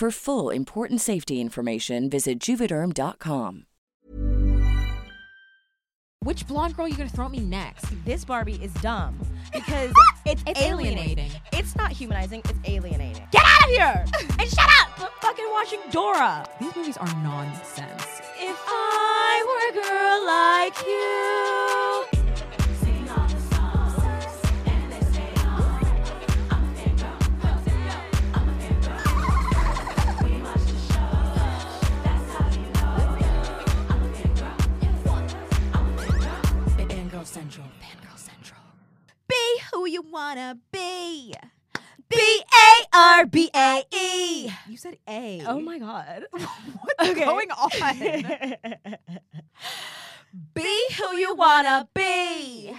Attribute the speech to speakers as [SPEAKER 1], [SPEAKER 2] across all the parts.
[SPEAKER 1] For full important safety information, visit juvederm.com.
[SPEAKER 2] Which blonde girl are you gonna throw at me next?
[SPEAKER 3] This Barbie is dumb because it's,
[SPEAKER 2] It's
[SPEAKER 3] alienating.
[SPEAKER 2] alienating.
[SPEAKER 3] It's not humanizing, it's alienating.
[SPEAKER 2] Get out of here!
[SPEAKER 3] And shut up! I'm fucking watching Dora.
[SPEAKER 2] These movies are nonsense.
[SPEAKER 3] If I were a girl like you.
[SPEAKER 2] Fangirl Central. Fangirl Central.
[SPEAKER 3] Be who you wanna be. B A R B A E.
[SPEAKER 2] You said
[SPEAKER 3] A.
[SPEAKER 2] Oh my god. What's
[SPEAKER 3] Okay.
[SPEAKER 2] going on?
[SPEAKER 3] Be who you wanna be.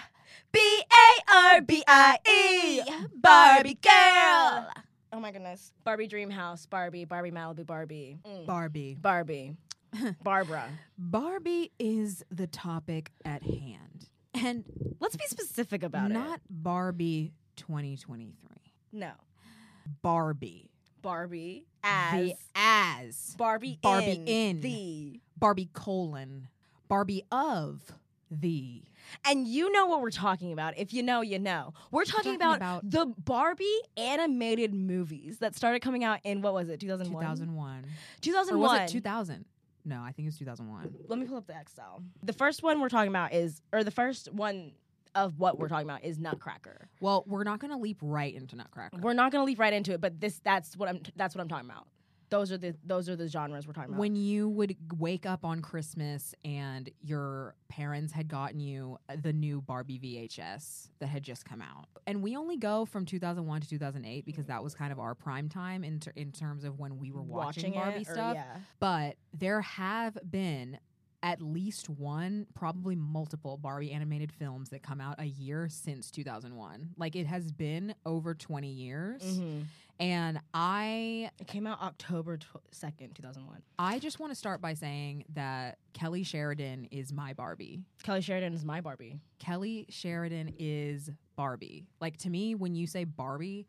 [SPEAKER 3] B A R B I E. Barbie girl. Oh my goodness. Mm. Barbie Dreamhouse, Barbie, Barbie Malibu, Barbie.
[SPEAKER 4] Barbie.
[SPEAKER 3] Barbie. Barbara.
[SPEAKER 4] Barbie is the topic at hand. And
[SPEAKER 3] Let's be specific about
[SPEAKER 4] not Barbie 2023.
[SPEAKER 3] it. No.
[SPEAKER 4] Barbie.
[SPEAKER 3] Barbie
[SPEAKER 4] The
[SPEAKER 3] as
[SPEAKER 4] as.
[SPEAKER 3] Barbie
[SPEAKER 4] Barbie
[SPEAKER 3] in,
[SPEAKER 4] in.
[SPEAKER 3] the.
[SPEAKER 4] Barbie colon. Barbie of the.
[SPEAKER 3] And you know what we're talking about. If you know, you know. We're
[SPEAKER 4] talking
[SPEAKER 3] talking, about,
[SPEAKER 4] about-
[SPEAKER 3] the Barbie animated movies that started coming out in what was it? 2001.
[SPEAKER 4] 2001. Or
[SPEAKER 3] 2001.
[SPEAKER 4] was it 2000? No, I think it was 2001.
[SPEAKER 3] Let me pull up the Excel. The first one we're talking about is or the first one of what we're talking about is Nutcracker.
[SPEAKER 4] Well, we're not going to leap right into Nutcracker.
[SPEAKER 3] We're not going to leap right into it, but this that's what I'm that's what I'm talking about. Those are the those are the genres we're talking about.
[SPEAKER 4] when you would g- wake up on Christmas and your parents had gotten you uh, the new Barbie VHS that had just come out. And we only go from 2001 to 2008 because that was kind of our prime time in, ter- in terms of when we were watching,
[SPEAKER 3] Watching it,
[SPEAKER 4] Barbie
[SPEAKER 3] or-
[SPEAKER 4] stuff.
[SPEAKER 3] yeah.
[SPEAKER 4] But there have been at least one, probably multiple Barbie animated films that come out a year since 2001. Like it has been over 20 years.
[SPEAKER 3] Mm-hmm.
[SPEAKER 4] And I
[SPEAKER 3] It came out October second, two thousand one.
[SPEAKER 4] I just want to start by saying that Kelly Sheridan is my Barbie.
[SPEAKER 3] Kelly Sheridan is my Barbie.
[SPEAKER 4] Kelly Sheridan is Barbie. Like to me, when you say Barbie,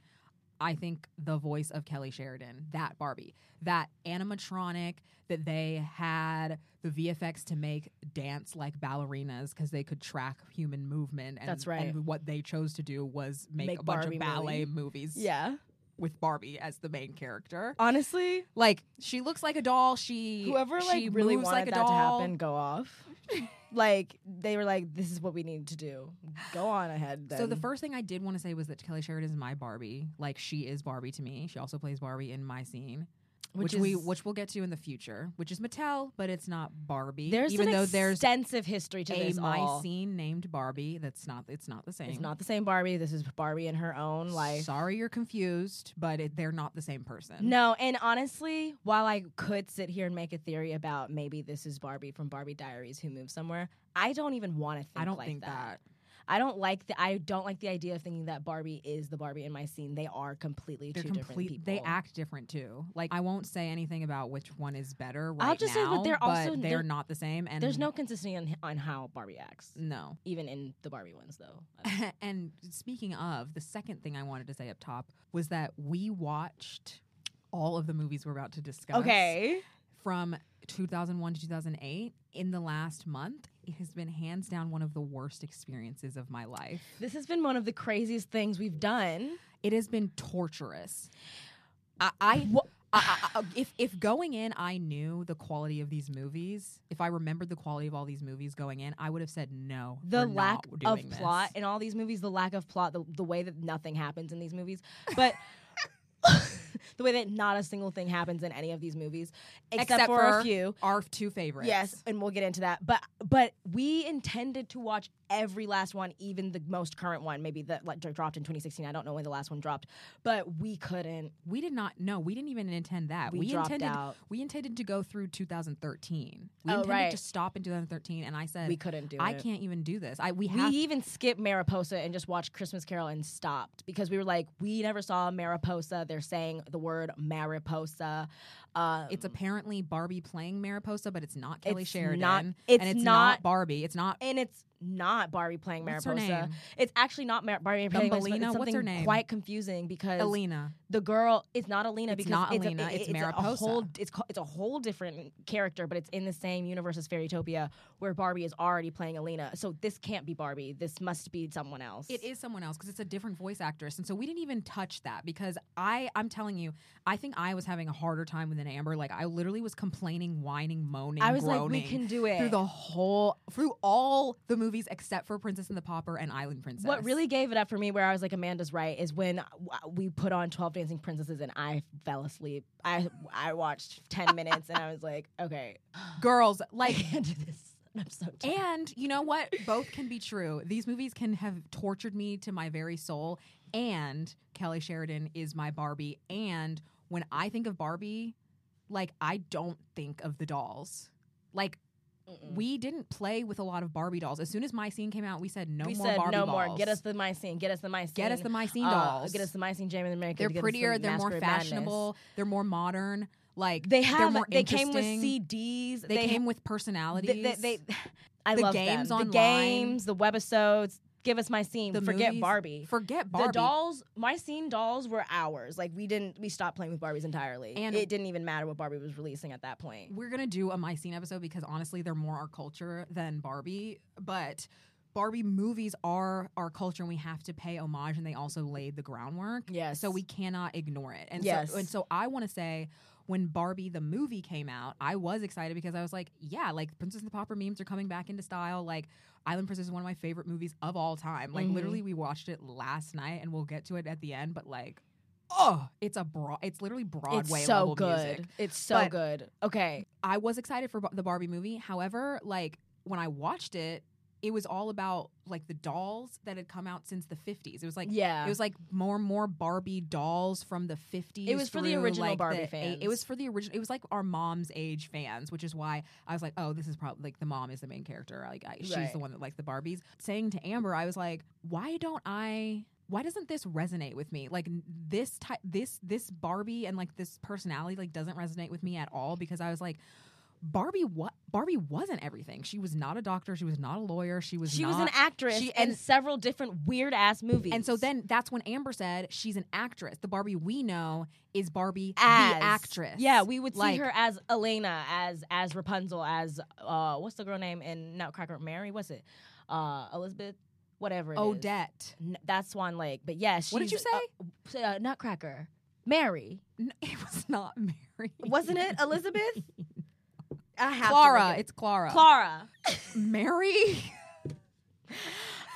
[SPEAKER 4] I think the voice of Kelly Sheridan, that Barbie, that animatronic that they had the VFX to make dance like ballerinas because they could track human movement. And,
[SPEAKER 3] That's right.
[SPEAKER 4] And what they chose to do was make,
[SPEAKER 3] Make
[SPEAKER 4] a bunch
[SPEAKER 3] Barbie
[SPEAKER 4] of ballet movies
[SPEAKER 3] Yeah.
[SPEAKER 4] with Barbie as the main character.
[SPEAKER 3] Honestly,
[SPEAKER 4] Like she looks like a doll. She
[SPEAKER 3] whoever like
[SPEAKER 4] she
[SPEAKER 3] really
[SPEAKER 4] moves
[SPEAKER 3] wanted
[SPEAKER 4] like a
[SPEAKER 3] that
[SPEAKER 4] doll.
[SPEAKER 3] to happen, go off. like they were like, "This is what we need to do. Go on ahead." Then.
[SPEAKER 4] So the first thing I did want to say was that Kelly Sheridan is my Barbie. Like she is Barbie to me. She also plays Barbie in my scene,
[SPEAKER 3] Which
[SPEAKER 4] which, we
[SPEAKER 3] is-
[SPEAKER 4] which we'll get to in the future. Which is Mattel, but it's not Barbie.
[SPEAKER 3] there's
[SPEAKER 4] even
[SPEAKER 3] an
[SPEAKER 4] though there's a
[SPEAKER 3] extensive history to this.
[SPEAKER 4] my
[SPEAKER 3] all.
[SPEAKER 4] scene named Barbie. That's not. It's not the same.
[SPEAKER 3] It's not the same Barbie. This is Barbie in her own life.
[SPEAKER 4] Sorry, you're confused, but it, they're not the same person.
[SPEAKER 3] No, and honestly, while I could sit here and make a theory about maybe this is Barbie from Barbie Diaries who moved somewhere, I don't even want to think
[SPEAKER 4] I don't
[SPEAKER 3] like
[SPEAKER 4] think that.
[SPEAKER 3] I don't like the I don't like the idea of thinking that Barbie is the Barbie in my scene. They are completely
[SPEAKER 4] They're
[SPEAKER 3] two different
[SPEAKER 4] complete.
[SPEAKER 3] people.
[SPEAKER 4] They act different too. Like I won't say anything about which one is better right
[SPEAKER 3] I'll just say,
[SPEAKER 4] now,
[SPEAKER 3] but they're also-
[SPEAKER 4] they're,
[SPEAKER 3] they're-
[SPEAKER 4] not the same. And
[SPEAKER 3] There's no consistency on, on how Barbie acts,
[SPEAKER 4] no.
[SPEAKER 3] even in the Barbie ones though.
[SPEAKER 4] and speaking of, the second thing I wanted to say up top was that we watched all of the movies we're about to discuss. From 2001 to 2008, in the last month, it has been hands down one of the worst experiences of my life.
[SPEAKER 3] This has been one of the craziest things we've done.
[SPEAKER 4] It has been torturous. I, I, I- I- if if going in, I knew the quality of these movies. If I remembered the quality of all these movies going in, I would have said no.
[SPEAKER 3] the
[SPEAKER 4] we're not
[SPEAKER 3] lack of
[SPEAKER 4] doing this.
[SPEAKER 3] plot in all these movies, the lack of plot, the, the way that nothing happens in these movies, but the way that not a single thing happens in any of these movies, except, for, a few.
[SPEAKER 4] our two favorites.
[SPEAKER 3] Yes, and we'll get into that. But but we intended to watch every last one, even the most current one, maybe that like dropped in 2016. I don't know when the last one dropped, but we couldn't.
[SPEAKER 4] we did not. No, we didn't even intend that.
[SPEAKER 3] We
[SPEAKER 4] We,
[SPEAKER 3] dropped
[SPEAKER 4] intended.
[SPEAKER 3] out.
[SPEAKER 4] We intended to go through 2013. We
[SPEAKER 3] Oh,
[SPEAKER 4] intended
[SPEAKER 3] right.
[SPEAKER 4] to stop in 2013, and I said
[SPEAKER 3] We couldn't do
[SPEAKER 4] I
[SPEAKER 3] it.
[SPEAKER 4] can't even do this. I we
[SPEAKER 3] We
[SPEAKER 4] have.
[SPEAKER 3] even skipped Mariposa and just watched Christmas Carol and stopped because we were like, we never saw Mariposa. They're saying the word Mariposa. Uh,
[SPEAKER 4] it's apparently Barbie playing Mariposa, but it's not Kelly
[SPEAKER 3] It's
[SPEAKER 4] Sheridan.
[SPEAKER 3] not- it's
[SPEAKER 4] and it's
[SPEAKER 3] not-
[SPEAKER 4] Barbie. It's not
[SPEAKER 3] and it's not Barbie playing
[SPEAKER 4] What's her
[SPEAKER 3] Mariposa.
[SPEAKER 4] name?
[SPEAKER 3] It's actually not Mar- Barbie playing Mariposa. but
[SPEAKER 4] Thumbelina?
[SPEAKER 3] It's
[SPEAKER 4] What's
[SPEAKER 3] something
[SPEAKER 4] her name?
[SPEAKER 3] quite confusing because
[SPEAKER 4] Alina.
[SPEAKER 3] the girl it's not Alina
[SPEAKER 4] It's
[SPEAKER 3] because
[SPEAKER 4] not
[SPEAKER 3] a-
[SPEAKER 4] Alina,
[SPEAKER 3] it-
[SPEAKER 4] it's
[SPEAKER 3] A
[SPEAKER 4] Mariposa.
[SPEAKER 3] whole, it's co- it's a whole different character, but it's in the same universe as Fairytopia, where Barbie is already playing Alina. So this can't be Barbie. This must be someone else.
[SPEAKER 4] It is someone else because it's a different voice actress, and so we didn't even touch that because I, I'm telling you, I think I was having a harder time than Amber. Like I literally was complaining, whining, moaning.
[SPEAKER 3] I was like, we
[SPEAKER 4] groaning
[SPEAKER 3] can do it.
[SPEAKER 4] through the whole, through all the movies except for Princess and the Pauper and Island Princess.
[SPEAKER 3] What really gave it up for me, where I was like, Amanda's right, is when w- we put on Twelve Dancing Princesses and I fell asleep. I I watched ten minutes and I was like, okay,
[SPEAKER 4] girls
[SPEAKER 3] I
[SPEAKER 4] like?
[SPEAKER 3] can't do this. I'm so tired.
[SPEAKER 4] And you know what? Both can be true. These movies can have tortured me to my very soul. And Kelly Sheridan is my Barbie. And when I think of Barbie, like I don't think of the dolls. Like
[SPEAKER 3] Mm.
[SPEAKER 4] we didn't play with a lot of Barbie dolls. As soon as my scene came out, we said no
[SPEAKER 3] we
[SPEAKER 4] more
[SPEAKER 3] said
[SPEAKER 4] Barbie
[SPEAKER 3] no
[SPEAKER 4] dolls.
[SPEAKER 3] more. Get us the Mycene. Get us the Mycene.
[SPEAKER 4] Get us the Mycene
[SPEAKER 3] uh,
[SPEAKER 4] dolls.
[SPEAKER 3] Get us the Mycene Jam and America.
[SPEAKER 4] they're
[SPEAKER 3] get us the
[SPEAKER 4] prettier. They're more
[SPEAKER 3] Masquerade Madness.
[SPEAKER 4] fashionable. They're more modern. Like
[SPEAKER 3] They
[SPEAKER 4] They're
[SPEAKER 3] have.
[SPEAKER 4] more
[SPEAKER 3] They came with
[SPEAKER 4] interesting.
[SPEAKER 3] CDs.
[SPEAKER 4] They, came
[SPEAKER 3] ha-
[SPEAKER 4] with
[SPEAKER 3] They,
[SPEAKER 4] personalities.
[SPEAKER 3] they, they, I
[SPEAKER 4] The
[SPEAKER 3] love
[SPEAKER 4] games
[SPEAKER 3] them.
[SPEAKER 4] online.
[SPEAKER 3] The games, the webisodes. Give us my scene.
[SPEAKER 4] the
[SPEAKER 3] Forget
[SPEAKER 4] movies-
[SPEAKER 3] Barbie.
[SPEAKER 4] Forget Barbie.
[SPEAKER 3] The dolls, my scene dolls were ours. Like we didn't, we stopped playing with Barbies entirely. And
[SPEAKER 4] And-
[SPEAKER 3] it didn't even matter what Barbie was releasing at that point.
[SPEAKER 4] we're gonna do a my scene episode because honestly they're more our culture than barbie but barbie movies are our culture and we have to pay homage and they also laid the groundwork
[SPEAKER 3] Yes.
[SPEAKER 4] so we cannot ignore it and
[SPEAKER 3] Yes.
[SPEAKER 4] so and so i want to say when Barbie the movie came out, I was excited because I was like, yeah, like Princess and the Popper memes are coming back into style. Like Island Princess is one of my favorite movies of all time.
[SPEAKER 3] Mm-hmm.
[SPEAKER 4] Like literally we watched it last night and we'll get to it at the end, but like oh, it's a broad it's literally Broadway
[SPEAKER 3] it's so
[SPEAKER 4] level
[SPEAKER 3] good.
[SPEAKER 4] music.
[SPEAKER 3] It's so
[SPEAKER 4] But-
[SPEAKER 3] good. Okay.
[SPEAKER 4] I was excited for Ba- the Barbie movie. However, like when I watched it, it was all about like the dolls that had come out since the 50s. It was like
[SPEAKER 3] Yeah.
[SPEAKER 4] it was like more and more Barbie dolls from the 50s.
[SPEAKER 3] It was for the
[SPEAKER 4] through,
[SPEAKER 3] original
[SPEAKER 4] like,
[SPEAKER 3] Barbie
[SPEAKER 4] the eight-
[SPEAKER 3] fans.
[SPEAKER 4] It was for the original. It was like our mom's age fans, which is why I was like, oh, this is probably like the mom is the main character. Like I, she's
[SPEAKER 3] Right.
[SPEAKER 4] the one that liked the Barbies. Saying to Amber, I was like, why don't I? Why doesn't this resonate with me? Like n- this type, this this Barbie and like this personality like doesn't resonate with me at all because I was like. Barbie what Barbie wasn't everything. She was not a doctor, she was not a lawyer, she was
[SPEAKER 3] She was
[SPEAKER 4] not-
[SPEAKER 3] an actress
[SPEAKER 4] she-
[SPEAKER 3] in several different weird ass movies.
[SPEAKER 4] and so then that's when Amber said she's an actress. The Barbie we know is Barbie
[SPEAKER 3] as
[SPEAKER 4] the actress.
[SPEAKER 3] Yeah, we would see
[SPEAKER 4] Like,
[SPEAKER 3] her as Elena, as as Rapunzel, as uh what's the girl name in Nutcracker? Mary, what's it? Uh Elizabeth, whatever. it is.
[SPEAKER 4] Odette.
[SPEAKER 3] N- that's Swan Lake. But yes,
[SPEAKER 4] What did you
[SPEAKER 3] say? Uh, Nutcracker, Mary,
[SPEAKER 4] N- it was not Mary.
[SPEAKER 3] wasn't it Elizabeth? I have to look
[SPEAKER 4] Clara.
[SPEAKER 3] it-
[SPEAKER 4] It's Clara.
[SPEAKER 3] Clara.
[SPEAKER 4] Mary.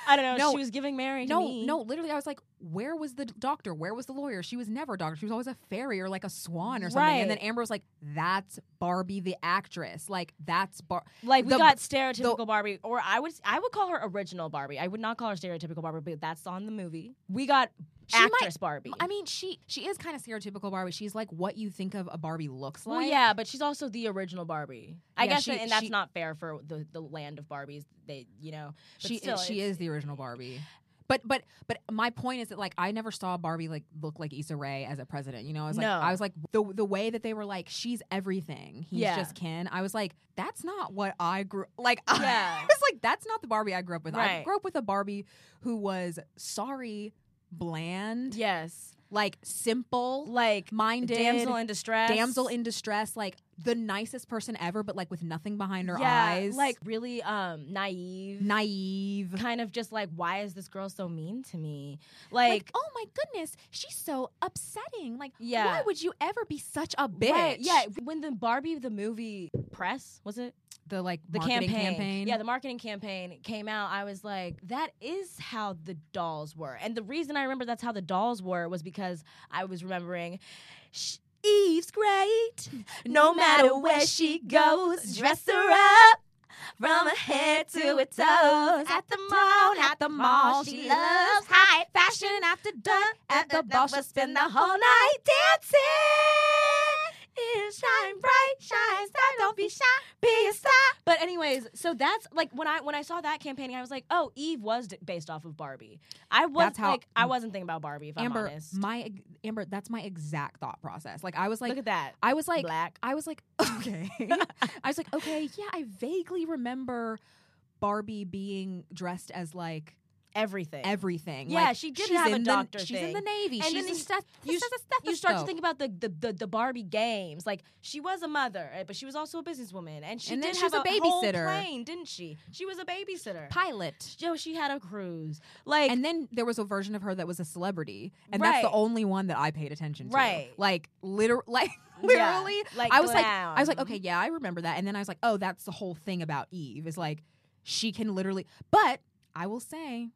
[SPEAKER 3] I don't know.
[SPEAKER 4] No.
[SPEAKER 3] she was giving Mary to
[SPEAKER 4] no,
[SPEAKER 3] me.
[SPEAKER 4] no. Literally, I was like, where was the doctor? Where was the lawyer? She was never a doctor. She was always a fairy or like a swan or something.
[SPEAKER 3] Right.
[SPEAKER 4] And then Amber was like, that's Barbie the actress. Like that's Bar.
[SPEAKER 3] Like we
[SPEAKER 4] the-
[SPEAKER 3] got stereotypical Barbie, or I would I would call her original Barbie. I would not call her stereotypical Barbie, but that's on the movie. We got
[SPEAKER 4] She might-
[SPEAKER 3] actress Barbie.
[SPEAKER 4] I mean, she she is kind of stereotypical Barbie. She's like what you think of a Barbie looks like.
[SPEAKER 3] well, yeah, but she's also the original Barbie. I
[SPEAKER 4] Yeah,
[SPEAKER 3] guess,
[SPEAKER 4] she-
[SPEAKER 3] and that's
[SPEAKER 4] she-
[SPEAKER 3] not fair for the, the land of Barbies. They, you know, But
[SPEAKER 4] she
[SPEAKER 3] still,
[SPEAKER 4] she
[SPEAKER 3] it's-
[SPEAKER 4] is the original Barbie. But but but my point is that like I never saw Barbie like look like Issa Rae as a president. You know, I was like
[SPEAKER 3] No.
[SPEAKER 4] I was like the the way that they were like she's everything. He's
[SPEAKER 3] Yeah.
[SPEAKER 4] just Ken. I was like that's not what I grew like. I
[SPEAKER 3] Yeah.
[SPEAKER 4] was like that's not the Barbie I grew up with. I
[SPEAKER 3] Right.
[SPEAKER 4] grew up with a Barbie who was sorry, bland,
[SPEAKER 3] yes,
[SPEAKER 4] like simple,
[SPEAKER 3] like
[SPEAKER 4] minded,
[SPEAKER 3] damsel in distress,
[SPEAKER 4] damsel in distress, like the nicest person ever, but like with nothing behind her
[SPEAKER 3] yeah,
[SPEAKER 4] eyes,
[SPEAKER 3] like really um naive,
[SPEAKER 4] naive.
[SPEAKER 3] kind of just like why is this girl so mean to me?
[SPEAKER 4] like,
[SPEAKER 3] Like,
[SPEAKER 4] oh my goodness, she's so upsetting. Like,
[SPEAKER 3] Yeah.
[SPEAKER 4] why would you ever be such a oh, bitch?
[SPEAKER 3] Right, yeah, when the Barbie the movie press was it
[SPEAKER 4] the like
[SPEAKER 3] the
[SPEAKER 4] marketing
[SPEAKER 3] campaign.
[SPEAKER 4] campaign.
[SPEAKER 3] Yeah, the marketing campaign came out. I was like, that is how the dolls were. And the reason I remember that's how the dolls were was because I was remembering "Sh- Eve's great. No matter where she goes, dress her up. From her head to her toes, at the mall, at the mall, she loves high fashion. After dark, at the ball, she'll spend the whole night dancing. It'll shine bright, shine star, don't be shy, be a star. But anyways, so that's like when I when I saw that campaign, I was like, oh, Eve was d- based off of Barbie. I was
[SPEAKER 4] That's how-
[SPEAKER 3] like, I wasn't thinking about Barbie. If
[SPEAKER 4] Amber,
[SPEAKER 3] I'm honest,
[SPEAKER 4] my ex- Amber, that's my exact thought process. Like, I was like,
[SPEAKER 3] look at that.
[SPEAKER 4] I was like,
[SPEAKER 3] Black.
[SPEAKER 4] I was like, okay. I was like, okay, yeah, I vaguely remember Barbie being dressed as like
[SPEAKER 3] Everything.
[SPEAKER 4] everything.
[SPEAKER 3] Yeah,
[SPEAKER 4] like,
[SPEAKER 3] she did
[SPEAKER 4] she's
[SPEAKER 3] have a
[SPEAKER 4] in
[SPEAKER 3] doctor
[SPEAKER 4] The, she's in
[SPEAKER 3] thing.
[SPEAKER 4] the Navy.
[SPEAKER 3] And
[SPEAKER 4] she's
[SPEAKER 3] then
[SPEAKER 4] a
[SPEAKER 3] you-
[SPEAKER 4] steth-
[SPEAKER 3] you,
[SPEAKER 4] she's a
[SPEAKER 3] s- you start to
[SPEAKER 4] stethoscope.
[SPEAKER 3] think about the the, the the Barbie games. Like she was a mother, eh, but she was also a businesswoman, and she
[SPEAKER 4] And then
[SPEAKER 3] did
[SPEAKER 4] she
[SPEAKER 3] have
[SPEAKER 4] was a
[SPEAKER 3] whole
[SPEAKER 4] babysitter.
[SPEAKER 3] plane, didn't she? She was a babysitter.
[SPEAKER 4] pilot.
[SPEAKER 3] Yo, she had a cruise. Like
[SPEAKER 4] and then there was a version of her that was a celebrity, and that's the
[SPEAKER 3] Right.
[SPEAKER 4] only one that I paid attention to.
[SPEAKER 3] Right.
[SPEAKER 4] like literally, like
[SPEAKER 3] Yeah,
[SPEAKER 4] literally,
[SPEAKER 3] like
[SPEAKER 4] I was like, I was like,
[SPEAKER 3] glam.
[SPEAKER 4] okay, yeah, I remember that. And then I was like, oh, that's the whole thing about Eve is like she can literally. But I will say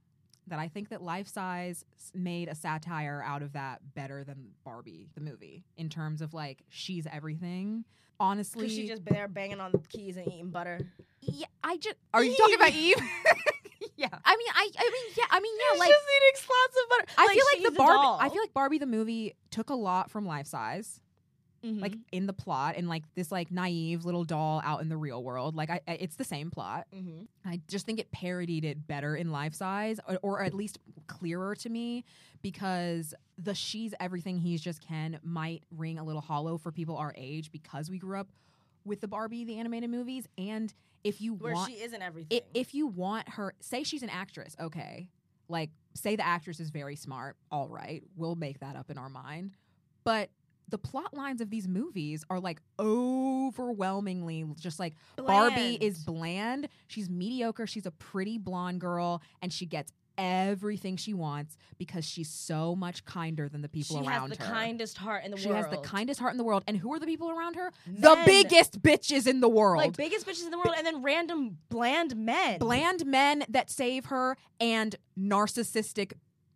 [SPEAKER 4] that I think that Life Size s- made a satire out of that better than Barbie the movie in terms of like she's everything. Honestly,
[SPEAKER 3] Cause she just there banging on the keys and eating butter.
[SPEAKER 4] yeah, I just are you talking about Eve? yeah, I mean, I, I mean, yeah, I mean, yeah, like
[SPEAKER 3] eating slots of butter.
[SPEAKER 4] I feel like the Barbie. I feel like Barbie the movie took a lot from Life Size,
[SPEAKER 3] Mm-hmm.
[SPEAKER 4] like in the plot, and like this like naive little doll out in the real world. Like I, I- it's the same plot.
[SPEAKER 3] Mhm.
[SPEAKER 4] I just think it parodied it better in Life Size, or, or at least clearer to me, because the she's everything, he's just Ken might ring a little hollow for people our age because we grew up with the Barbie the animated movies, and if you
[SPEAKER 3] where
[SPEAKER 4] want,
[SPEAKER 3] she isn't everything.
[SPEAKER 4] I if you want her, say she's an actress, okay. Like, say the actress is very smart, all right. We'll make that up in our mind. But the plot lines of these movies are like overwhelmingly just like Barbie is bland. She's mediocre. She's a pretty blonde girl, and she gets everything she wants because she's so much kinder than the
[SPEAKER 3] she
[SPEAKER 4] people
[SPEAKER 3] has
[SPEAKER 4] around
[SPEAKER 3] the
[SPEAKER 4] her.
[SPEAKER 3] kindest heart in the
[SPEAKER 4] she
[SPEAKER 3] world.
[SPEAKER 4] has the kindest heart in the world. And who are the people around her? The
[SPEAKER 3] Men.
[SPEAKER 4] biggest bitches in the world
[SPEAKER 3] like biggest bitches in the world, and then random bland men.
[SPEAKER 4] bland men that save her and narcissistic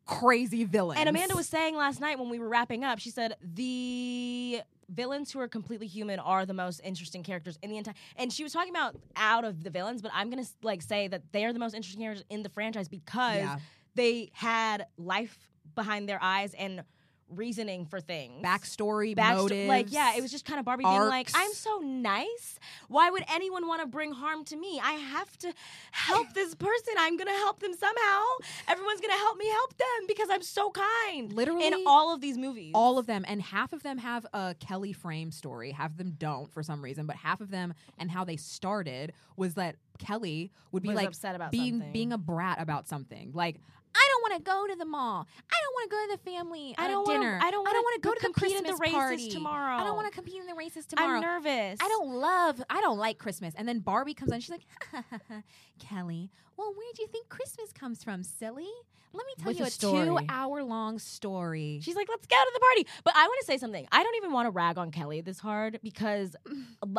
[SPEAKER 4] crazy villains.
[SPEAKER 3] And Amanda was saying last night when we were wrapping up, she said the villains who are completely human are the most interesting characters in the entire. And she was talking about out of the villains, but I'm gonna s- like say that they are the most interesting characters in the franchise because
[SPEAKER 4] Yeah.
[SPEAKER 3] they had life behind their eyes and reasoning for things.
[SPEAKER 4] backstory,
[SPEAKER 3] Backsto-
[SPEAKER 4] motives.
[SPEAKER 3] Like, yeah, it was just kind of Barbie being like,
[SPEAKER 4] arcs.
[SPEAKER 3] I'm so nice. Why would anyone want to bring harm to me? I have to help this person. I'm going to help them somehow. Everyone's going to help me help them because I'm so kind.
[SPEAKER 4] Literally-
[SPEAKER 3] In all of these movies.
[SPEAKER 4] all of them, and half of them have a Kelly Frame story. Half of them don't for some reason, but half of them and how they started was that Kelly would be
[SPEAKER 3] Was
[SPEAKER 4] like
[SPEAKER 3] upset about
[SPEAKER 4] being
[SPEAKER 3] something.
[SPEAKER 4] being a brat about something like. I don't want to go to the mall. I don't want to go to the family.
[SPEAKER 3] I
[SPEAKER 4] uh,
[SPEAKER 3] don't wanna-
[SPEAKER 4] dinner.
[SPEAKER 3] I don't wanna
[SPEAKER 4] want to go to the
[SPEAKER 3] compete in the
[SPEAKER 4] Christmas
[SPEAKER 3] races
[SPEAKER 4] party
[SPEAKER 3] tomorrow.
[SPEAKER 4] I don't want to compete in the races tomorrow.
[SPEAKER 3] I'm nervous.
[SPEAKER 4] I don't love, I don't like Christmas. And then Barbie comes on, she's like, Kelly, well, where do you think Christmas comes from, silly? Let me tell
[SPEAKER 3] With
[SPEAKER 4] you
[SPEAKER 3] a
[SPEAKER 4] a,
[SPEAKER 3] story."
[SPEAKER 4] two hour long story.
[SPEAKER 3] She's like, let's go to the party. But I want to say something. I don't even want to rag on Kelly this hard because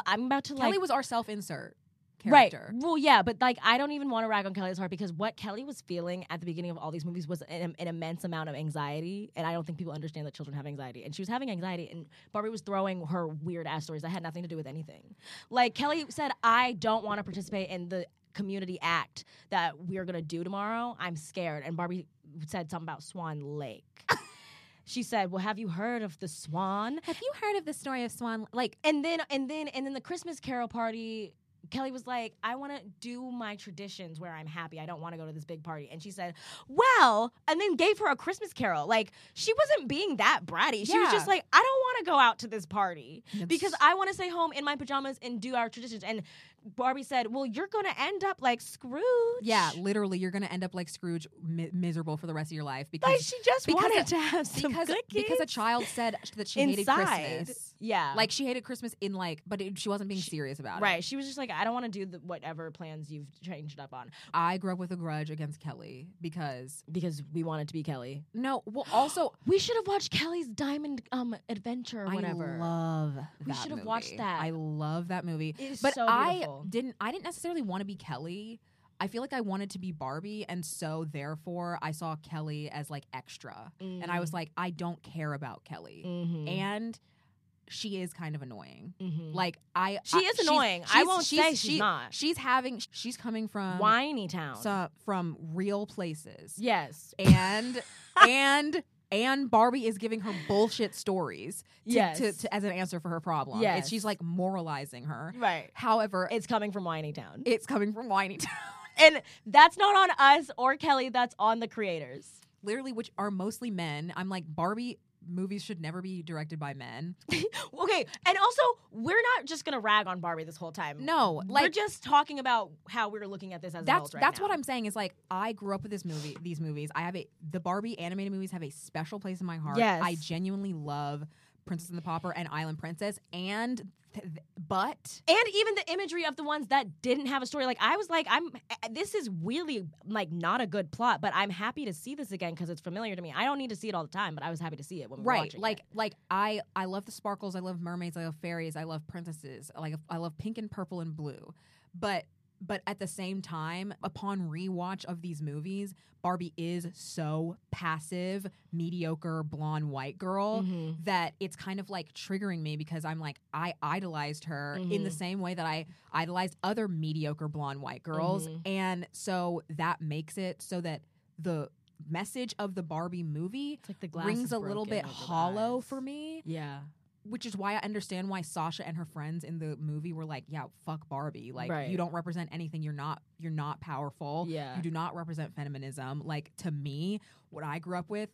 [SPEAKER 3] I'm about to
[SPEAKER 4] Mm. Kelly
[SPEAKER 3] like.
[SPEAKER 4] was our self insert character.
[SPEAKER 3] Right. Well, yeah, but like I don't even want to rag on Kelly's heart because what Kelly was feeling at the beginning of all these movies was an, an immense amount of anxiety, and I don't think people understand that children have anxiety, and she was having anxiety, and Barbie was throwing her weird ass stories that had nothing to do with anything. Like Kelly said, I don't want to participate in the community act that we're gonna do tomorrow. I'm scared, and Barbie said something about Swan Lake. she said, "Well, have you heard of the Swan?"
[SPEAKER 4] Have you heard of the story of Swan? Like,
[SPEAKER 3] And then and then and then the Christmas Carol party. Kelly was like, I want to do my traditions where I'm happy. I don't want to go to this big party. And she said, Well, and then gave her a Christmas carol. Like, she wasn't being that bratty. She was
[SPEAKER 4] Yeah.
[SPEAKER 3] just like, I don't want to go out to this party because
[SPEAKER 4] That's-
[SPEAKER 3] I want to stay home in my pajamas and do our traditions. And Barbie said, Well, you're going to end up like Scrooge.
[SPEAKER 4] yeah, literally, you're gonna end up like Scrooge, mi- miserable for the rest of your life because
[SPEAKER 3] Like, she just
[SPEAKER 4] because
[SPEAKER 3] wanted
[SPEAKER 4] a-
[SPEAKER 3] to have some
[SPEAKER 4] because
[SPEAKER 3] cookies.
[SPEAKER 4] because a child said that she
[SPEAKER 3] Inside.
[SPEAKER 4] hated Christmas.
[SPEAKER 3] Yeah.
[SPEAKER 4] like she hated Christmas in like, but it, she wasn't being serious about it.
[SPEAKER 3] Right. She was just like, I don't want to do the, whatever plans you've changed up on
[SPEAKER 4] I grew up with a grudge against Kelly because
[SPEAKER 3] because we wanted to be Kelly.
[SPEAKER 4] no. Well, also
[SPEAKER 3] We should have watched Kelly's Diamond um Adventure or
[SPEAKER 4] I
[SPEAKER 3] whatever.
[SPEAKER 4] love
[SPEAKER 3] We
[SPEAKER 4] that
[SPEAKER 3] should have watched
[SPEAKER 4] movie.
[SPEAKER 3] that.
[SPEAKER 4] I love that movie.
[SPEAKER 3] It is
[SPEAKER 4] but
[SPEAKER 3] so
[SPEAKER 4] I
[SPEAKER 3] beautiful.
[SPEAKER 4] didn't I didn't necessarily want to be Kelly. I feel like I wanted to be Barbie and so therefore I saw Kelly as like extra. And
[SPEAKER 3] Mm.
[SPEAKER 4] I was like I don't care about Kelly.
[SPEAKER 3] Mm-hmm.
[SPEAKER 4] And she is kind of annoying. Like I
[SPEAKER 3] She
[SPEAKER 4] I-
[SPEAKER 3] is
[SPEAKER 4] she's-
[SPEAKER 3] annoying. I won't say she's
[SPEAKER 4] she-
[SPEAKER 3] not.
[SPEAKER 4] She's having she's coming
[SPEAKER 3] Um,
[SPEAKER 4] from
[SPEAKER 3] Whiny Town.
[SPEAKER 4] so- from real places
[SPEAKER 3] yes.
[SPEAKER 4] and and and Barbie is giving her bullshit stories to,
[SPEAKER 3] Yes.
[SPEAKER 4] to, to- as an answer for her problem.
[SPEAKER 3] Yes.
[SPEAKER 4] It's- she's like moralizing her.
[SPEAKER 3] Right.
[SPEAKER 4] However, it's
[SPEAKER 3] It's coming from Whiny Town.
[SPEAKER 4] it's coming from whiny town,
[SPEAKER 3] and that's not on us or Kelly, that's on the creators.
[SPEAKER 4] literally, which are mostly men. I'm like Barbie movies should never be directed by men.
[SPEAKER 3] Okay, and also we're not just gonna rag on Barbie this whole time.
[SPEAKER 4] No,
[SPEAKER 3] we're
[SPEAKER 4] like
[SPEAKER 3] just talking about how we're looking at this as
[SPEAKER 4] that's
[SPEAKER 3] adults right
[SPEAKER 4] that's
[SPEAKER 3] now.
[SPEAKER 4] what I'm saying is like I grew up with this movie, these movies. I have a the Barbie animated movies have a special place in my heart.
[SPEAKER 3] Yes.
[SPEAKER 4] I genuinely love Princess and the Pauper and Island Princess, and th- th- but
[SPEAKER 3] and even the imagery of the ones that didn't have a story like i was like i'm eh, this is really like not a good plot but i'm happy to see this again because it's familiar to me i don't need to see it all the time but i was happy to see it when we were
[SPEAKER 4] right
[SPEAKER 3] watching
[SPEAKER 4] like
[SPEAKER 3] it.
[SPEAKER 4] like i i love the sparkles i love mermaids i love fairies i love princesses like i love pink and purple and blue but but at the same time upon rewatch of these movies barbie is so passive mediocre blonde white girl that it's kind of like triggering me because i'm like i idolized her in the same way that i idolized other mediocre blonde white girls and so that makes it so that the message of the barbie movie
[SPEAKER 3] like the glass
[SPEAKER 4] rings
[SPEAKER 3] is
[SPEAKER 4] a little
[SPEAKER 3] broken
[SPEAKER 4] bit
[SPEAKER 3] over the
[SPEAKER 4] hollow
[SPEAKER 3] eyes.
[SPEAKER 4] for me,
[SPEAKER 3] yeah
[SPEAKER 4] which is why I understand why Sasha and her friends in the movie were like, "Yeah, fuck Barbie. Like,
[SPEAKER 3] Right.
[SPEAKER 4] you don't represent anything. You're not. You're not powerful.
[SPEAKER 3] Yeah.
[SPEAKER 4] you do not represent feminism. Like to me, what I grew up with."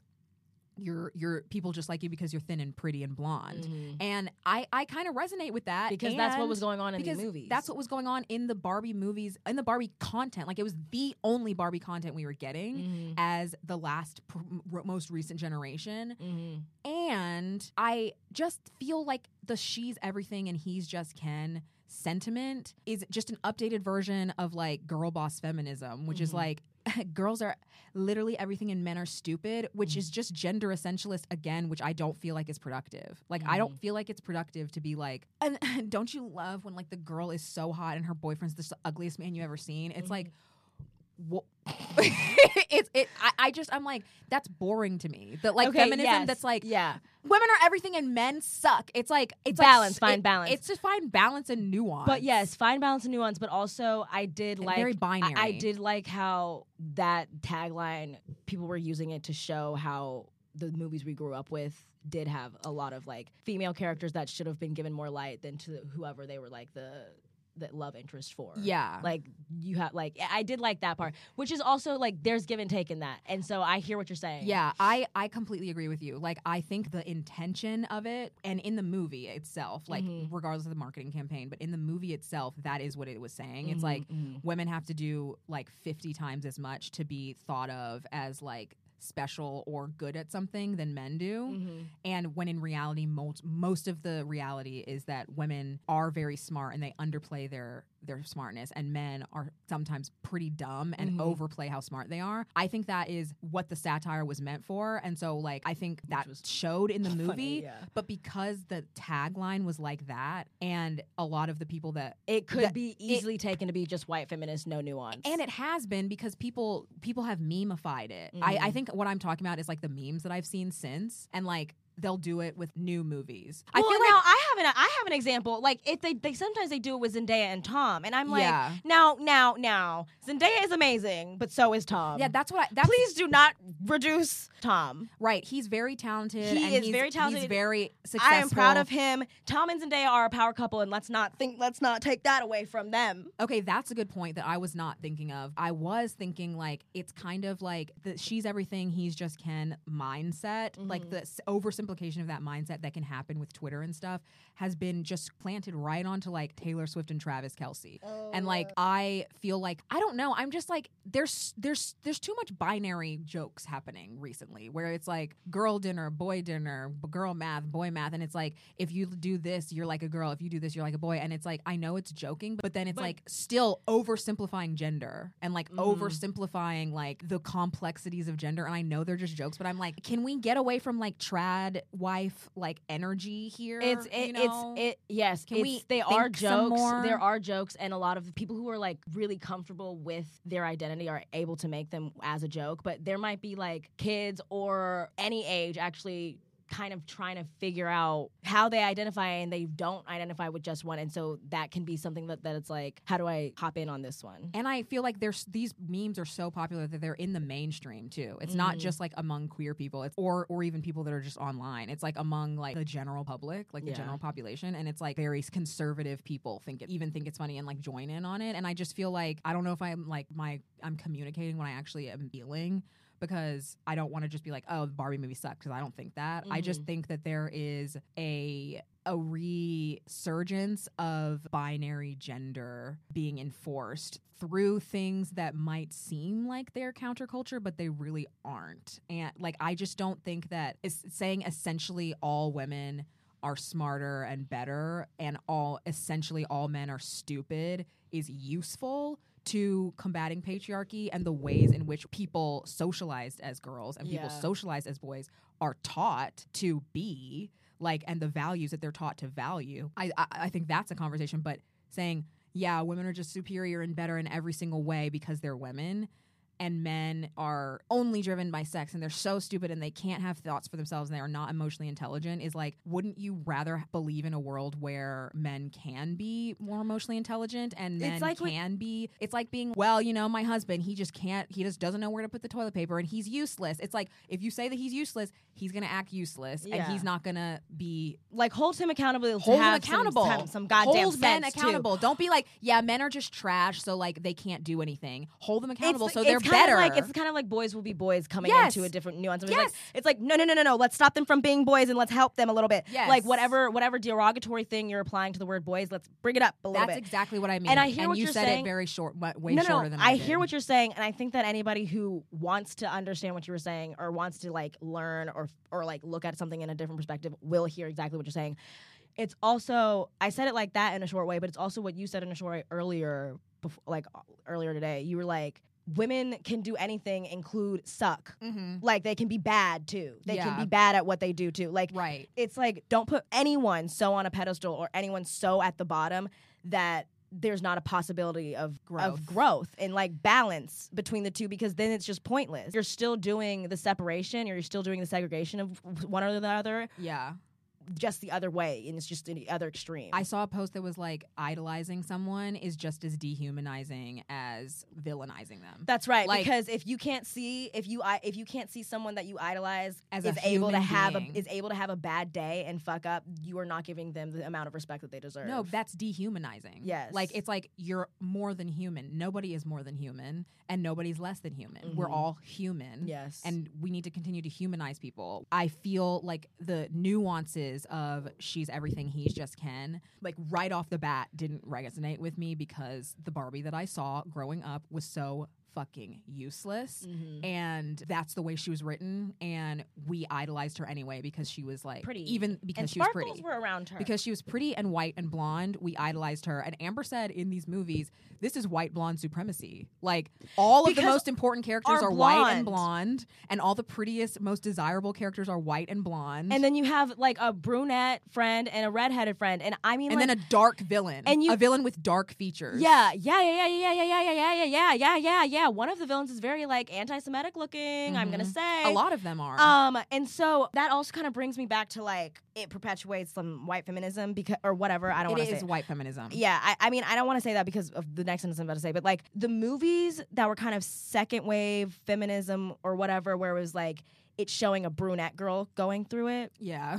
[SPEAKER 4] You're, you're people just like you because you're thin and pretty and blonde, and I, I kind of resonate with that
[SPEAKER 3] Mm-hmm. Because that's what was
[SPEAKER 4] and
[SPEAKER 3] going on in the
[SPEAKER 4] because
[SPEAKER 3] movies.
[SPEAKER 4] That's what was going on in the Barbie movies, in the Barbie content. Like it was the only Barbie content we were getting
[SPEAKER 3] Mm-hmm.
[SPEAKER 4] as the last pr- r- most recent generation. And I just feel like the she's everything and he's just Ken sentiment is just an updated version of like girl boss feminism, which
[SPEAKER 3] Mm-hmm.
[SPEAKER 4] is like girls are literally everything and men are stupid, which
[SPEAKER 3] Mm.
[SPEAKER 4] is just gender essentialist again, which I don't feel like is productive. Like I
[SPEAKER 3] Mm.
[SPEAKER 4] don't feel like it's productive to be like, and don't you love when like the girl is so hot and her boyfriend's the ugliest man you ever seen? It's like
[SPEAKER 3] Mm-hmm.
[SPEAKER 4] what it's it I, I just I'm like that's boring to me. That like
[SPEAKER 3] Okay,
[SPEAKER 4] feminism
[SPEAKER 3] yes,
[SPEAKER 4] that's like
[SPEAKER 3] yeah.
[SPEAKER 4] women are everything and men suck. It's like it's like
[SPEAKER 3] Balance,
[SPEAKER 4] s-
[SPEAKER 3] find
[SPEAKER 4] it-
[SPEAKER 3] balance.
[SPEAKER 4] It's to find balance and nuance.
[SPEAKER 3] but yes fine balance and nuance but also i did like
[SPEAKER 4] very
[SPEAKER 3] I-
[SPEAKER 4] binary.
[SPEAKER 3] I, did like how that tagline people were using it to show how the movies we grew up with did have a lot of like female characters that should have been given more light than to whoever they were like the the love interest for
[SPEAKER 4] Yeah.
[SPEAKER 3] like you have like I I did like that part, which is also like there's give and take in that, and so I hear what you're saying.
[SPEAKER 4] Yeah, I I completely agree with you. Like I think the intention of it and in the movie itself, like
[SPEAKER 3] Mm-hmm.
[SPEAKER 4] regardless of the marketing campaign, but in the movie itself that is what it was saying. It's like
[SPEAKER 3] Mm-hmm,
[SPEAKER 4] women have to do like 50 times as much to be thought of as like special or good at something than men do. And when in reality most most of the reality is that women are very smart and they underplay their their smartness and men are sometimes pretty dumb
[SPEAKER 3] Mm-hmm.
[SPEAKER 4] and overplay how smart they are. I think that is what the satire was meant for. And so like I think that showed in the movie,
[SPEAKER 3] yeah.
[SPEAKER 4] but because the tagline was like that and a lot of the people that
[SPEAKER 3] it could
[SPEAKER 4] that-
[SPEAKER 3] be
[SPEAKER 4] it-
[SPEAKER 3] easily taken to be just white feminist, no nuance,
[SPEAKER 4] and it has been because
[SPEAKER 3] Mm-hmm.
[SPEAKER 4] people people have memeified it. I, I think what I'm talking about is like the memes that I've seen since, and like they'll do it with new movies.
[SPEAKER 3] well,
[SPEAKER 4] I feel
[SPEAKER 3] now
[SPEAKER 4] like
[SPEAKER 3] I have an I have an example. Like if they, they sometimes they do it with Zendaya and Tom, and I'm like,
[SPEAKER 4] Yeah.
[SPEAKER 3] now now now Zendaya is amazing, but so is Tom.
[SPEAKER 4] yeah, that's what I that's
[SPEAKER 3] Um, Please do not reduce Tom.
[SPEAKER 4] right. He's very talented.
[SPEAKER 3] He
[SPEAKER 4] and
[SPEAKER 3] is
[SPEAKER 4] he's,
[SPEAKER 3] very talented.
[SPEAKER 4] He's very successful.
[SPEAKER 3] I am proud of him. Tom and Zendaya are a power couple, and let's not think let's not take that away from them.
[SPEAKER 4] Okay, that's a good point that I was not thinking of. I was thinking like it's kind of like the she's everything, he's just Ken mindset. Like
[SPEAKER 3] Mm-hmm.
[SPEAKER 4] the s- oversimplification of that mindset that can happen with Twitter and stuff has been just planted right onto like Taylor Swift and Travis Kelsey.
[SPEAKER 3] Oh,
[SPEAKER 4] And like I feel like I don't know, I'm just like there's there's there's too much binary jokes happening recently where it's like girl dinner, boy dinner, b- girl math, boy math, and it's like if you do this, you're like a girl. If you do this, you're like a boy. And it's like I know it's joking, but then it's like still oversimplifying gender and like
[SPEAKER 3] Mm.
[SPEAKER 4] oversimplifying like the complexities of gender. And I know they're just jokes, but I'm like, can we get away from like trad wife like energy here?
[SPEAKER 3] It's it,
[SPEAKER 4] you know?
[SPEAKER 3] it's it. Yes,
[SPEAKER 4] Can
[SPEAKER 3] it's,
[SPEAKER 4] we
[SPEAKER 3] They are
[SPEAKER 4] think some
[SPEAKER 3] jokes.
[SPEAKER 4] more?
[SPEAKER 3] There are jokes, and a lot of the people who are like really comfortable with their identity are able to make them as a joke. But there might be like kids or any age actually kind of trying to figure out how they identify and they don't identify with just one and so that can be something that, that it's like how do i hop in on this one
[SPEAKER 4] And I feel like there's these memes are so popular that they're in the mainstream too. It's not just like among queer people, it's, or or even people that are just online. It's like among like the general public, like the general population, and it's like very conservative people think it even think it's funny and like join in on it. And I just feel like I don't know if I'm like my I'm communicating what I actually am feeling because I don't want to just be like, oh, the Barbie movie sucks because I don't think that. I just think that there is a a resurgence of binary gender being enforced through things that might seem like they're counterculture but they really aren't. And like I just don't think that it's saying essentially all women are smarter and better and all essentially all men are stupid is useful to combating patriarchy and the ways in which people socialized as girls and people
[SPEAKER 3] Yeah.
[SPEAKER 4] socialized as boys are taught to be like and the values that they're taught to value i i, I think that's a conversation but saying yeah women are just superior and better in every single way because they're women and men are only driven by sex and they're so stupid and they can't have thoughts for themselves and they are not emotionally intelligent is like wouldn't you rather believe in a world where men can be more emotionally intelligent and men
[SPEAKER 3] like what-
[SPEAKER 4] can be it's like being well you know my husband he just can't he just doesn't know where to put the toilet paper and he's useless it's like if you say that he's useless he's gonna act useless and
[SPEAKER 3] Yeah.
[SPEAKER 4] he's not gonna be
[SPEAKER 3] like hold him accountable
[SPEAKER 4] hold
[SPEAKER 3] to
[SPEAKER 4] them
[SPEAKER 3] have
[SPEAKER 4] accountable.
[SPEAKER 3] some, have some goddamn
[SPEAKER 4] hold men
[SPEAKER 3] sense, too.
[SPEAKER 4] accountable. Don't be like, yeah, men are just trash, so like they can't do anything. Hold them accountable,
[SPEAKER 3] It's-
[SPEAKER 4] so
[SPEAKER 3] it's
[SPEAKER 4] they're
[SPEAKER 3] kinda
[SPEAKER 4] better.
[SPEAKER 3] Like, it's kind of like boys will be boys coming
[SPEAKER 4] Yes.
[SPEAKER 3] into a different nuance. It's
[SPEAKER 4] Yes.
[SPEAKER 3] like it's like no no no no no. Let's stop them from being boys and let's help them a little bit.
[SPEAKER 4] Yes.
[SPEAKER 3] Like whatever whatever derogatory thing you're applying to the word boys, let's bring it up a little
[SPEAKER 4] That's
[SPEAKER 3] bit.
[SPEAKER 4] exactly what I mean.
[SPEAKER 3] And I hear what
[SPEAKER 4] you
[SPEAKER 3] you're
[SPEAKER 4] said it
[SPEAKER 3] saying.
[SPEAKER 4] very short, wa- way
[SPEAKER 3] no, no,
[SPEAKER 4] shorter
[SPEAKER 3] no.
[SPEAKER 4] than I,
[SPEAKER 3] I hear what you're saying, and I think that anybody who wants to understand what you were saying or wants to like learn or or like look at something in a different perspective will hear exactly what you're saying. It's also I said it like that in a short way, but it's also what you said in a short way earlier, bef- like uh, earlier today. You were like, women can do anything, include suck.
[SPEAKER 4] hmm
[SPEAKER 3] Like they can be bad too. They
[SPEAKER 4] Yeah.
[SPEAKER 3] can be bad at what they do too. Like
[SPEAKER 4] Right.
[SPEAKER 3] it's like don't put anyone so on a pedestal or anyone so at the bottom that there's not a possibility of
[SPEAKER 4] Growth.
[SPEAKER 3] of growth and like balance between the two because then it's just pointless. You're still doing the separation or you're still doing the segregation of one or the other
[SPEAKER 4] Yeah.
[SPEAKER 3] just the other way and it's just the other extreme.
[SPEAKER 4] I saw a post that was like idolizing someone is just as dehumanizing as villainizing them.
[SPEAKER 3] that's right
[SPEAKER 4] Like-
[SPEAKER 3] because if you can't see if you i- if you can't see someone that you idolize
[SPEAKER 4] As a
[SPEAKER 3] is able to
[SPEAKER 4] human
[SPEAKER 3] have
[SPEAKER 4] being.
[SPEAKER 3] a, is able to have a bad day and fuck up, you are not giving them the amount of respect that they deserve.
[SPEAKER 4] No, that's dehumanizing.
[SPEAKER 3] Yes.
[SPEAKER 4] Like it's like you're more than human. Nobody is more than human and nobody's less than human. We're all human.
[SPEAKER 3] Mm-hmm. Yes.
[SPEAKER 4] And we need to continue to humanize people. I feel like the nuances of she's everything, he's just Ken, like right off the bat didn't resonate with me because the Barbie that I saw growing up was so fucking useless
[SPEAKER 3] Mm-hmm.
[SPEAKER 4] and that's the way she was written and we idolized her anyway because she was like
[SPEAKER 3] pretty
[SPEAKER 4] even because
[SPEAKER 3] and
[SPEAKER 4] she was
[SPEAKER 3] sparkles
[SPEAKER 4] pretty
[SPEAKER 3] were around her
[SPEAKER 4] because she was pretty and white and blonde. We idolized her. And Amber said in these movies, this is white blonde supremacy. Like all of the
[SPEAKER 3] Because
[SPEAKER 4] most important characters
[SPEAKER 3] are
[SPEAKER 4] are white and blonde, and all the prettiest, most desirable characters are white and blonde.
[SPEAKER 3] And then you have like a brunette friend and a redheaded friend, and I mean,
[SPEAKER 4] And
[SPEAKER 3] like,
[SPEAKER 4] then a dark villain,
[SPEAKER 3] and you-
[SPEAKER 4] a villain with dark features.
[SPEAKER 3] yeah, yeah, yeah, yeah, yeah, yeah, yeah, yeah, yeah, yeah, yeah, yeah, yeah, yeah, one of the villains is very like anti-Semitic looking. I'm gonna say
[SPEAKER 4] Mm-hmm. A lot of them are.
[SPEAKER 3] Um, and so that also kind of brings me back to like it perpetuates some white feminism because or whatever. I
[SPEAKER 4] it
[SPEAKER 3] don't want to say
[SPEAKER 4] is white feminism.
[SPEAKER 3] yeah, I, I mean, I don't want to say that because of the next sentence I'm about to say, but like the movies that were kind of second wave feminism or whatever, where it was like it's showing a brunette girl going through it.
[SPEAKER 4] Yeah. Like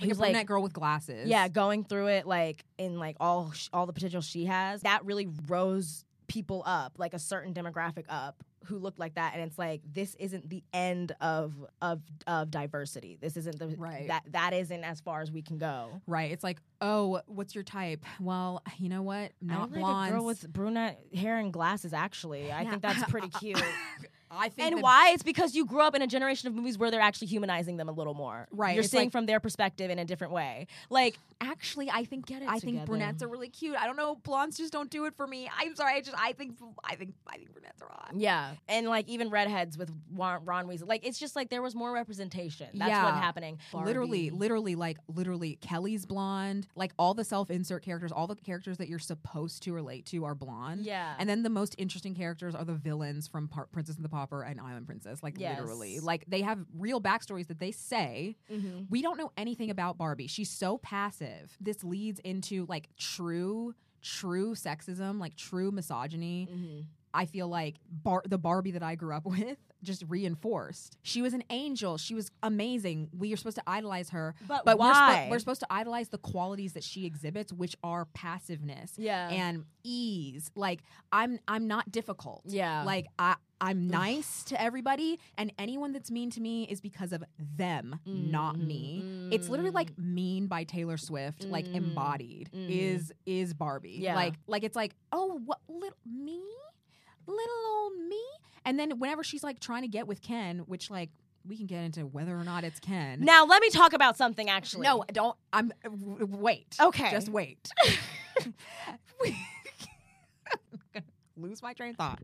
[SPEAKER 4] a
[SPEAKER 3] Who's like-
[SPEAKER 4] brunette girl with glasses.
[SPEAKER 3] Yeah, going through it like in like all sh- all the potential she has. That really rose people up, like a certain demographic up who looked like that and it's like this isn't the end of of of diversity. This isn't the
[SPEAKER 4] Right.
[SPEAKER 3] that that isn't as far as we can go.
[SPEAKER 4] Right. It's like, oh, what's your type? Well, you know what? Not
[SPEAKER 3] I like
[SPEAKER 4] blondes.
[SPEAKER 3] a girl with brunette hair and glasses. Actually, I think that's pretty cute.
[SPEAKER 4] I think
[SPEAKER 3] and
[SPEAKER 4] that-
[SPEAKER 3] why? It's because you grew up in a generation of movies where they're actually humanizing them a little more.
[SPEAKER 4] Right,
[SPEAKER 3] You're
[SPEAKER 4] it's
[SPEAKER 3] seeing
[SPEAKER 4] like-
[SPEAKER 3] from their perspective in a different way. Like,
[SPEAKER 4] Actually, I think
[SPEAKER 3] it
[SPEAKER 4] I
[SPEAKER 3] together.
[SPEAKER 4] think brunettes are really cute. I don't know, blondes just don't do it for me. I'm sorry. I just I think I think I think brunettes are hot.
[SPEAKER 3] yeah, and like even redheads with Ron, Ron Weasley. Like, it's just like there was more representation. That's
[SPEAKER 4] Yeah.
[SPEAKER 3] what's happening.
[SPEAKER 4] Literally, literally, like literally, Kelly's blonde. Like all the self-insert characters, all the characters that you're supposed to relate to are blonde.
[SPEAKER 3] Yeah.
[SPEAKER 4] And then the most interesting characters are the villains from Par- Princess and the Pauper and Island Princess. Like literally,
[SPEAKER 3] Yes.
[SPEAKER 4] like they have real backstories that they say.
[SPEAKER 3] Mm-hmm.
[SPEAKER 4] We don't know anything about Barbie. She's so passive. This leads into like true, true sexism, like true misogyny.
[SPEAKER 3] Mm-hmm.
[SPEAKER 4] I feel like Bar- the Barbie that I grew up with just reinforced. She was an angel. She was amazing. We are supposed to idolize her,
[SPEAKER 3] But
[SPEAKER 4] we're, spo-
[SPEAKER 3] why?
[SPEAKER 4] we're supposed to idolize the qualities that she exhibits, which are passiveness,
[SPEAKER 3] Yeah.
[SPEAKER 4] and ease. Like I'm, I'm not difficult.
[SPEAKER 3] Yeah.
[SPEAKER 4] like I. I'm nice to everybody, and anyone that's mean to me is because of them, not me. It's literally like
[SPEAKER 3] Mm-hmm.
[SPEAKER 4] "Mean" by Taylor Swift, like embodied is is Barbie.
[SPEAKER 3] Yeah.
[SPEAKER 4] Like like it's like oh what little me little old me. And then whenever she's like trying to get with Ken, which like we can get into whether or not it's Ken.
[SPEAKER 3] Now let me talk about something. Actually,
[SPEAKER 4] no, don't. I'm w- w- wait.
[SPEAKER 3] Okay.
[SPEAKER 4] just wait. Lose my train of thought.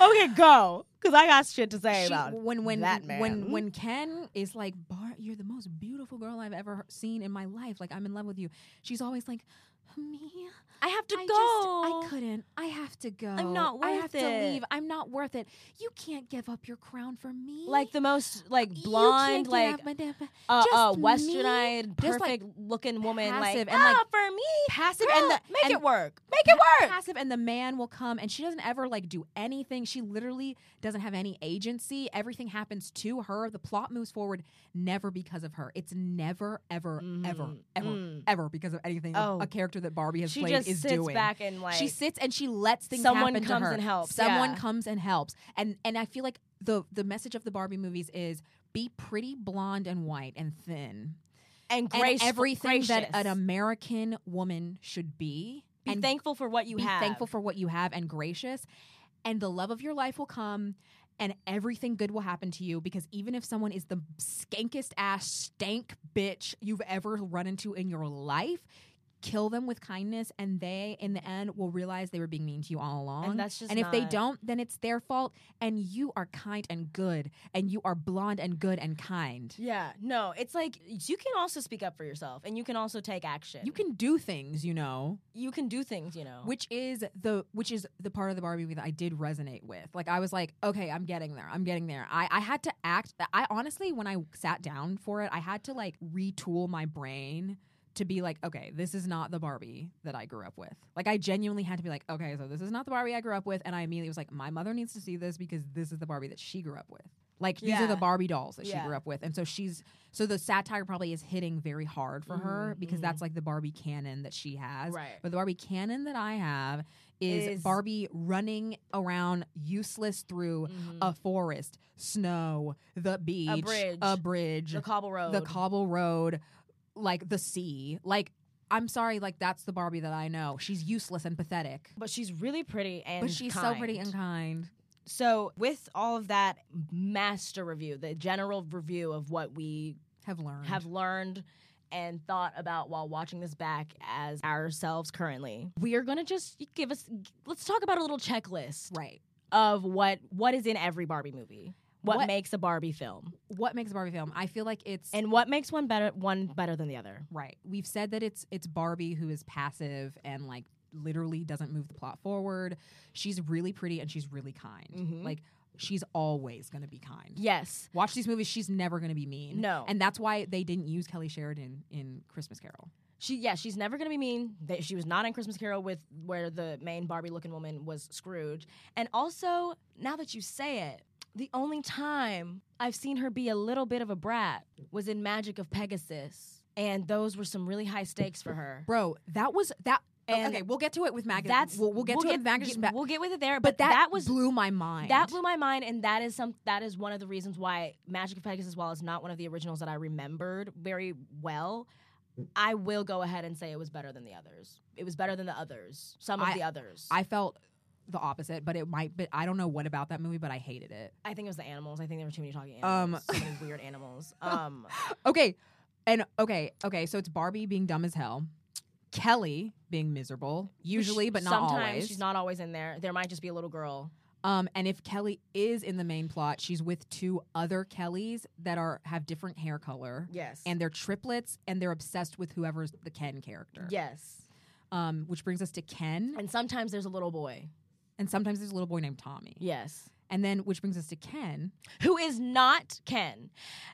[SPEAKER 3] Okay, go because I got shit to say
[SPEAKER 4] She-
[SPEAKER 3] about
[SPEAKER 4] when when
[SPEAKER 3] that man. Hmm?
[SPEAKER 4] when when Ken is like, Bar, you're the most beautiful girl I've ever seen in my life. Like I'm in love with you. She's always like, me.
[SPEAKER 3] I have to
[SPEAKER 4] I
[SPEAKER 3] go.
[SPEAKER 4] Just, I couldn't. I have to go.
[SPEAKER 3] not
[SPEAKER 4] I
[SPEAKER 3] worth
[SPEAKER 4] have to leave.
[SPEAKER 3] it."
[SPEAKER 4] I'm not worth it. You can't give up your crown for me.
[SPEAKER 3] like the most like
[SPEAKER 4] You can't
[SPEAKER 3] blonde
[SPEAKER 4] get
[SPEAKER 3] like
[SPEAKER 4] up, madam.
[SPEAKER 3] uh,
[SPEAKER 4] Just
[SPEAKER 3] uh,
[SPEAKER 4] me.
[SPEAKER 3] western-eyed
[SPEAKER 4] Just, like,
[SPEAKER 3] perfect looking woman
[SPEAKER 4] passive
[SPEAKER 3] like
[SPEAKER 4] and, like,
[SPEAKER 3] "Ah, for me
[SPEAKER 4] passive
[SPEAKER 3] girl,
[SPEAKER 4] and the-
[SPEAKER 3] make
[SPEAKER 4] and-
[SPEAKER 3] it work make it work
[SPEAKER 4] passive and the man will come and she doesn't ever like do anything she literally doesn't have any agency everything happens to her the plot moves forward never because of her it's never ever ever ever ever because of anything a-
[SPEAKER 3] Mm-hmm. Mm. Oh.
[SPEAKER 4] a character that barbie has
[SPEAKER 3] She
[SPEAKER 4] played
[SPEAKER 3] just
[SPEAKER 4] is
[SPEAKER 3] sits
[SPEAKER 4] doing
[SPEAKER 3] back and,
[SPEAKER 4] she
[SPEAKER 3] like,
[SPEAKER 4] sits and she lets things
[SPEAKER 3] someone
[SPEAKER 4] happen to
[SPEAKER 3] comes
[SPEAKER 4] her.
[SPEAKER 3] and helps,
[SPEAKER 4] someone
[SPEAKER 3] yeah.
[SPEAKER 4] comes and helps and and i feel like the the message of the barbie movies is be pretty blonde and white and thin
[SPEAKER 3] and
[SPEAKER 4] and
[SPEAKER 3] grace
[SPEAKER 4] everything that an
[SPEAKER 3] um,
[SPEAKER 4] american woman should be
[SPEAKER 3] be
[SPEAKER 4] and
[SPEAKER 3] thankful for what you
[SPEAKER 4] be
[SPEAKER 3] have
[SPEAKER 4] thankful for what you have and gracious and the love of your life will come and everything good will happen to you because even if someone is the skankest ass stank bitch you've ever run into in your life kill them with kindness and they in the end will realize they were being mean to you all along
[SPEAKER 3] that's just
[SPEAKER 4] and if they
[SPEAKER 3] not-
[SPEAKER 4] don't then it's their fault and you are kind and good and you are blonde and good and kind
[SPEAKER 3] yeah no it's like you can also speak up for yourself and you can also take action
[SPEAKER 4] you can do things you know
[SPEAKER 3] you can do things you know
[SPEAKER 4] which is the which is the part of the Barbie movie that I did resonate with. Like I was like, okay, I'm getting there. I'm getting there. I I had to act. I honestly, when I sat down for it, I had to like retool my brain to be like, okay, this is not the Barbie that I grew up with. Like I genuinely had to be like, okay, so this is not the Barbie I grew up with, and I immediately was like, my mother needs to see this because this is the Barbie that she grew up with. Like these are the
[SPEAKER 3] Yeah.
[SPEAKER 4] Barbie dolls that she
[SPEAKER 3] Yeah.
[SPEAKER 4] grew up with, and so she's so the satire probably is hitting very hard for
[SPEAKER 3] Mm-hmm.
[SPEAKER 4] her because that's like the Barbie canon that she has.
[SPEAKER 3] Right.
[SPEAKER 4] But the Barbie canon that I have is,
[SPEAKER 3] Is-
[SPEAKER 4] Barbie running around useless through
[SPEAKER 3] Mm-hmm. Mm.
[SPEAKER 4] a forest, snow, the beach,
[SPEAKER 3] bridge.
[SPEAKER 4] a bridge,
[SPEAKER 3] the cobble road
[SPEAKER 4] the cobble road, like the sea. Like I'm sorry, like that's the Barbie that I know. She's useless and pathetic,
[SPEAKER 3] but she's really pretty and
[SPEAKER 4] but she's so pretty
[SPEAKER 3] kind.
[SPEAKER 4] and kind.
[SPEAKER 3] so with all of that master review the general review of what we
[SPEAKER 4] Have learned.
[SPEAKER 3] have learned and thought about while watching this back as ourselves currently. We are going to just give us let's talk about a little checklist
[SPEAKER 4] right.
[SPEAKER 3] of what what is in every Barbie movie. What,
[SPEAKER 4] What-
[SPEAKER 3] makes a Barbie film?
[SPEAKER 4] What makes a Barbie film? I feel like it's
[SPEAKER 3] And what makes one better one better than the other?
[SPEAKER 4] Right. We've said that it's it's Barbie who is passive and like literally doesn't move the plot forward. She's really pretty and she's really kind. Like she's always going to be kind.
[SPEAKER 3] Yes.
[SPEAKER 4] Watch these movies, she's never going to be mean.
[SPEAKER 3] No.
[SPEAKER 4] And that's why they didn't use Kelly Sheridan in Christmas Carol.
[SPEAKER 3] She yeah, she's never gonna be mean. They, she was not in Christmas Carol with where the main Barbie looking woman was Scrooge. And also, now that you say it, the only time I've seen her be a little bit of a brat was in Magic of Pegasus. And those were some really high stakes for her.
[SPEAKER 4] Bro, that was that
[SPEAKER 3] And
[SPEAKER 4] okay, we'll get to it with Maggie.
[SPEAKER 3] That's
[SPEAKER 4] we'll, we'll get to it with Maggie.
[SPEAKER 3] get- We'll get with it there.
[SPEAKER 4] but that,
[SPEAKER 3] that was
[SPEAKER 4] blew my mind.
[SPEAKER 3] That blew my mind, and that is some. That is one of the reasons why Magic of Pegasus, while it's not one of the originals that I remembered very well, I will go ahead and say it was better than the others. It was better than the others. Some of
[SPEAKER 4] I-
[SPEAKER 3] the others. I,
[SPEAKER 4] I felt the opposite, but it might but I don't know what about that movie, but I hated it.
[SPEAKER 3] think it was the animals. I think there were too many talking
[SPEAKER 4] Um,
[SPEAKER 3] animals. so many weird animals. Um,
[SPEAKER 4] Okay. And okay, okay, so it's Barbie being dumb as hell. Kelly being miserable, usually, but not
[SPEAKER 3] sometimes
[SPEAKER 4] always.
[SPEAKER 3] she's not always in there. There might just be a little girl.
[SPEAKER 4] Um, and if Kelly is in the main plot, she's with two other Kellys that are have different hair color.
[SPEAKER 3] Yes.
[SPEAKER 4] And they're triplets, and they're obsessed with whoever's the Ken character.
[SPEAKER 3] Yes.
[SPEAKER 4] Um, which brings us to Ken,
[SPEAKER 3] And sometimes there's a little boy.
[SPEAKER 4] and sometimes there's a little boy named Tommy.
[SPEAKER 3] Yes.
[SPEAKER 4] And then which brings us to Ken.
[SPEAKER 3] Who is not Ken?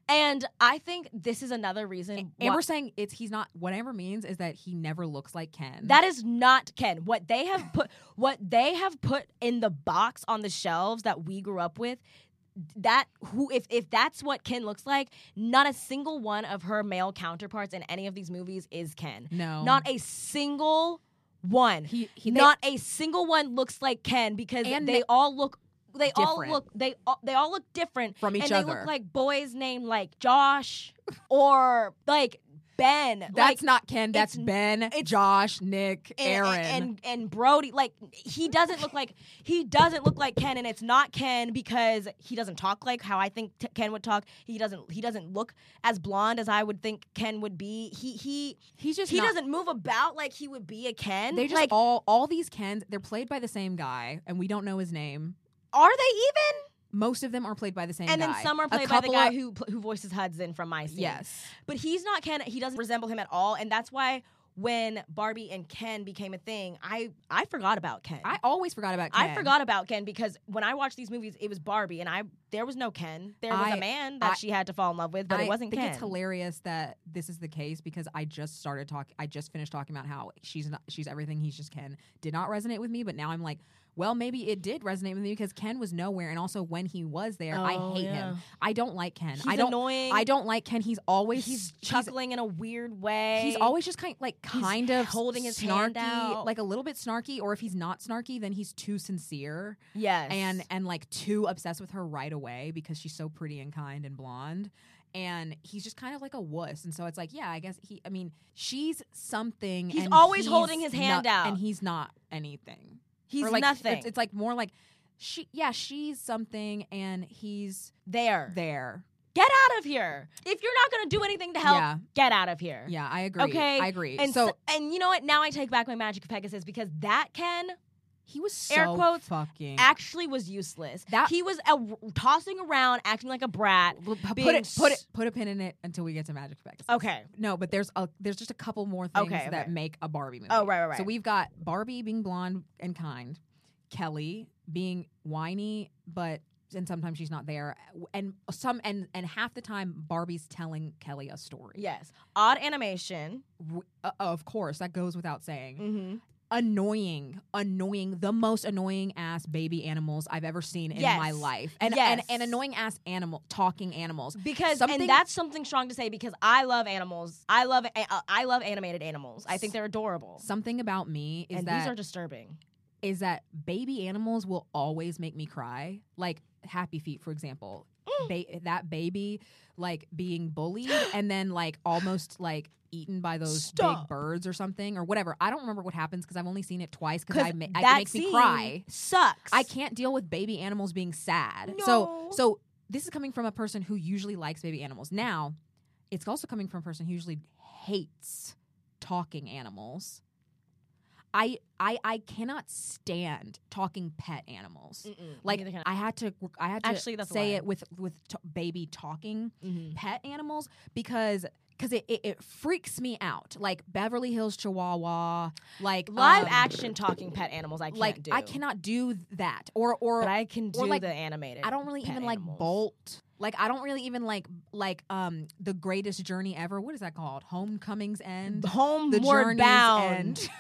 [SPEAKER 3] And I think this is another reason.
[SPEAKER 4] And
[SPEAKER 3] why-
[SPEAKER 4] we're saying it's he's not what Amber means is that he never looks like Ken.
[SPEAKER 3] That is not Ken. What they have put what they have put in the box on the shelves that we grew up with that who if if that's what Ken looks like, not a single one of her male counterparts in any of these movies is Ken.
[SPEAKER 4] No.
[SPEAKER 3] Not a single one.
[SPEAKER 4] He- he- they-
[SPEAKER 3] not a single one looks like Ken because
[SPEAKER 4] And
[SPEAKER 3] they
[SPEAKER 4] they-
[SPEAKER 3] all look they all
[SPEAKER 4] Different.
[SPEAKER 3] look they all, they all look different
[SPEAKER 4] From each
[SPEAKER 3] and They
[SPEAKER 4] other.
[SPEAKER 3] look like boys named like Josh or like Ben.
[SPEAKER 4] that's
[SPEAKER 3] Like,
[SPEAKER 4] not Ken, that's
[SPEAKER 3] it's-
[SPEAKER 4] Ben, Josh, Nick,
[SPEAKER 3] and-
[SPEAKER 4] Aaron.
[SPEAKER 3] and, and and Brody like he doesn't look like he doesn't look like Ken and it's not Ken because he doesn't talk like how I think t- Ken would talk he doesn't he doesn't look as blonde as I would think Ken would be he he
[SPEAKER 4] He's just
[SPEAKER 3] he
[SPEAKER 4] not-
[SPEAKER 3] doesn't move about like he would be a Ken
[SPEAKER 4] they just
[SPEAKER 3] like
[SPEAKER 4] all all these Kens, they're played by the same guy, and we don't know his name.
[SPEAKER 3] are they even
[SPEAKER 4] Most of them are played by the same
[SPEAKER 3] and
[SPEAKER 4] guy.
[SPEAKER 3] then some are
[SPEAKER 4] A
[SPEAKER 3] played by the
[SPEAKER 4] couple
[SPEAKER 3] guy
[SPEAKER 4] are-
[SPEAKER 3] who pl- who voices Hudson from my scene
[SPEAKER 4] Yes.
[SPEAKER 3] but he's not Ken he doesn't resemble him at all and that's why when Barbie and Ken became a thing I I forgot about Ken
[SPEAKER 4] I always forgot about Ken.
[SPEAKER 3] I forgot about Ken because when I watched these movies, it was Barbie, and I there was no Ken. There was a
[SPEAKER 4] I-
[SPEAKER 3] man that
[SPEAKER 4] I-
[SPEAKER 3] she had to fall in love with, but
[SPEAKER 4] I
[SPEAKER 3] it wasn't
[SPEAKER 4] think
[SPEAKER 3] Ken.
[SPEAKER 4] it's hilarious that this is the case because I just started talking. I just finished talking about how she's not, she's everything. He's just Ken. Did not resonate with me, but now I'm like, well, maybe it did resonate with me because Ken was nowhere, and also when he was there,
[SPEAKER 3] Oh,
[SPEAKER 4] I hate
[SPEAKER 3] yeah.
[SPEAKER 4] him. I don't like Ken.
[SPEAKER 3] He's
[SPEAKER 4] I don't.
[SPEAKER 3] annoying.
[SPEAKER 4] I don't like Ken. He's always
[SPEAKER 3] He's chuckling in a weird way.
[SPEAKER 4] He's always just kind like kind of
[SPEAKER 3] holding his hand
[SPEAKER 4] snarky,
[SPEAKER 3] out.
[SPEAKER 4] like a little bit snarky. Or if he's not snarky, then he's too sincere
[SPEAKER 3] yes,
[SPEAKER 4] and and like too obsessed with her right away because she's so pretty and kind and blonde and he's just kind of like a wuss and so it's like yeah i guess he i mean she's something
[SPEAKER 3] He's
[SPEAKER 4] and
[SPEAKER 3] always holding his
[SPEAKER 4] no-
[SPEAKER 3] hand out.
[SPEAKER 4] and he's not anything
[SPEAKER 3] he's
[SPEAKER 4] Or, like,
[SPEAKER 3] nothing.
[SPEAKER 4] it's, it's like more like she yeah she's something and he's
[SPEAKER 3] there.
[SPEAKER 4] there
[SPEAKER 3] Get out of here. If you're not gonna do anything to help,
[SPEAKER 4] Yeah.
[SPEAKER 3] get out of here.
[SPEAKER 4] yeah i agree
[SPEAKER 3] Okay.
[SPEAKER 4] i agree
[SPEAKER 3] And
[SPEAKER 4] so
[SPEAKER 3] so, and you know what? Now I take back my Magic of Pegasus because that Ken
[SPEAKER 4] he was so
[SPEAKER 3] air quotes,
[SPEAKER 4] fucking
[SPEAKER 3] actually was useless.
[SPEAKER 4] That-
[SPEAKER 3] he was a, tossing around, acting like a brat.
[SPEAKER 4] Well, p-
[SPEAKER 3] being
[SPEAKER 4] put it put it
[SPEAKER 3] s-
[SPEAKER 4] put a pin in it until we get to Magic Pegasus.
[SPEAKER 3] Okay.
[SPEAKER 4] No, but there's a there's just a couple more things
[SPEAKER 3] Okay,
[SPEAKER 4] that
[SPEAKER 3] okay.
[SPEAKER 4] make a Barbie movie.
[SPEAKER 3] Oh, right, right,
[SPEAKER 4] So
[SPEAKER 3] right.
[SPEAKER 4] we've got Barbie being blonde and kind, Kelly being whiny, but and sometimes she's not there, and some and and half the time Barbie's telling Kelly a story.
[SPEAKER 3] Yes, odd animation.
[SPEAKER 4] W- uh, of course that goes without saying.
[SPEAKER 3] Mm-hmm.
[SPEAKER 4] Annoying, annoying, the most annoying ass baby animals I've ever seen in
[SPEAKER 3] Yes.
[SPEAKER 4] my life, and
[SPEAKER 3] Yes.
[SPEAKER 4] and, and annoying ass animal talking animals
[SPEAKER 3] because
[SPEAKER 4] Something-
[SPEAKER 3] and that's something strong to say because I love animals. I love I- I love animated animals. I think they're adorable.
[SPEAKER 4] something about me is
[SPEAKER 3] and
[SPEAKER 4] that
[SPEAKER 3] these are disturbing.
[SPEAKER 4] is that baby animals will always make me cry. Like Happy Feet, for example.
[SPEAKER 3] Mm.
[SPEAKER 4] Ba- that baby like being bullied and then like almost like eaten by those
[SPEAKER 3] Stop.
[SPEAKER 4] big birds or something or whatever. I don't remember what happens because I've only seen it twice because I
[SPEAKER 3] Because
[SPEAKER 4] ma-
[SPEAKER 3] that
[SPEAKER 4] I, it makes
[SPEAKER 3] scene
[SPEAKER 4] me cry.
[SPEAKER 3] Sucks.
[SPEAKER 4] I can't deal with baby animals being sad.
[SPEAKER 3] No.
[SPEAKER 4] So so this is coming from a person who usually likes baby animals. Now, it's also coming from a person who usually hates talking animals. I I I cannot stand talking pet animals. like
[SPEAKER 3] neither can
[SPEAKER 4] I had to I had to
[SPEAKER 3] Actually, that's a Mm-hmm.
[SPEAKER 4] say
[SPEAKER 3] lie.
[SPEAKER 4] it with with t- baby talking pet animals because because it, it, it freaks me out. Like Beverly Hills Chihuahua, like
[SPEAKER 3] Live
[SPEAKER 4] um,
[SPEAKER 3] action talking pet animals, I can't
[SPEAKER 4] Like
[SPEAKER 3] do.
[SPEAKER 4] I cannot do that. Or or
[SPEAKER 3] But I can do
[SPEAKER 4] or, like,
[SPEAKER 3] the animated.
[SPEAKER 4] I don't really
[SPEAKER 3] pet
[SPEAKER 4] even
[SPEAKER 3] animals.
[SPEAKER 4] like Bolt. Like I don't really even like like um the greatest journey ever. What is that called? Homecomings End. The
[SPEAKER 3] Homeward
[SPEAKER 4] Journey's
[SPEAKER 3] Bound.
[SPEAKER 4] End.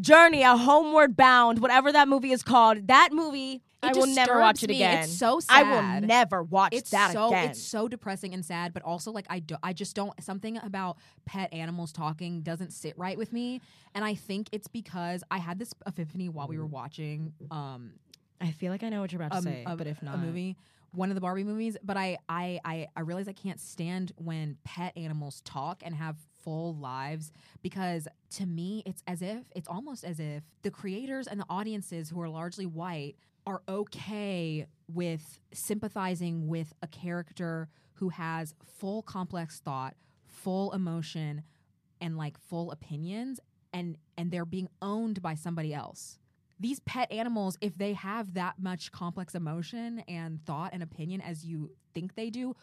[SPEAKER 3] Journey, a Homeward Bound, whatever that movie is called. That movie, I will never
[SPEAKER 4] disturbs
[SPEAKER 3] watch it
[SPEAKER 4] me.
[SPEAKER 3] again.
[SPEAKER 4] It's so
[SPEAKER 3] I
[SPEAKER 4] sad.
[SPEAKER 3] will never watch
[SPEAKER 4] It's
[SPEAKER 3] that
[SPEAKER 4] so
[SPEAKER 3] again.
[SPEAKER 4] it's so depressing and sad, but also like I do, I just don't something about pet animals talking doesn't sit right with me, and I think it's because I had this epiphany while we were
[SPEAKER 3] Mm-hmm.
[SPEAKER 4] watching um
[SPEAKER 3] I feel like I know what you're about to
[SPEAKER 4] um,
[SPEAKER 3] say,
[SPEAKER 4] a-
[SPEAKER 3] but if not,
[SPEAKER 4] a movie, one of the Barbie movies. But I, I, I, I realize I can't stand when pet animals talk and have full lives because to me, it's as if it's almost as if the creators and the audiences who are largely white are okay with sympathizing with a character who has full complex thought, full emotion, and like full opinions and and they're being owned by somebody else these pet animals if they have that much complex emotion and thought and opinion as you think they do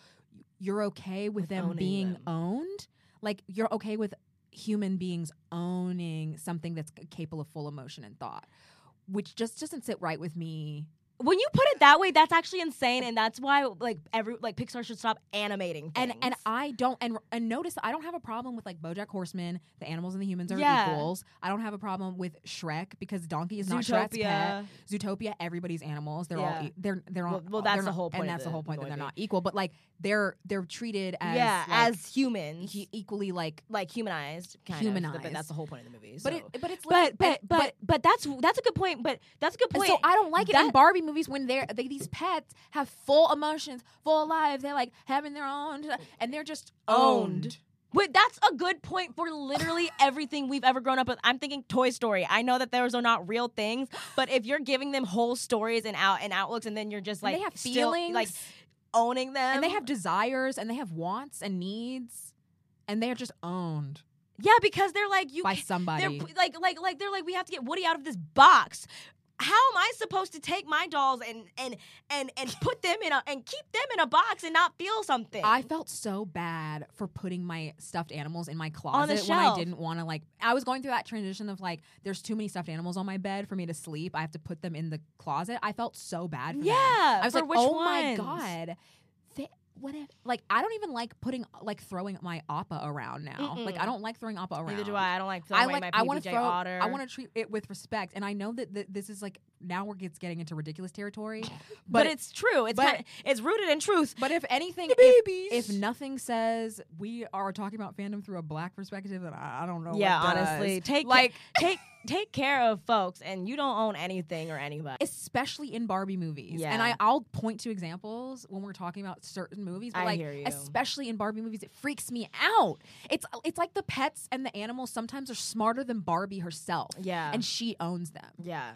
[SPEAKER 4] you're okay with, them
[SPEAKER 3] owning
[SPEAKER 4] being
[SPEAKER 3] them.
[SPEAKER 4] owned like you're okay with human beings owning something that's c- capable of full emotion and thought which just doesn't sit right with me
[SPEAKER 3] when you put it that way, that's actually insane, and that's why like every like Pixar should stop animating.
[SPEAKER 4] and and
[SPEAKER 3] things.
[SPEAKER 4] I don't and and notice I don't have a problem with like BoJack Horseman. The animals and the humans are
[SPEAKER 3] Yeah.
[SPEAKER 4] equals. I don't have a problem with Shrek because Donkey is not Shrek's pet.
[SPEAKER 3] Zootopia.
[SPEAKER 4] Zootopia, everybody's animals. They're all
[SPEAKER 3] Yeah.
[SPEAKER 4] e- they're they're all
[SPEAKER 3] Well- well,
[SPEAKER 4] they're
[SPEAKER 3] that's the
[SPEAKER 4] not-
[SPEAKER 3] whole point
[SPEAKER 4] and
[SPEAKER 3] of
[SPEAKER 4] that's the,
[SPEAKER 3] the
[SPEAKER 4] whole point that they're
[SPEAKER 3] movie.
[SPEAKER 4] not equal. But like they're they're treated as
[SPEAKER 3] yeah,
[SPEAKER 4] like,
[SPEAKER 3] as humans,
[SPEAKER 4] he- equally like.
[SPEAKER 3] like humanized, kind Of, but
[SPEAKER 4] Humanized.
[SPEAKER 3] that's the whole point of the movie.
[SPEAKER 4] But
[SPEAKER 3] so.
[SPEAKER 4] it, but it's
[SPEAKER 3] but
[SPEAKER 4] like,
[SPEAKER 3] but
[SPEAKER 4] it's-
[SPEAKER 3] but but that's that's a good point. But that's a good
[SPEAKER 4] And
[SPEAKER 3] point.
[SPEAKER 4] so I don't like it in
[SPEAKER 3] That-
[SPEAKER 4] Barbie movies when they're they, these pets have full emotions, full lives. They're like having their own, and they're just owned.
[SPEAKER 3] But that's a good point for literally everything we've ever grown up with. I'm thinking Toy Story. I know that those are not real things, but if you're giving them whole stories and out and outlooks, and then you're just
[SPEAKER 4] And
[SPEAKER 3] like
[SPEAKER 4] they have
[SPEAKER 3] still, like
[SPEAKER 4] feelings.
[SPEAKER 3] owning them,
[SPEAKER 4] and they have desires and they have wants and needs and they're just owned
[SPEAKER 3] yeah, because they're like you
[SPEAKER 4] by
[SPEAKER 3] ca-
[SPEAKER 4] somebody
[SPEAKER 3] They're like like like they're like we have to get Woody out of this box. How am I supposed to take my dolls and and and and put them in a and keep them in a box and not feel something?
[SPEAKER 4] i felt so bad for putting my stuffed animals in my
[SPEAKER 3] On the
[SPEAKER 4] closet when i
[SPEAKER 3] shelf.
[SPEAKER 4] didn't want to like i was going through that transition of like there's too many stuffed animals on my bed for me to sleep i have to put them in the closet i felt so bad for them.
[SPEAKER 3] Yeah,
[SPEAKER 4] i was
[SPEAKER 3] for
[SPEAKER 4] like
[SPEAKER 3] which
[SPEAKER 4] oh my
[SPEAKER 3] ones?"
[SPEAKER 4] god They- what if like i don't even like putting like throwing my appa around now like i don't like throwing appa around
[SPEAKER 3] Neither do I. I don't like throwing
[SPEAKER 4] I
[SPEAKER 3] away
[SPEAKER 4] like.
[SPEAKER 3] my
[SPEAKER 4] I want to
[SPEAKER 3] PBJ
[SPEAKER 4] throw.
[SPEAKER 3] otter.
[SPEAKER 4] I want to treat it with respect, and I know that th- this is like now we're gets getting into ridiculous territory, but,
[SPEAKER 3] but it's true. It's
[SPEAKER 4] but-
[SPEAKER 3] kind it's rooted in truth.
[SPEAKER 4] But if anything, if, if nothing says we are talking about fandom through a black perspective, then I, I don't know.
[SPEAKER 3] yeah,
[SPEAKER 4] what does.
[SPEAKER 3] honestly, take
[SPEAKER 4] like
[SPEAKER 3] Oh like take take care of folks, and you don't own anything or anybody.
[SPEAKER 4] especially in Barbie movies. And
[SPEAKER 3] Yeah.
[SPEAKER 4] I, I'll point to examples when we're talking about certain movies, but
[SPEAKER 3] I
[SPEAKER 4] like
[SPEAKER 3] hear you.
[SPEAKER 4] especially in Barbie movies, it freaks me out. It's it's like the pets and the animals sometimes are smarter than Barbie herself.
[SPEAKER 3] Yeah.
[SPEAKER 4] And she owns them.
[SPEAKER 3] Yeah,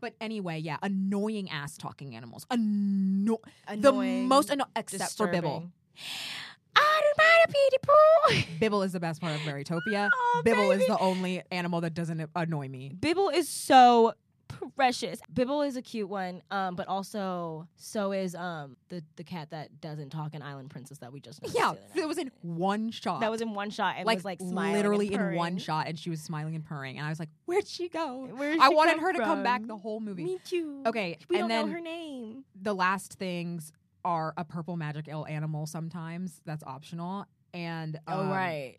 [SPEAKER 4] But anyway, yeah, annoying ass talking animals. Anno- the
[SPEAKER 3] Annoying,
[SPEAKER 4] most anno- except for Bibble.
[SPEAKER 3] disturbing. I don't mind a pity poo.
[SPEAKER 4] Bibble is the best part of Veritopia.
[SPEAKER 3] Oh,
[SPEAKER 4] Bibble is
[SPEAKER 3] baby.
[SPEAKER 4] the only animal that doesn't annoy me.
[SPEAKER 3] Bibble is so precious. Bibble is a cute one, um, but also so is um the the cat that doesn't talk in Island Princess that we just noticed
[SPEAKER 4] Yeah,
[SPEAKER 3] the other
[SPEAKER 4] it
[SPEAKER 3] night.
[SPEAKER 4] was in one shot.
[SPEAKER 3] that was in one shot and
[SPEAKER 4] like,
[SPEAKER 3] was like smiling and
[SPEAKER 4] literally in one
[SPEAKER 3] purring.
[SPEAKER 4] shot, and she was smiling and purring, and I was like, "Where'd she go?
[SPEAKER 3] Where'd
[SPEAKER 4] I
[SPEAKER 3] she
[SPEAKER 4] wanted
[SPEAKER 3] come
[SPEAKER 4] her to come back
[SPEAKER 3] from?
[SPEAKER 4] the whole movie."
[SPEAKER 3] Me too.
[SPEAKER 4] Okay,
[SPEAKER 3] we
[SPEAKER 4] and
[SPEAKER 3] don't
[SPEAKER 4] then-
[SPEAKER 3] know her name.
[SPEAKER 4] the last things are a purple magic ill animal. Sometimes that's optional, and
[SPEAKER 3] Oh,
[SPEAKER 4] um,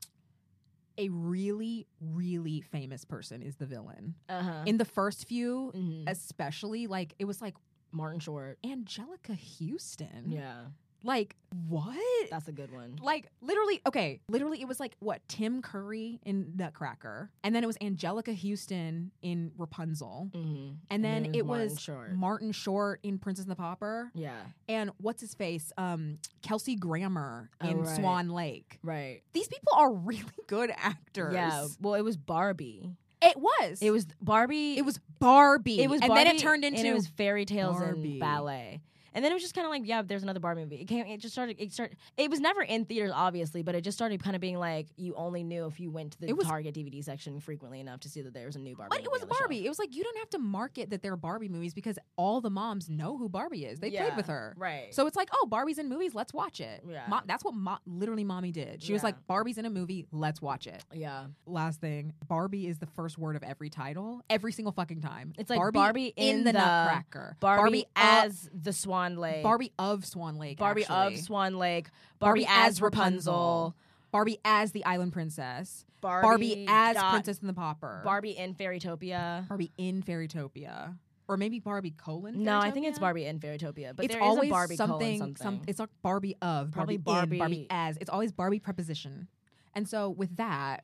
[SPEAKER 4] a really really famous person is the villain.
[SPEAKER 3] uh huh.
[SPEAKER 4] in the first few
[SPEAKER 3] Mhm.
[SPEAKER 4] especially like it was like
[SPEAKER 3] Martin Short.
[SPEAKER 4] angelica houston
[SPEAKER 3] Yeah,
[SPEAKER 4] like what
[SPEAKER 3] that's a good one.
[SPEAKER 4] Mm-hmm. like literally okay literally it was like what tim curry in nutcracker and then it was angelica houston in rapunzel
[SPEAKER 3] Mm-hmm.
[SPEAKER 4] and then it was
[SPEAKER 3] Martin Short. Mm.
[SPEAKER 4] martin short in princess and the pauper
[SPEAKER 3] yeah,
[SPEAKER 4] and what's his face um kelsey grammer
[SPEAKER 3] Oh,
[SPEAKER 4] in
[SPEAKER 3] right.
[SPEAKER 4] swan lake
[SPEAKER 3] right.
[SPEAKER 4] these people are really good actors
[SPEAKER 3] Yeah. Well, it was Barbie.
[SPEAKER 4] it was
[SPEAKER 3] It was Barbie.
[SPEAKER 4] it was barbie
[SPEAKER 3] It was.
[SPEAKER 4] and
[SPEAKER 3] Barbie,
[SPEAKER 4] then it turned into
[SPEAKER 3] and it was fairy tales
[SPEAKER 4] Barbie.
[SPEAKER 3] and ballet. And then it was just kind of like, yeah, there's another Barbie movie. It came. It just started. It started. It was never in theaters, obviously, but it just started kind of being like you only knew if you went to the
[SPEAKER 4] It was-
[SPEAKER 3] Target DVD section frequently enough to see that there was a new Barbie.
[SPEAKER 4] But it
[SPEAKER 3] movie
[SPEAKER 4] was
[SPEAKER 3] on the shelf.
[SPEAKER 4] Barbie. It was like you don't have to market that they're Barbie movies because all the moms know who Barbie is. They played
[SPEAKER 3] Yeah,
[SPEAKER 4] with her,
[SPEAKER 3] right.
[SPEAKER 4] So it's like, oh, Barbie's in movies. Let's watch it.
[SPEAKER 3] Yeah.
[SPEAKER 4] Mo- that's what mo- literally mommy did. She was
[SPEAKER 3] Yeah.
[SPEAKER 4] like, Barbie's in a movie. Let's watch it.
[SPEAKER 3] Yeah,
[SPEAKER 4] Last thing, Barbie is the first word of every title, every single fucking time.
[SPEAKER 3] it's like Barbie,
[SPEAKER 4] in the, Nutcracker.
[SPEAKER 3] Barbie,
[SPEAKER 4] of-
[SPEAKER 3] as the Swan Lake.
[SPEAKER 4] Barbie of Swan Lake.
[SPEAKER 3] Barbie
[SPEAKER 4] actually.
[SPEAKER 3] of Swan Lake. Barbie, as Rapunzel.
[SPEAKER 4] Barbie as the Island Princess.
[SPEAKER 3] Barbie
[SPEAKER 4] as
[SPEAKER 3] dot-
[SPEAKER 4] Princess and the Popper.
[SPEAKER 3] Barbie in Fairytopia.
[SPEAKER 4] Barbie in Fairytopia, or maybe Barbie colon.
[SPEAKER 3] No, I think it's
[SPEAKER 4] Fairytopia?
[SPEAKER 3] Barbie in Fairytopia, but
[SPEAKER 4] it's
[SPEAKER 3] there is
[SPEAKER 4] always
[SPEAKER 3] a Barbie colon
[SPEAKER 4] something,
[SPEAKER 3] something.
[SPEAKER 4] some- it's like Barbie of,
[SPEAKER 3] Probably
[SPEAKER 4] Barbie, in, Barbie
[SPEAKER 3] Barbie-
[SPEAKER 4] as. It's always Barbie preposition. And so with that,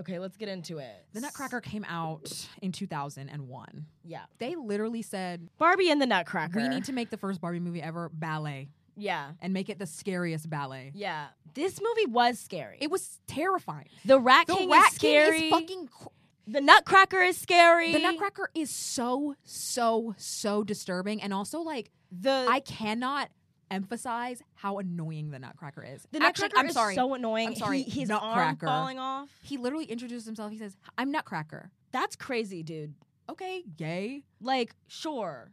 [SPEAKER 3] okay, let's get into it.
[SPEAKER 4] the Nutcracker came out in 2001.
[SPEAKER 3] Yeah,
[SPEAKER 4] They literally said,
[SPEAKER 3] Barbie in the Nutcracker.
[SPEAKER 4] we need to make the first Barbie movie ever ballet
[SPEAKER 3] Yeah,
[SPEAKER 4] and make it the scariest ballet.
[SPEAKER 3] yeah. This movie was scary.
[SPEAKER 4] It was terrifying.
[SPEAKER 3] the Rat
[SPEAKER 4] The
[SPEAKER 3] King
[SPEAKER 4] Rat
[SPEAKER 3] is scary.
[SPEAKER 4] King is fucking cr-
[SPEAKER 3] the Nutcracker is scary.
[SPEAKER 4] The Nutcracker is so, so, so disturbing. And also, like,
[SPEAKER 3] The
[SPEAKER 4] I cannot emphasize how annoying the Nutcracker is.
[SPEAKER 3] the
[SPEAKER 4] Actually,
[SPEAKER 3] Nutcracker
[SPEAKER 4] I'm sorry.
[SPEAKER 3] is so annoying.
[SPEAKER 4] I'm sorry.
[SPEAKER 3] He, his
[SPEAKER 4] Nutcracker.
[SPEAKER 3] arm falling off.
[SPEAKER 4] He literally introduces himself. He says, I'm Nutcracker.
[SPEAKER 3] That's crazy, dude.
[SPEAKER 4] Okay, yay.
[SPEAKER 3] Like, sure.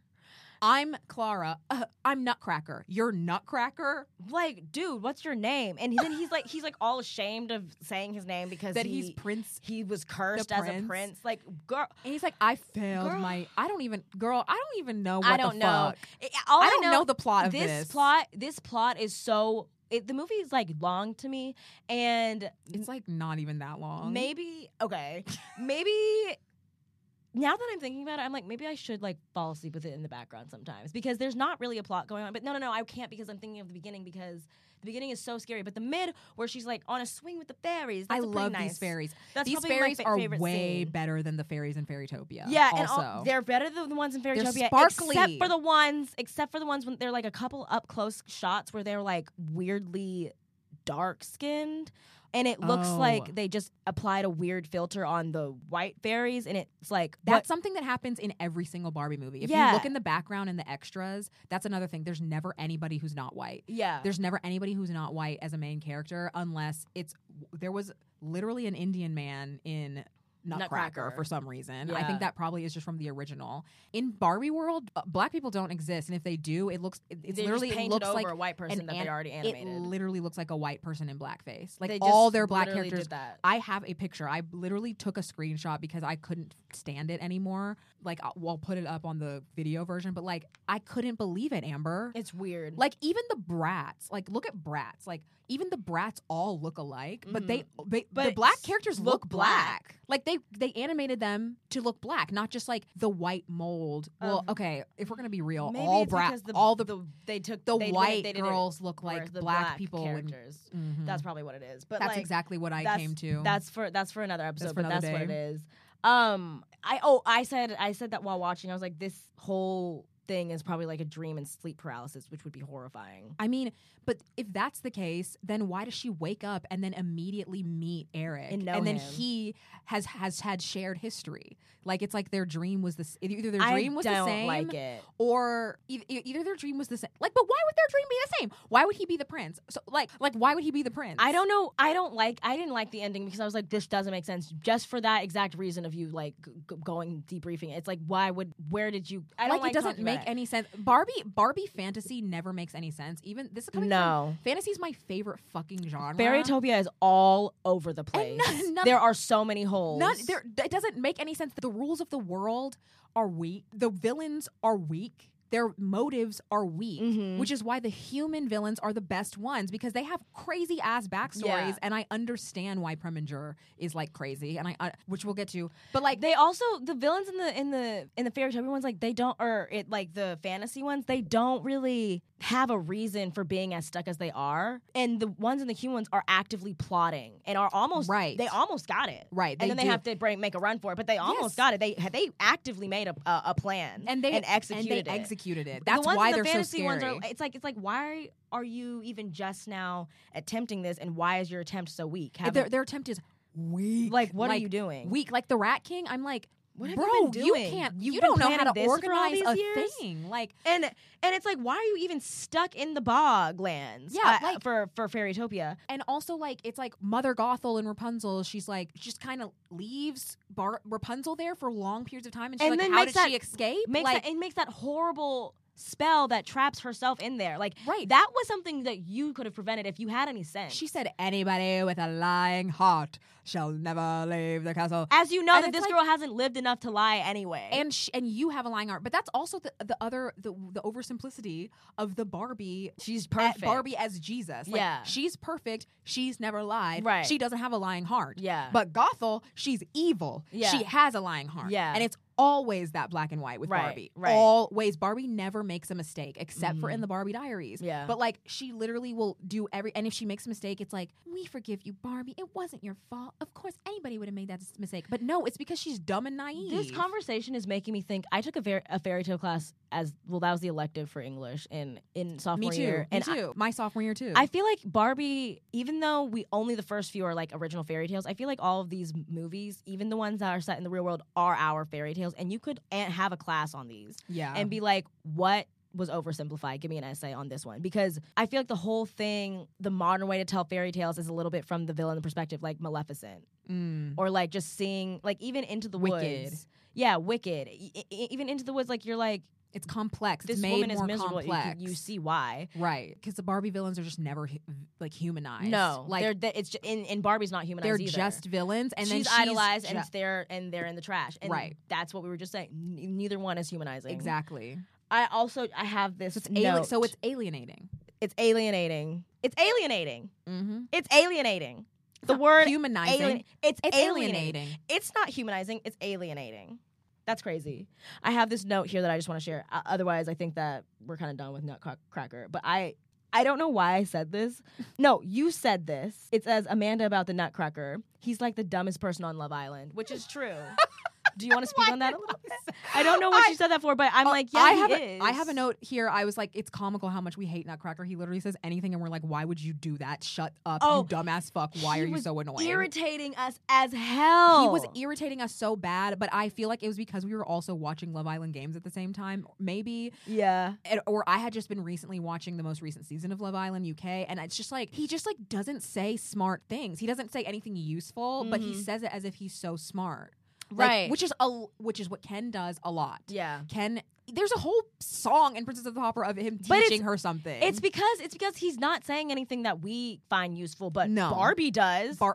[SPEAKER 4] I'm Clara. Uh, I'm Nutcracker. You're Nutcracker?
[SPEAKER 3] Like, dude, what's your name? And then he's like, he's like all ashamed of saying his name because
[SPEAKER 4] That
[SPEAKER 3] he,
[SPEAKER 4] he's Prince.
[SPEAKER 3] He was cursed as
[SPEAKER 4] prince.
[SPEAKER 3] a prince. Like, girl,
[SPEAKER 4] And he's like, I failed
[SPEAKER 3] Girl.
[SPEAKER 4] my. I don't even. Girl, I don't even know what
[SPEAKER 3] I don't
[SPEAKER 4] the
[SPEAKER 3] know.
[SPEAKER 4] fuck.
[SPEAKER 3] I- all
[SPEAKER 4] I don't know the plot of this.
[SPEAKER 3] plot. This plot is so. It, the movie is like long to me, and
[SPEAKER 4] It's like not even that long.
[SPEAKER 3] maybe okay, maybe. Now that I'm thinking about it, I'm like, maybe I should like fall asleep with it in the background sometimes because there's not really a plot going on. But no, no, no, I can't because I'm thinking of the beginning because the beginning is so scary. But the mid where she's like on a swing with the fairies,
[SPEAKER 4] I
[SPEAKER 3] that's a pretty
[SPEAKER 4] love
[SPEAKER 3] nice.
[SPEAKER 4] these fairies.
[SPEAKER 3] That's
[SPEAKER 4] these
[SPEAKER 3] probably my
[SPEAKER 4] fairies
[SPEAKER 3] fa-
[SPEAKER 4] are
[SPEAKER 3] favorite
[SPEAKER 4] way
[SPEAKER 3] scene.
[SPEAKER 4] better than the fairies in Fairytopia.
[SPEAKER 3] Yeah,
[SPEAKER 4] also.
[SPEAKER 3] and all, they're better than the ones in Fairytopia,
[SPEAKER 4] sparkly.
[SPEAKER 3] except for the ones, except for the ones when they're like a couple up close shots where they're like weirdly dark skinned, and it looks
[SPEAKER 4] Oh.
[SPEAKER 3] like they just applied a weird filter on the white fairies, and it's like what-
[SPEAKER 4] That's something that happens in every single Barbie movie. If you look
[SPEAKER 3] Yeah.
[SPEAKER 4] in the background and the extras, that's another thing. There's never anybody who's not white.
[SPEAKER 3] yeah,
[SPEAKER 4] There's never anybody who's not white as a main character unless it's there was literally an Indian man in Nutcracker,
[SPEAKER 3] Nutcracker.
[SPEAKER 4] for some reason. I
[SPEAKER 3] Yeah.
[SPEAKER 4] think that probably is just from the original. In Barbie world, uh, black people don't exist, and if they do, it looks it, it's
[SPEAKER 3] They just
[SPEAKER 4] literally it
[SPEAKER 3] painted
[SPEAKER 4] looks
[SPEAKER 3] over
[SPEAKER 4] like
[SPEAKER 3] a white person
[SPEAKER 4] an
[SPEAKER 3] that they
[SPEAKER 4] an-
[SPEAKER 3] already animated.
[SPEAKER 4] It literally looks like a white person in blackface. Like
[SPEAKER 3] They
[SPEAKER 4] all
[SPEAKER 3] just
[SPEAKER 4] their black
[SPEAKER 3] literally did
[SPEAKER 4] characters.
[SPEAKER 3] that.
[SPEAKER 4] I have a picture. I literally took a screenshot because I couldn't stand it anymore. Like I'll, I'll put it up on the video version, but like I couldn't believe it, Amber.
[SPEAKER 3] it's weird.
[SPEAKER 4] Like even the brats, like look at brats, like even the brats all look alike, but they, they the
[SPEAKER 3] Mm-hmm. But
[SPEAKER 4] black
[SPEAKER 3] s-
[SPEAKER 4] characters look,
[SPEAKER 3] look
[SPEAKER 4] black. Like they they animated them to look black, not just like the white mold. well,
[SPEAKER 3] Of-
[SPEAKER 4] okay, if we're gonna be real,
[SPEAKER 3] Um, Maybe
[SPEAKER 4] all
[SPEAKER 3] it's
[SPEAKER 4] brats,
[SPEAKER 3] because the,
[SPEAKER 4] all the,
[SPEAKER 3] they took
[SPEAKER 4] the
[SPEAKER 3] they didn't-
[SPEAKER 4] white
[SPEAKER 3] they didn't
[SPEAKER 4] girls look
[SPEAKER 3] work
[SPEAKER 4] like
[SPEAKER 3] the
[SPEAKER 4] black, people. and- Mm-hmm.
[SPEAKER 3] characters. That's probably what it is. But
[SPEAKER 4] That's
[SPEAKER 3] like,
[SPEAKER 4] exactly what I
[SPEAKER 3] that's-
[SPEAKER 4] came to.
[SPEAKER 3] That's for that's for another episode.
[SPEAKER 4] for
[SPEAKER 3] but
[SPEAKER 4] another
[SPEAKER 3] that's what it
[SPEAKER 4] day.
[SPEAKER 3] is. Um, I oh I said I said that while watching. I was like, this whole thing is probably like a dream and sleep paralysis, which would be horrifying.
[SPEAKER 4] I mean, but if that's the case, then why does she wake up and then immediately meet Eric?
[SPEAKER 3] And know
[SPEAKER 4] then
[SPEAKER 3] him.
[SPEAKER 4] he has has had shared history. Like it's like their dream was this either their
[SPEAKER 3] I
[SPEAKER 4] dream was
[SPEAKER 3] don't
[SPEAKER 4] the same
[SPEAKER 3] like it.
[SPEAKER 4] or e- e- either their dream was the same. Like but why would their dream be the same? Why would he be the prince? So like like why would he be the prince?
[SPEAKER 3] I don't know. I don't like. I didn't like the ending because I was like, this doesn't make sense. Just for that exact reason of you like g- g- going debriefing. It's like, why would? Where did you? I don't
[SPEAKER 4] like,
[SPEAKER 3] like.
[SPEAKER 4] it doesn't
[SPEAKER 3] talking
[SPEAKER 4] make
[SPEAKER 3] about it.
[SPEAKER 4] any sense. Barbie Barbie fantasy never makes any sense. Even this is coming
[SPEAKER 3] No.
[SPEAKER 4] from fantasy is my favorite fucking genre.
[SPEAKER 3] Fairytopia is all over the place.
[SPEAKER 4] none- none-
[SPEAKER 3] there are so many holes.
[SPEAKER 4] Not there. It doesn't make any sense. The rules of the world are weak. The villains are weak. Their motives are weak,
[SPEAKER 3] Mm-hmm.
[SPEAKER 4] which is why the human villains are the best ones because they have crazy ass backstories.
[SPEAKER 3] Yeah.
[SPEAKER 4] And I understand why Preminger is like crazy, and I uh, which we'll get to. But like
[SPEAKER 3] They also the villains in the in the in the fairytale ones like they don't or it like the fantasy ones they don't really have a reason for being as stuck as they are and the ones in the human ones are actively plotting and are almost
[SPEAKER 4] Right.
[SPEAKER 3] they almost got it
[SPEAKER 4] Right,
[SPEAKER 3] and
[SPEAKER 4] they
[SPEAKER 3] then they
[SPEAKER 4] do.
[SPEAKER 3] have to break, make a run for it but they
[SPEAKER 4] Yes.
[SPEAKER 3] almost got it they they actively made a, a, a plan
[SPEAKER 4] and they
[SPEAKER 3] executed
[SPEAKER 4] and they
[SPEAKER 3] it.
[SPEAKER 4] executed it.
[SPEAKER 3] The
[SPEAKER 4] That's
[SPEAKER 3] ones
[SPEAKER 4] why
[SPEAKER 3] in the
[SPEAKER 4] they're
[SPEAKER 3] fantasy
[SPEAKER 4] so
[SPEAKER 3] ones
[SPEAKER 4] scary.
[SPEAKER 3] are it's like it's like why are you even just now attempting this and why is your attempt so weak Haven't-
[SPEAKER 4] their, their attempt is weak.
[SPEAKER 3] Like, what are you doing?
[SPEAKER 4] Weak. Like the Rat King. I'm like,
[SPEAKER 3] What have you
[SPEAKER 4] bro,
[SPEAKER 3] been doing?
[SPEAKER 4] can't.
[SPEAKER 3] You've
[SPEAKER 4] you
[SPEAKER 3] been
[SPEAKER 4] don't know how
[SPEAKER 3] planning
[SPEAKER 4] to
[SPEAKER 3] this for all
[SPEAKER 4] organize
[SPEAKER 3] these
[SPEAKER 4] a
[SPEAKER 3] years?
[SPEAKER 4] thing. Like
[SPEAKER 3] and and it's like why are you even stuck in the bog lands
[SPEAKER 4] Yeah,
[SPEAKER 3] uh,
[SPEAKER 4] like-
[SPEAKER 3] for for fairytopia
[SPEAKER 4] And also, like, it's like Mother Gothel and Rapunzel. She's like, just kind of leaves Bar- Rapunzel there for long periods of time, and she's like, how did she escape?
[SPEAKER 3] makes
[SPEAKER 4] like,
[SPEAKER 3] that, it makes that horrible spell that traps herself in there like
[SPEAKER 4] Right.
[SPEAKER 3] that was something that you could have prevented if you had any sense
[SPEAKER 4] she said, anybody with a lying heart shall never leave the castle.
[SPEAKER 3] as you know
[SPEAKER 4] And
[SPEAKER 3] that
[SPEAKER 4] it's
[SPEAKER 3] this
[SPEAKER 4] like-
[SPEAKER 3] girl hasn't lived enough to lie anyway
[SPEAKER 4] and sh- and you have a lying heart, but that's also the the other the the oversimplicity of the Barbie.
[SPEAKER 3] She's
[SPEAKER 4] at
[SPEAKER 3] perfect.
[SPEAKER 4] Barbie as Jesus. Like,
[SPEAKER 3] Yeah.
[SPEAKER 4] she's perfect. She's never lied.
[SPEAKER 3] Right.
[SPEAKER 4] She doesn't have a lying heart.
[SPEAKER 3] Yeah.
[SPEAKER 4] but Gothel, she's evil.
[SPEAKER 3] Yeah.
[SPEAKER 4] she has a lying heart.
[SPEAKER 3] Yeah.
[SPEAKER 4] and it's always that black and white with
[SPEAKER 3] Right,
[SPEAKER 4] Barbie.
[SPEAKER 3] right. Mm-hmm.
[SPEAKER 4] Always, Barbie never makes a mistake except for in the Barbie Diaries.
[SPEAKER 3] Yeah.
[SPEAKER 4] but like she literally will do every. And if she makes a mistake, it's like we forgive you, Barbie. It wasn't your fault. Of course, anybody would have made that s- mistake. But no, it's because she's dumb and naive.
[SPEAKER 3] This conversation is making me think. I took a, ver- a fairy tale class as well. That was the elective for English in in sophomore
[SPEAKER 4] Me too.
[SPEAKER 3] year.
[SPEAKER 4] me
[SPEAKER 3] and I-
[SPEAKER 4] too. My sophomore year too.
[SPEAKER 3] I feel like Barbie, even though we only the first few are like original fairy tales, I feel like all of these m- movies, even the ones that are set in the real world, are our fairy tales. And you could an- have a class on these
[SPEAKER 4] yeah.
[SPEAKER 3] and be like, what was oversimplified? Give me an essay on this one. Because I feel like the whole thing, the modern way to tell fairy tales is a little bit from the villain perspective, like Maleficent,
[SPEAKER 4] Mm.
[SPEAKER 3] or like just seeing, like even Into the
[SPEAKER 4] Wicked.
[SPEAKER 3] Woods. Yeah, Wicked. E- e- even Into the Woods, like you're like,
[SPEAKER 4] it's complex.
[SPEAKER 3] this
[SPEAKER 4] it's made
[SPEAKER 3] woman is
[SPEAKER 4] more
[SPEAKER 3] miserable. You-
[SPEAKER 4] complex.
[SPEAKER 3] you see why.
[SPEAKER 4] right? Because the Barbie villains are just never hu- like humanized.
[SPEAKER 3] No,
[SPEAKER 4] like
[SPEAKER 3] they're, they it's ju- and, and Barbie's not humanized.
[SPEAKER 4] they're
[SPEAKER 3] either.
[SPEAKER 4] just villains, and then
[SPEAKER 3] she's
[SPEAKER 4] she's
[SPEAKER 3] idolized, and
[SPEAKER 4] ju-
[SPEAKER 3] it's they're and they're in the trash. And
[SPEAKER 4] Right.
[SPEAKER 3] That's what we were just saying. N- neither one is humanizing.
[SPEAKER 4] exactly.
[SPEAKER 3] I also I have this.
[SPEAKER 4] So it's
[SPEAKER 3] note.
[SPEAKER 4] ali- so it's alienating.
[SPEAKER 3] it's alienating. It's alienating.
[SPEAKER 4] Mm-hmm.
[SPEAKER 3] It's alienating. The word
[SPEAKER 4] humanizing.
[SPEAKER 3] alien- it's,
[SPEAKER 4] It's
[SPEAKER 3] alienating.
[SPEAKER 4] alienating.
[SPEAKER 3] It's not humanizing. It's alienating. That's crazy. I have this note here that I just want to share. Uh, otherwise, I think that we're kind of done with Nutcracker. But I, I don't know why I said this. No, you said this. It says Amanda about the Nutcracker. He's like the dumbest person on Love Island, which is true. Do you want to speak on that a little bit? I don't know what you said that for, but I'm like, yeah,
[SPEAKER 4] Oh, I
[SPEAKER 3] he
[SPEAKER 4] have
[SPEAKER 3] is.
[SPEAKER 4] a, I have a note here. I was like, it's comical how much we hate Nutcracker. He literally says anything, and we're like, why would you do that? Shut up,
[SPEAKER 3] Oh,
[SPEAKER 4] you dumbass fuck. Why
[SPEAKER 3] He
[SPEAKER 4] are you
[SPEAKER 3] was
[SPEAKER 4] so annoying?
[SPEAKER 3] Irritating us as hell.
[SPEAKER 4] He was irritating us so bad, but I feel like it was because we were also watching Love Island games at the same time. Maybe
[SPEAKER 3] yeah.
[SPEAKER 4] and, or I had just been recently watching the most recent season of Love Island UK, and it's just like he just like doesn't say smart things. He doesn't say anything useful, but he says it as if he's so smart, Like,
[SPEAKER 3] Mm-hmm. Right.
[SPEAKER 4] which is a which is what Ken does a lot.
[SPEAKER 3] Yeah.
[SPEAKER 4] Ken. There's a whole song in Princess of the Opera of him
[SPEAKER 3] But it's-
[SPEAKER 4] teaching her something.
[SPEAKER 3] It's because it's because he's not saying anything that we find useful, but
[SPEAKER 4] No.
[SPEAKER 3] Barbie does.
[SPEAKER 4] Bar-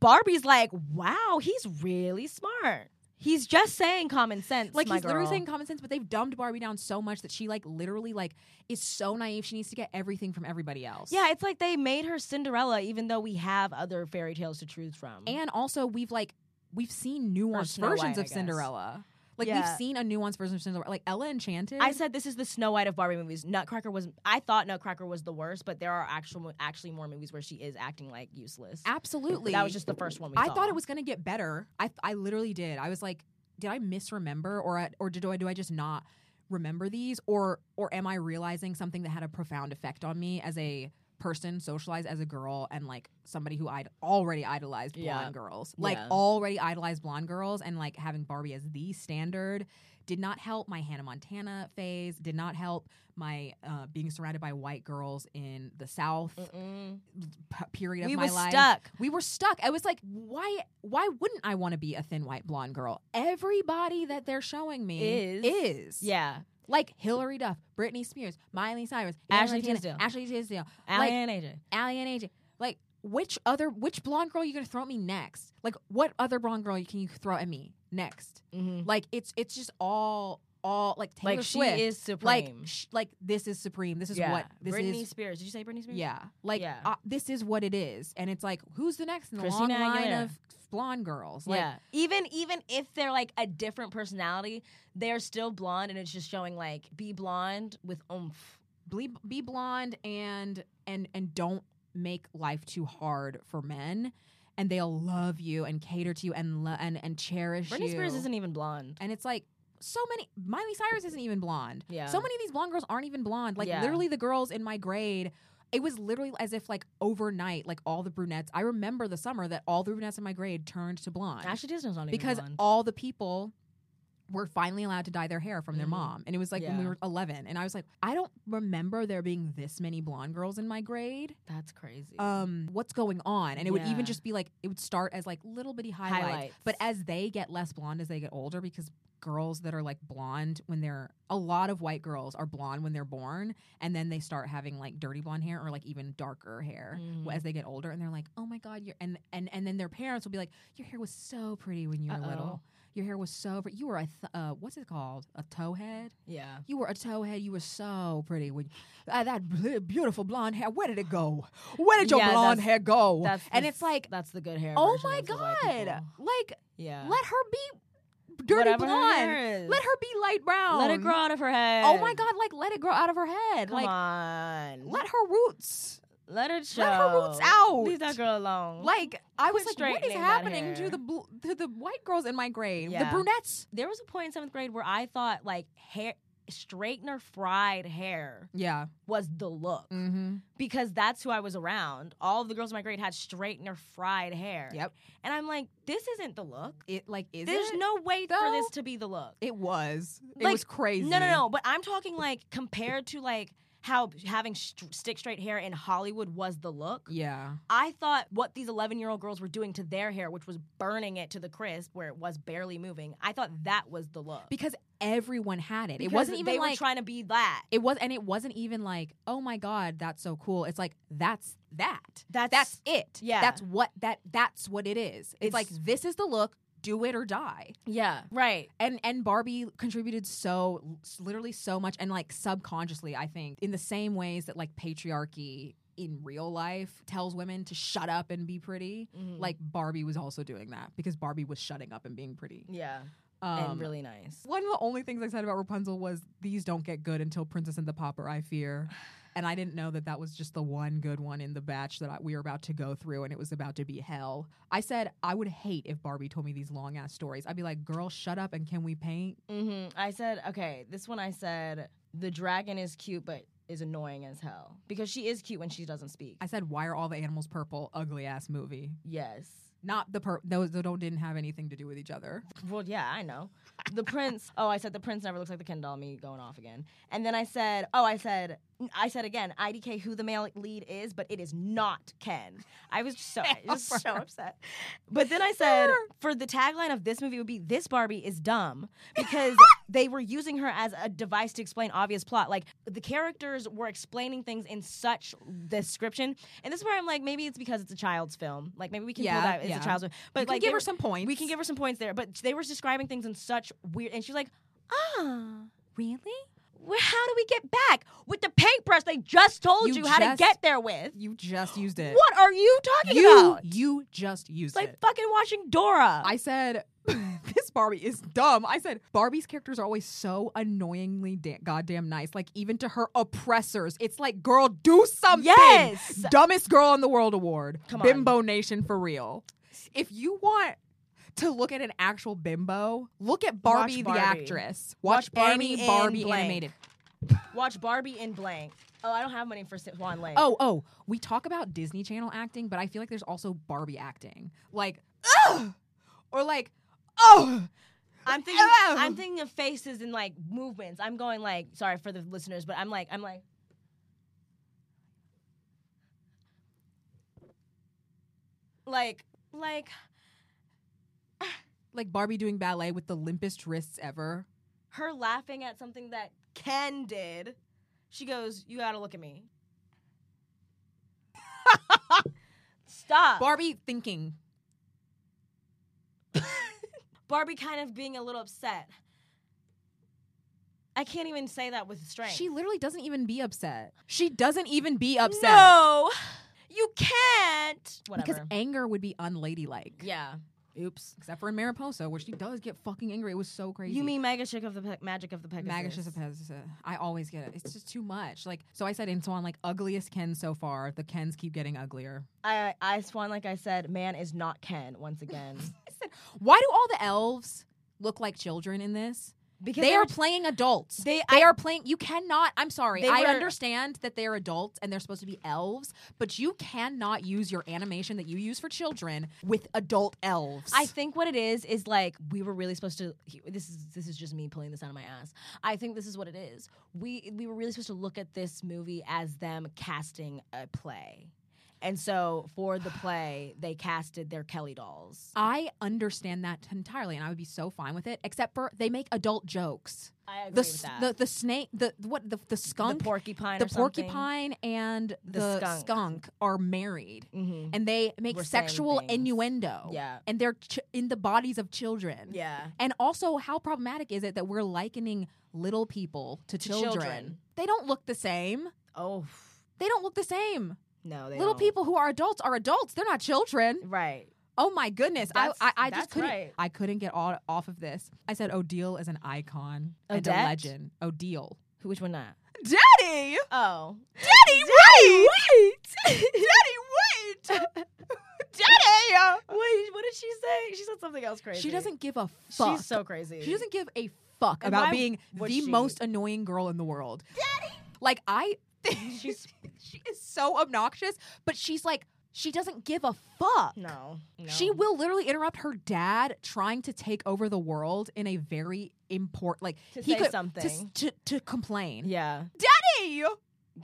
[SPEAKER 3] Barbie's like, wow, he's really smart. He's just saying common sense.
[SPEAKER 4] like
[SPEAKER 3] my
[SPEAKER 4] he's literally
[SPEAKER 3] girl.
[SPEAKER 4] saying common sense, but they've dumbed Barbie down so much that she like literally like is so naive. She needs to get everything from everybody else.
[SPEAKER 3] Yeah, it's like they made her Cinderella, even though we have other fairy tales to choose from.
[SPEAKER 4] and also we've like we've seen nuanced
[SPEAKER 3] Snow White,
[SPEAKER 4] versions
[SPEAKER 3] I
[SPEAKER 4] of
[SPEAKER 3] guess.
[SPEAKER 4] Cinderella. Like
[SPEAKER 3] Yeah.
[SPEAKER 4] we've seen a nuanced version of Cinderella, like Ella Enchanted.
[SPEAKER 3] I said this is the Snow White of Barbie movies. Nutcracker was I thought Nutcracker was the worst, but there are actual actually more movies where she is acting like useless.
[SPEAKER 4] absolutely.
[SPEAKER 3] That was just the first one we
[SPEAKER 4] I
[SPEAKER 3] saw.
[SPEAKER 4] thought it was going to get better. I I literally did. I was like, did I misremember or I- or did I do I just not remember these or or am I realizing something that had a profound effect on me as a person socialized as a girl and like somebody who I'd already idolized blonde
[SPEAKER 3] Yeah.
[SPEAKER 4] girls. Like
[SPEAKER 3] Yeah.
[SPEAKER 4] already idolized blonde girls and like having Barbie as the standard did not help my Hannah Montana phase, did not help my uh, being surrounded by white girls in the South p- period
[SPEAKER 3] Mm. We
[SPEAKER 4] of
[SPEAKER 3] were
[SPEAKER 4] my life.
[SPEAKER 3] stuck.
[SPEAKER 4] We were stuck. I was like, why? Why wouldn't I want to be a thin white blonde girl? Everybody that they're showing me
[SPEAKER 3] Is.
[SPEAKER 4] is
[SPEAKER 3] Yeah.
[SPEAKER 4] like Hillary Duff, Britney Spears, Miley Cyrus, Hannah
[SPEAKER 3] Ashley
[SPEAKER 4] Montana,
[SPEAKER 3] Tisdale.
[SPEAKER 4] Ashley Tisdale,
[SPEAKER 3] Ally
[SPEAKER 4] like,
[SPEAKER 3] and AJ.
[SPEAKER 4] Ally and AJ. Like which other which blonde girl are you gonna throw at me next? Like what other blonde girl can you throw at me next?
[SPEAKER 3] Mm-hmm.
[SPEAKER 4] Like it's it's just all all like Taylor
[SPEAKER 3] Like, she
[SPEAKER 4] Swift
[SPEAKER 3] is
[SPEAKER 4] Like
[SPEAKER 3] supreme.
[SPEAKER 4] sh- like this is supreme. This is
[SPEAKER 3] yeah.
[SPEAKER 4] what this
[SPEAKER 3] Britney
[SPEAKER 4] is.
[SPEAKER 3] Spears. Did you say Britney Spears?
[SPEAKER 4] Yeah, like
[SPEAKER 3] Mm. Yeah.
[SPEAKER 4] Uh, this is what it is, and it's like who's the next in the
[SPEAKER 3] Christina
[SPEAKER 4] long line
[SPEAKER 3] Aguilera.
[SPEAKER 4] of blonde girls? Like,
[SPEAKER 3] yeah. Even even if they're like a different personality, they're still blonde, and it's just showing like be blonde with oomph.
[SPEAKER 4] be, be blonde and and and don't make life too hard for men, and they'll love you and cater to you and lo- and and cherish
[SPEAKER 3] Britney
[SPEAKER 4] you.
[SPEAKER 3] Spears isn't e-, even blonde.
[SPEAKER 4] and it's like so many Miley Cyrus isn't even blonde.
[SPEAKER 3] Yeah.
[SPEAKER 4] So many of these blonde girls aren't even blonde. Like
[SPEAKER 3] Yeah.
[SPEAKER 4] literally the girls in my grade it was literally as if like overnight like all the brunettes I remember the summer that all the brunettes in my grade turned to blonde.
[SPEAKER 3] Ashley Tisdale's not even
[SPEAKER 4] because
[SPEAKER 3] blonde.
[SPEAKER 4] all the people were finally allowed to dye their hair from their
[SPEAKER 3] Mhm.
[SPEAKER 4] mom and it was like when we
[SPEAKER 3] Yeah.
[SPEAKER 4] were 11 and i was like i don't remember there being this many blonde girls in my grade
[SPEAKER 3] that's crazy.
[SPEAKER 4] um what's going on and it would
[SPEAKER 3] Yeah.
[SPEAKER 4] even just be like it would start as like little bitty highlights,
[SPEAKER 3] Highlights.
[SPEAKER 4] but as they get less blonde as they get older because girls that are like blonde when they're a lot of white girls are blonde when they're born and then they start having like dirty blonde hair or like even darker hair
[SPEAKER 3] Mhm.
[SPEAKER 4] as they get older and they're like oh my god you're and and and then their parents will be like your hair was so pretty when you were
[SPEAKER 3] Uh-oh.
[SPEAKER 4] little your hair was so pretty you were a th- uh, what's it called a towhead
[SPEAKER 3] yeah.
[SPEAKER 4] you were a towhead. You were so pretty. When uh, that bl- beautiful blonde hair, where did it go? Where did your
[SPEAKER 3] Yeah,
[SPEAKER 4] blonde
[SPEAKER 3] that's-
[SPEAKER 4] hair go?
[SPEAKER 3] That's
[SPEAKER 4] and
[SPEAKER 3] the-
[SPEAKER 4] it's like,
[SPEAKER 3] that's the good hair.
[SPEAKER 4] oh
[SPEAKER 3] version
[SPEAKER 4] my
[SPEAKER 3] of the white
[SPEAKER 4] god!
[SPEAKER 3] people.
[SPEAKER 4] Like,
[SPEAKER 3] Yeah.
[SPEAKER 4] let her be dirty
[SPEAKER 3] Whatever her
[SPEAKER 4] blonde.
[SPEAKER 3] hair is.
[SPEAKER 4] Let her be light brown.
[SPEAKER 3] Let it grow out of her head.
[SPEAKER 4] Oh my god! Like, let it grow out of her head.
[SPEAKER 3] Come
[SPEAKER 4] like,
[SPEAKER 3] on.
[SPEAKER 4] let her roots.
[SPEAKER 3] Let her show.
[SPEAKER 4] Let her roots out.
[SPEAKER 3] Leave that girl alone.
[SPEAKER 4] Like, I was
[SPEAKER 3] Quit
[SPEAKER 4] like, what is
[SPEAKER 3] straightening that
[SPEAKER 4] happening to
[SPEAKER 3] hair.
[SPEAKER 4] the bl- to the white girls in my grade?
[SPEAKER 3] Yeah.
[SPEAKER 4] The brunettes.
[SPEAKER 3] there was a point in seventh grade where I thought like hair straightener fried hair
[SPEAKER 4] Yeah.
[SPEAKER 3] was the look
[SPEAKER 4] Mm-hmm.
[SPEAKER 3] because that's who I was around. All of the girls in my grade had straightener fried hair.
[SPEAKER 4] Yep.
[SPEAKER 3] And I'm like, this isn't the look.
[SPEAKER 4] It like is
[SPEAKER 3] There's
[SPEAKER 4] it?
[SPEAKER 3] no way for
[SPEAKER 4] though?
[SPEAKER 3] this to be the look.
[SPEAKER 4] It was. It
[SPEAKER 3] Like,
[SPEAKER 4] was crazy.
[SPEAKER 3] No, no, no. But I'm talking like compared to like how having st- stick straight hair in Hollywood was the look.
[SPEAKER 4] Yeah.
[SPEAKER 3] I thought what these 11 year old girls were doing to their hair, which was burning it to the crisp where it was barely moving, I thought that was the look.
[SPEAKER 4] because everyone had it.
[SPEAKER 3] Because
[SPEAKER 4] it wasn't even
[SPEAKER 3] they
[SPEAKER 4] like
[SPEAKER 3] were trying to be that.
[SPEAKER 4] it was, and it wasn't even like, oh my god, that's so cool. It's like that's that.
[SPEAKER 3] That's-
[SPEAKER 4] that's it.
[SPEAKER 3] yeah.
[SPEAKER 4] that's what that that's what it is. It's, like
[SPEAKER 3] It's-
[SPEAKER 4] this is the look. Do it or die.
[SPEAKER 3] yeah. Right.
[SPEAKER 4] And and Barbie contributed so literally so much, and like subconsciously, I think in the same ways that like patriarchy in real life tells women to shut up and be pretty
[SPEAKER 3] Mm-hmm.
[SPEAKER 4] like barbie was also doing that because barbie was shutting up and being pretty
[SPEAKER 3] Yeah.
[SPEAKER 4] um,
[SPEAKER 3] and really nice.
[SPEAKER 4] One of the only things I said about Rapunzel was these don't get good until Princess and the Pauper, I fear. And I didn't know that that was just the one good one in the batch that I, we were about to go through, and it was about to be hell. I said I would hate if Barbie told me these long ass stories. I'd be like, "Girl, shut up and can we paint?"
[SPEAKER 3] hmm I said, okay, this one I said, the dragon is cute, but is annoying as hell because she is cute when she doesn't speak.
[SPEAKER 4] I said, "Why are all the animals purple? Ugly ass movie."
[SPEAKER 3] yes.
[SPEAKER 4] Not the per those that don't didn't have anything to do with each other.
[SPEAKER 3] Well, yeah, I know. The prince. Oh, I said the prince never looks like the Ken doll. Me going off again. And then I said, oh, I said, I said again, IDK who the male lead is, but it is not Ken. I was so I was so upset. But then I said, for the tagline of this movie would be this Barbie is dumb because they were using her as a device to explain obvious plot. Like the characters were explaining things in such description, and this is where I'm like, maybe it's because it's a child's film. Like maybe we can
[SPEAKER 4] Yeah,
[SPEAKER 3] pull that it's
[SPEAKER 4] yeah.
[SPEAKER 3] a child's film, but
[SPEAKER 4] You can
[SPEAKER 3] like
[SPEAKER 4] give
[SPEAKER 3] they
[SPEAKER 4] her
[SPEAKER 3] were-
[SPEAKER 4] some points.
[SPEAKER 3] We can give her some points there, but they were describing things in such weird, and she was like, ah, really? Well, how do we get back with the paintbrush? They just told you,
[SPEAKER 4] You
[SPEAKER 3] how to
[SPEAKER 4] just-
[SPEAKER 3] get there with.
[SPEAKER 4] You just used it.
[SPEAKER 3] what are you talking
[SPEAKER 4] You
[SPEAKER 3] about?
[SPEAKER 4] you just used
[SPEAKER 3] It's like
[SPEAKER 4] it.
[SPEAKER 3] fucking watching Dora.
[SPEAKER 4] I said, this Barbie is dumb. I said, Barbie's characters are always so annoyingly da- goddamn nice. Like, even to her oppressors, it's like, girl, do something.
[SPEAKER 3] Yes.
[SPEAKER 4] Dumbest Girl in the World award.
[SPEAKER 3] Come on.
[SPEAKER 4] Bimbo Nation for real. If you want to look at an actual bimbo. Look at Barbie,
[SPEAKER 2] Barbie.
[SPEAKER 4] the actress. Watch,
[SPEAKER 3] Watch
[SPEAKER 4] any
[SPEAKER 3] Barbie in
[SPEAKER 4] Barbie
[SPEAKER 3] blank.
[SPEAKER 4] animated.
[SPEAKER 3] Watch Barbie in blank. Oh, I don't have money for Swan Lake.
[SPEAKER 4] Oh, oh, we talk about Disney Channel acting, but I feel like there's also Barbie acting. Like, ugh! Or like, oh!
[SPEAKER 3] I'm thinking.
[SPEAKER 4] Oh.
[SPEAKER 3] I'm thinking of faces and like movements. I'm going like. Sorry for the listeners, but I'm like. I'm like. Like, like,
[SPEAKER 4] Like Barbie doing ballet with the limpest wrists ever.
[SPEAKER 3] her laughing at something that Ken did. She goes, "You gotta look at me." Stop.
[SPEAKER 4] Barbie thinking.
[SPEAKER 3] Barbie kind of being a little upset. I can't even say that with strength.
[SPEAKER 4] She literally doesn't even be upset. She doesn't even be upset.
[SPEAKER 3] no, you can't. Whatever.
[SPEAKER 4] Because anger would be unladylike.
[SPEAKER 3] yeah. Oops.
[SPEAKER 4] Except for in Mariposa, where she does get fucking angry. It was so crazy.
[SPEAKER 3] You mean Mega Chick of the Pe- Magic of the Pegasus?
[SPEAKER 4] Magus of Pegasus. uh, I always get it. It's just too much. Like, so I said in Swan, like, ugliest Ken so far. The Kens keep getting uglier.
[SPEAKER 3] I, I swan, like I said, man is not Ken once again.
[SPEAKER 4] Why do all the elves look like children in this?
[SPEAKER 3] Because
[SPEAKER 4] they
[SPEAKER 3] they
[SPEAKER 4] are
[SPEAKER 3] were-
[SPEAKER 4] playing adults.
[SPEAKER 3] They-
[SPEAKER 4] They,
[SPEAKER 3] I-
[SPEAKER 4] are playing. You cannot. I'm sorry.
[SPEAKER 3] They
[SPEAKER 4] I
[SPEAKER 3] were-
[SPEAKER 4] understand that they are adults and they're supposed to be elves, but you cannot use your animation that you use for children with adult elves.
[SPEAKER 3] I think what it is is like we were really supposed to. he- This is this is just me pulling this out of my ass. I think this is what it is. We we were really supposed to look at this movie as them casting a play, and so for the play they casted their Kelly dolls.
[SPEAKER 4] I understand that entirely, and I would be so fine with it. Except for they make adult jokes.
[SPEAKER 3] I agree
[SPEAKER 4] the,
[SPEAKER 3] with
[SPEAKER 4] s-
[SPEAKER 3] that.
[SPEAKER 4] The, the snake, the what, the, the skunk,
[SPEAKER 3] porcupine
[SPEAKER 4] the
[SPEAKER 3] or something.
[SPEAKER 4] porcupine, and the,
[SPEAKER 3] skunk. Mm-hmm.
[SPEAKER 4] skunk. are married, and they make
[SPEAKER 3] We're saying
[SPEAKER 4] sexual
[SPEAKER 3] things.
[SPEAKER 4] innuendo.
[SPEAKER 3] Yeah.
[SPEAKER 4] and they're ch- in the bodies of children.
[SPEAKER 3] Yeah.
[SPEAKER 4] and also how problematic is it that we're likening little people to, children.
[SPEAKER 3] children.
[SPEAKER 4] They don't look the same.
[SPEAKER 3] oh
[SPEAKER 4] They don't look the same.
[SPEAKER 3] no, they
[SPEAKER 4] little
[SPEAKER 3] don't.
[SPEAKER 4] people who are adults are adults. They're not children.
[SPEAKER 3] Right.
[SPEAKER 4] Oh my goodness! I
[SPEAKER 3] That's-
[SPEAKER 4] I, I
[SPEAKER 3] that's
[SPEAKER 4] just couldn't
[SPEAKER 3] right.
[SPEAKER 4] I couldn't get all, off of this. I said Odile is an icon and a
[SPEAKER 3] Odette?
[SPEAKER 4] legend. Odile,
[SPEAKER 3] Who? Which one not?
[SPEAKER 4] Daddy,
[SPEAKER 3] Oh,
[SPEAKER 4] Daddy, wait, Daddy, wait, Daddy.
[SPEAKER 3] wait. What did she say? She said something else crazy.
[SPEAKER 4] She doesn't give a fuck.
[SPEAKER 3] She's so crazy.
[SPEAKER 4] She doesn't give a fuck
[SPEAKER 3] And why
[SPEAKER 4] about being the
[SPEAKER 3] would she?
[SPEAKER 4] most annoying girl in the world. Daddy, like I, she's she is so obnoxious, but she's like she doesn't give a fuck.
[SPEAKER 3] No. no.
[SPEAKER 4] She will literally interrupt her dad trying to take over the world in a very important, like
[SPEAKER 3] To
[SPEAKER 4] he
[SPEAKER 3] say
[SPEAKER 4] could, to-
[SPEAKER 3] something.
[SPEAKER 4] to, to complain.
[SPEAKER 3] Yeah.
[SPEAKER 4] Daddy,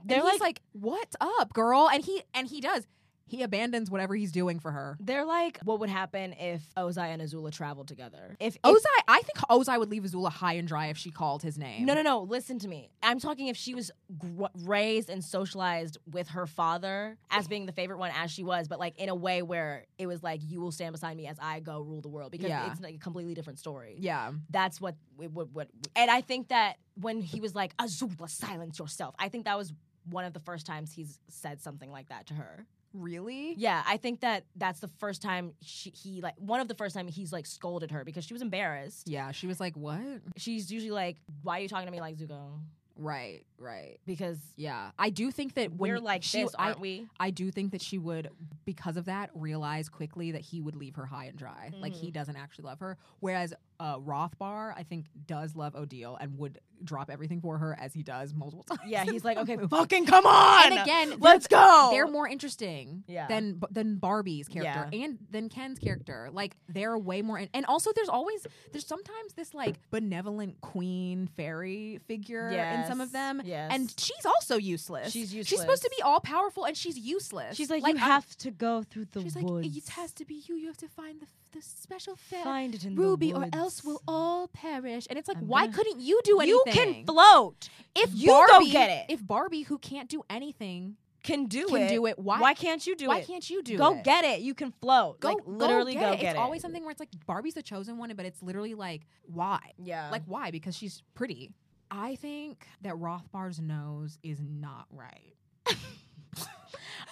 [SPEAKER 3] They're
[SPEAKER 4] and he's
[SPEAKER 3] like,
[SPEAKER 4] like, "What's up, girl?" And he and he does. He abandons whatever he's doing for her.
[SPEAKER 3] They're like, what would happen if Ozai and Azula traveled together? If, if
[SPEAKER 4] Ozai, I think Ozai would leave Azula high and dry if she called his name.
[SPEAKER 3] no, no, no. Listen to me. I'm talking if she was gr- raised and socialized with her father as being the favorite one, as she was, but like in a way where it was like, you will stand beside me as I go rule the world because
[SPEAKER 4] Yeah.
[SPEAKER 3] it's like a completely different story.
[SPEAKER 4] Yeah.
[SPEAKER 3] That's what, it would what, and I think that when he was like, Azula, silence yourself, I think that was one of the first times he's said something like that to her.
[SPEAKER 4] Really?
[SPEAKER 3] Yeah, I think that that's the first time she, he like one of the first time he's like scolded her because she was embarrassed.
[SPEAKER 4] Yeah. She was like, "What?"
[SPEAKER 3] She's usually like, "Why are you talking to me like Zuko?"
[SPEAKER 4] Right. Right.
[SPEAKER 3] Because
[SPEAKER 4] Yeah. I do think that when
[SPEAKER 3] we're like
[SPEAKER 4] she,
[SPEAKER 3] this,
[SPEAKER 4] I-
[SPEAKER 3] aren't we?
[SPEAKER 4] I do think that she would, because of that, realize quickly that he would leave her high and dry. Like
[SPEAKER 3] Mm-hmm.
[SPEAKER 4] he doesn't actually love her. Whereas uh, Rothbar, I think, does love Odile and would drop everything for her as he does multiple times.
[SPEAKER 3] Yeah,
[SPEAKER 4] in
[SPEAKER 3] he's
[SPEAKER 4] the
[SPEAKER 3] like, "Okay,
[SPEAKER 4] movie.
[SPEAKER 3] fucking come on."
[SPEAKER 4] And again, they're-
[SPEAKER 3] let's go.
[SPEAKER 4] They're more interesting
[SPEAKER 3] Oh. Yeah.
[SPEAKER 4] than than Barbie's character and than Ken's character. Like they're way more, in- and also there's always there's sometimes this like benevolent queen fairy figure in some
[SPEAKER 3] Yes,
[SPEAKER 4] of them,
[SPEAKER 3] yes.
[SPEAKER 4] and she's also useless.
[SPEAKER 3] She's
[SPEAKER 4] She's supposed to
[SPEAKER 3] useless.
[SPEAKER 4] be all powerful, and she's useless.
[SPEAKER 3] She's like, "You
[SPEAKER 4] I'm-
[SPEAKER 3] have to go through the
[SPEAKER 4] She's
[SPEAKER 3] woods."
[SPEAKER 4] like, it has to be you. You have to find the, the special fair
[SPEAKER 3] Find it in the
[SPEAKER 4] ruby, or else
[SPEAKER 3] woods."
[SPEAKER 4] we'll all perish. And it's like,
[SPEAKER 3] I'm
[SPEAKER 4] why
[SPEAKER 3] gonna-
[SPEAKER 4] couldn't you do anything?
[SPEAKER 3] You can float
[SPEAKER 4] If
[SPEAKER 3] you go
[SPEAKER 4] Barbie,
[SPEAKER 3] get it.
[SPEAKER 4] If Barbie, who can't do anything,
[SPEAKER 3] can do
[SPEAKER 4] can
[SPEAKER 3] it.
[SPEAKER 4] do it, why-
[SPEAKER 3] can't you do
[SPEAKER 4] why
[SPEAKER 3] it?
[SPEAKER 4] can't you do
[SPEAKER 3] go
[SPEAKER 4] it?
[SPEAKER 3] get it. You can float.
[SPEAKER 4] go
[SPEAKER 3] like, literally
[SPEAKER 4] go
[SPEAKER 3] go
[SPEAKER 4] get
[SPEAKER 3] get
[SPEAKER 4] it. It's always something where it's like Barbie's the chosen one, but it's literally like, why?
[SPEAKER 3] Yeah.
[SPEAKER 4] Like why? Because she's pretty. I think that Rothbar's nose is not right.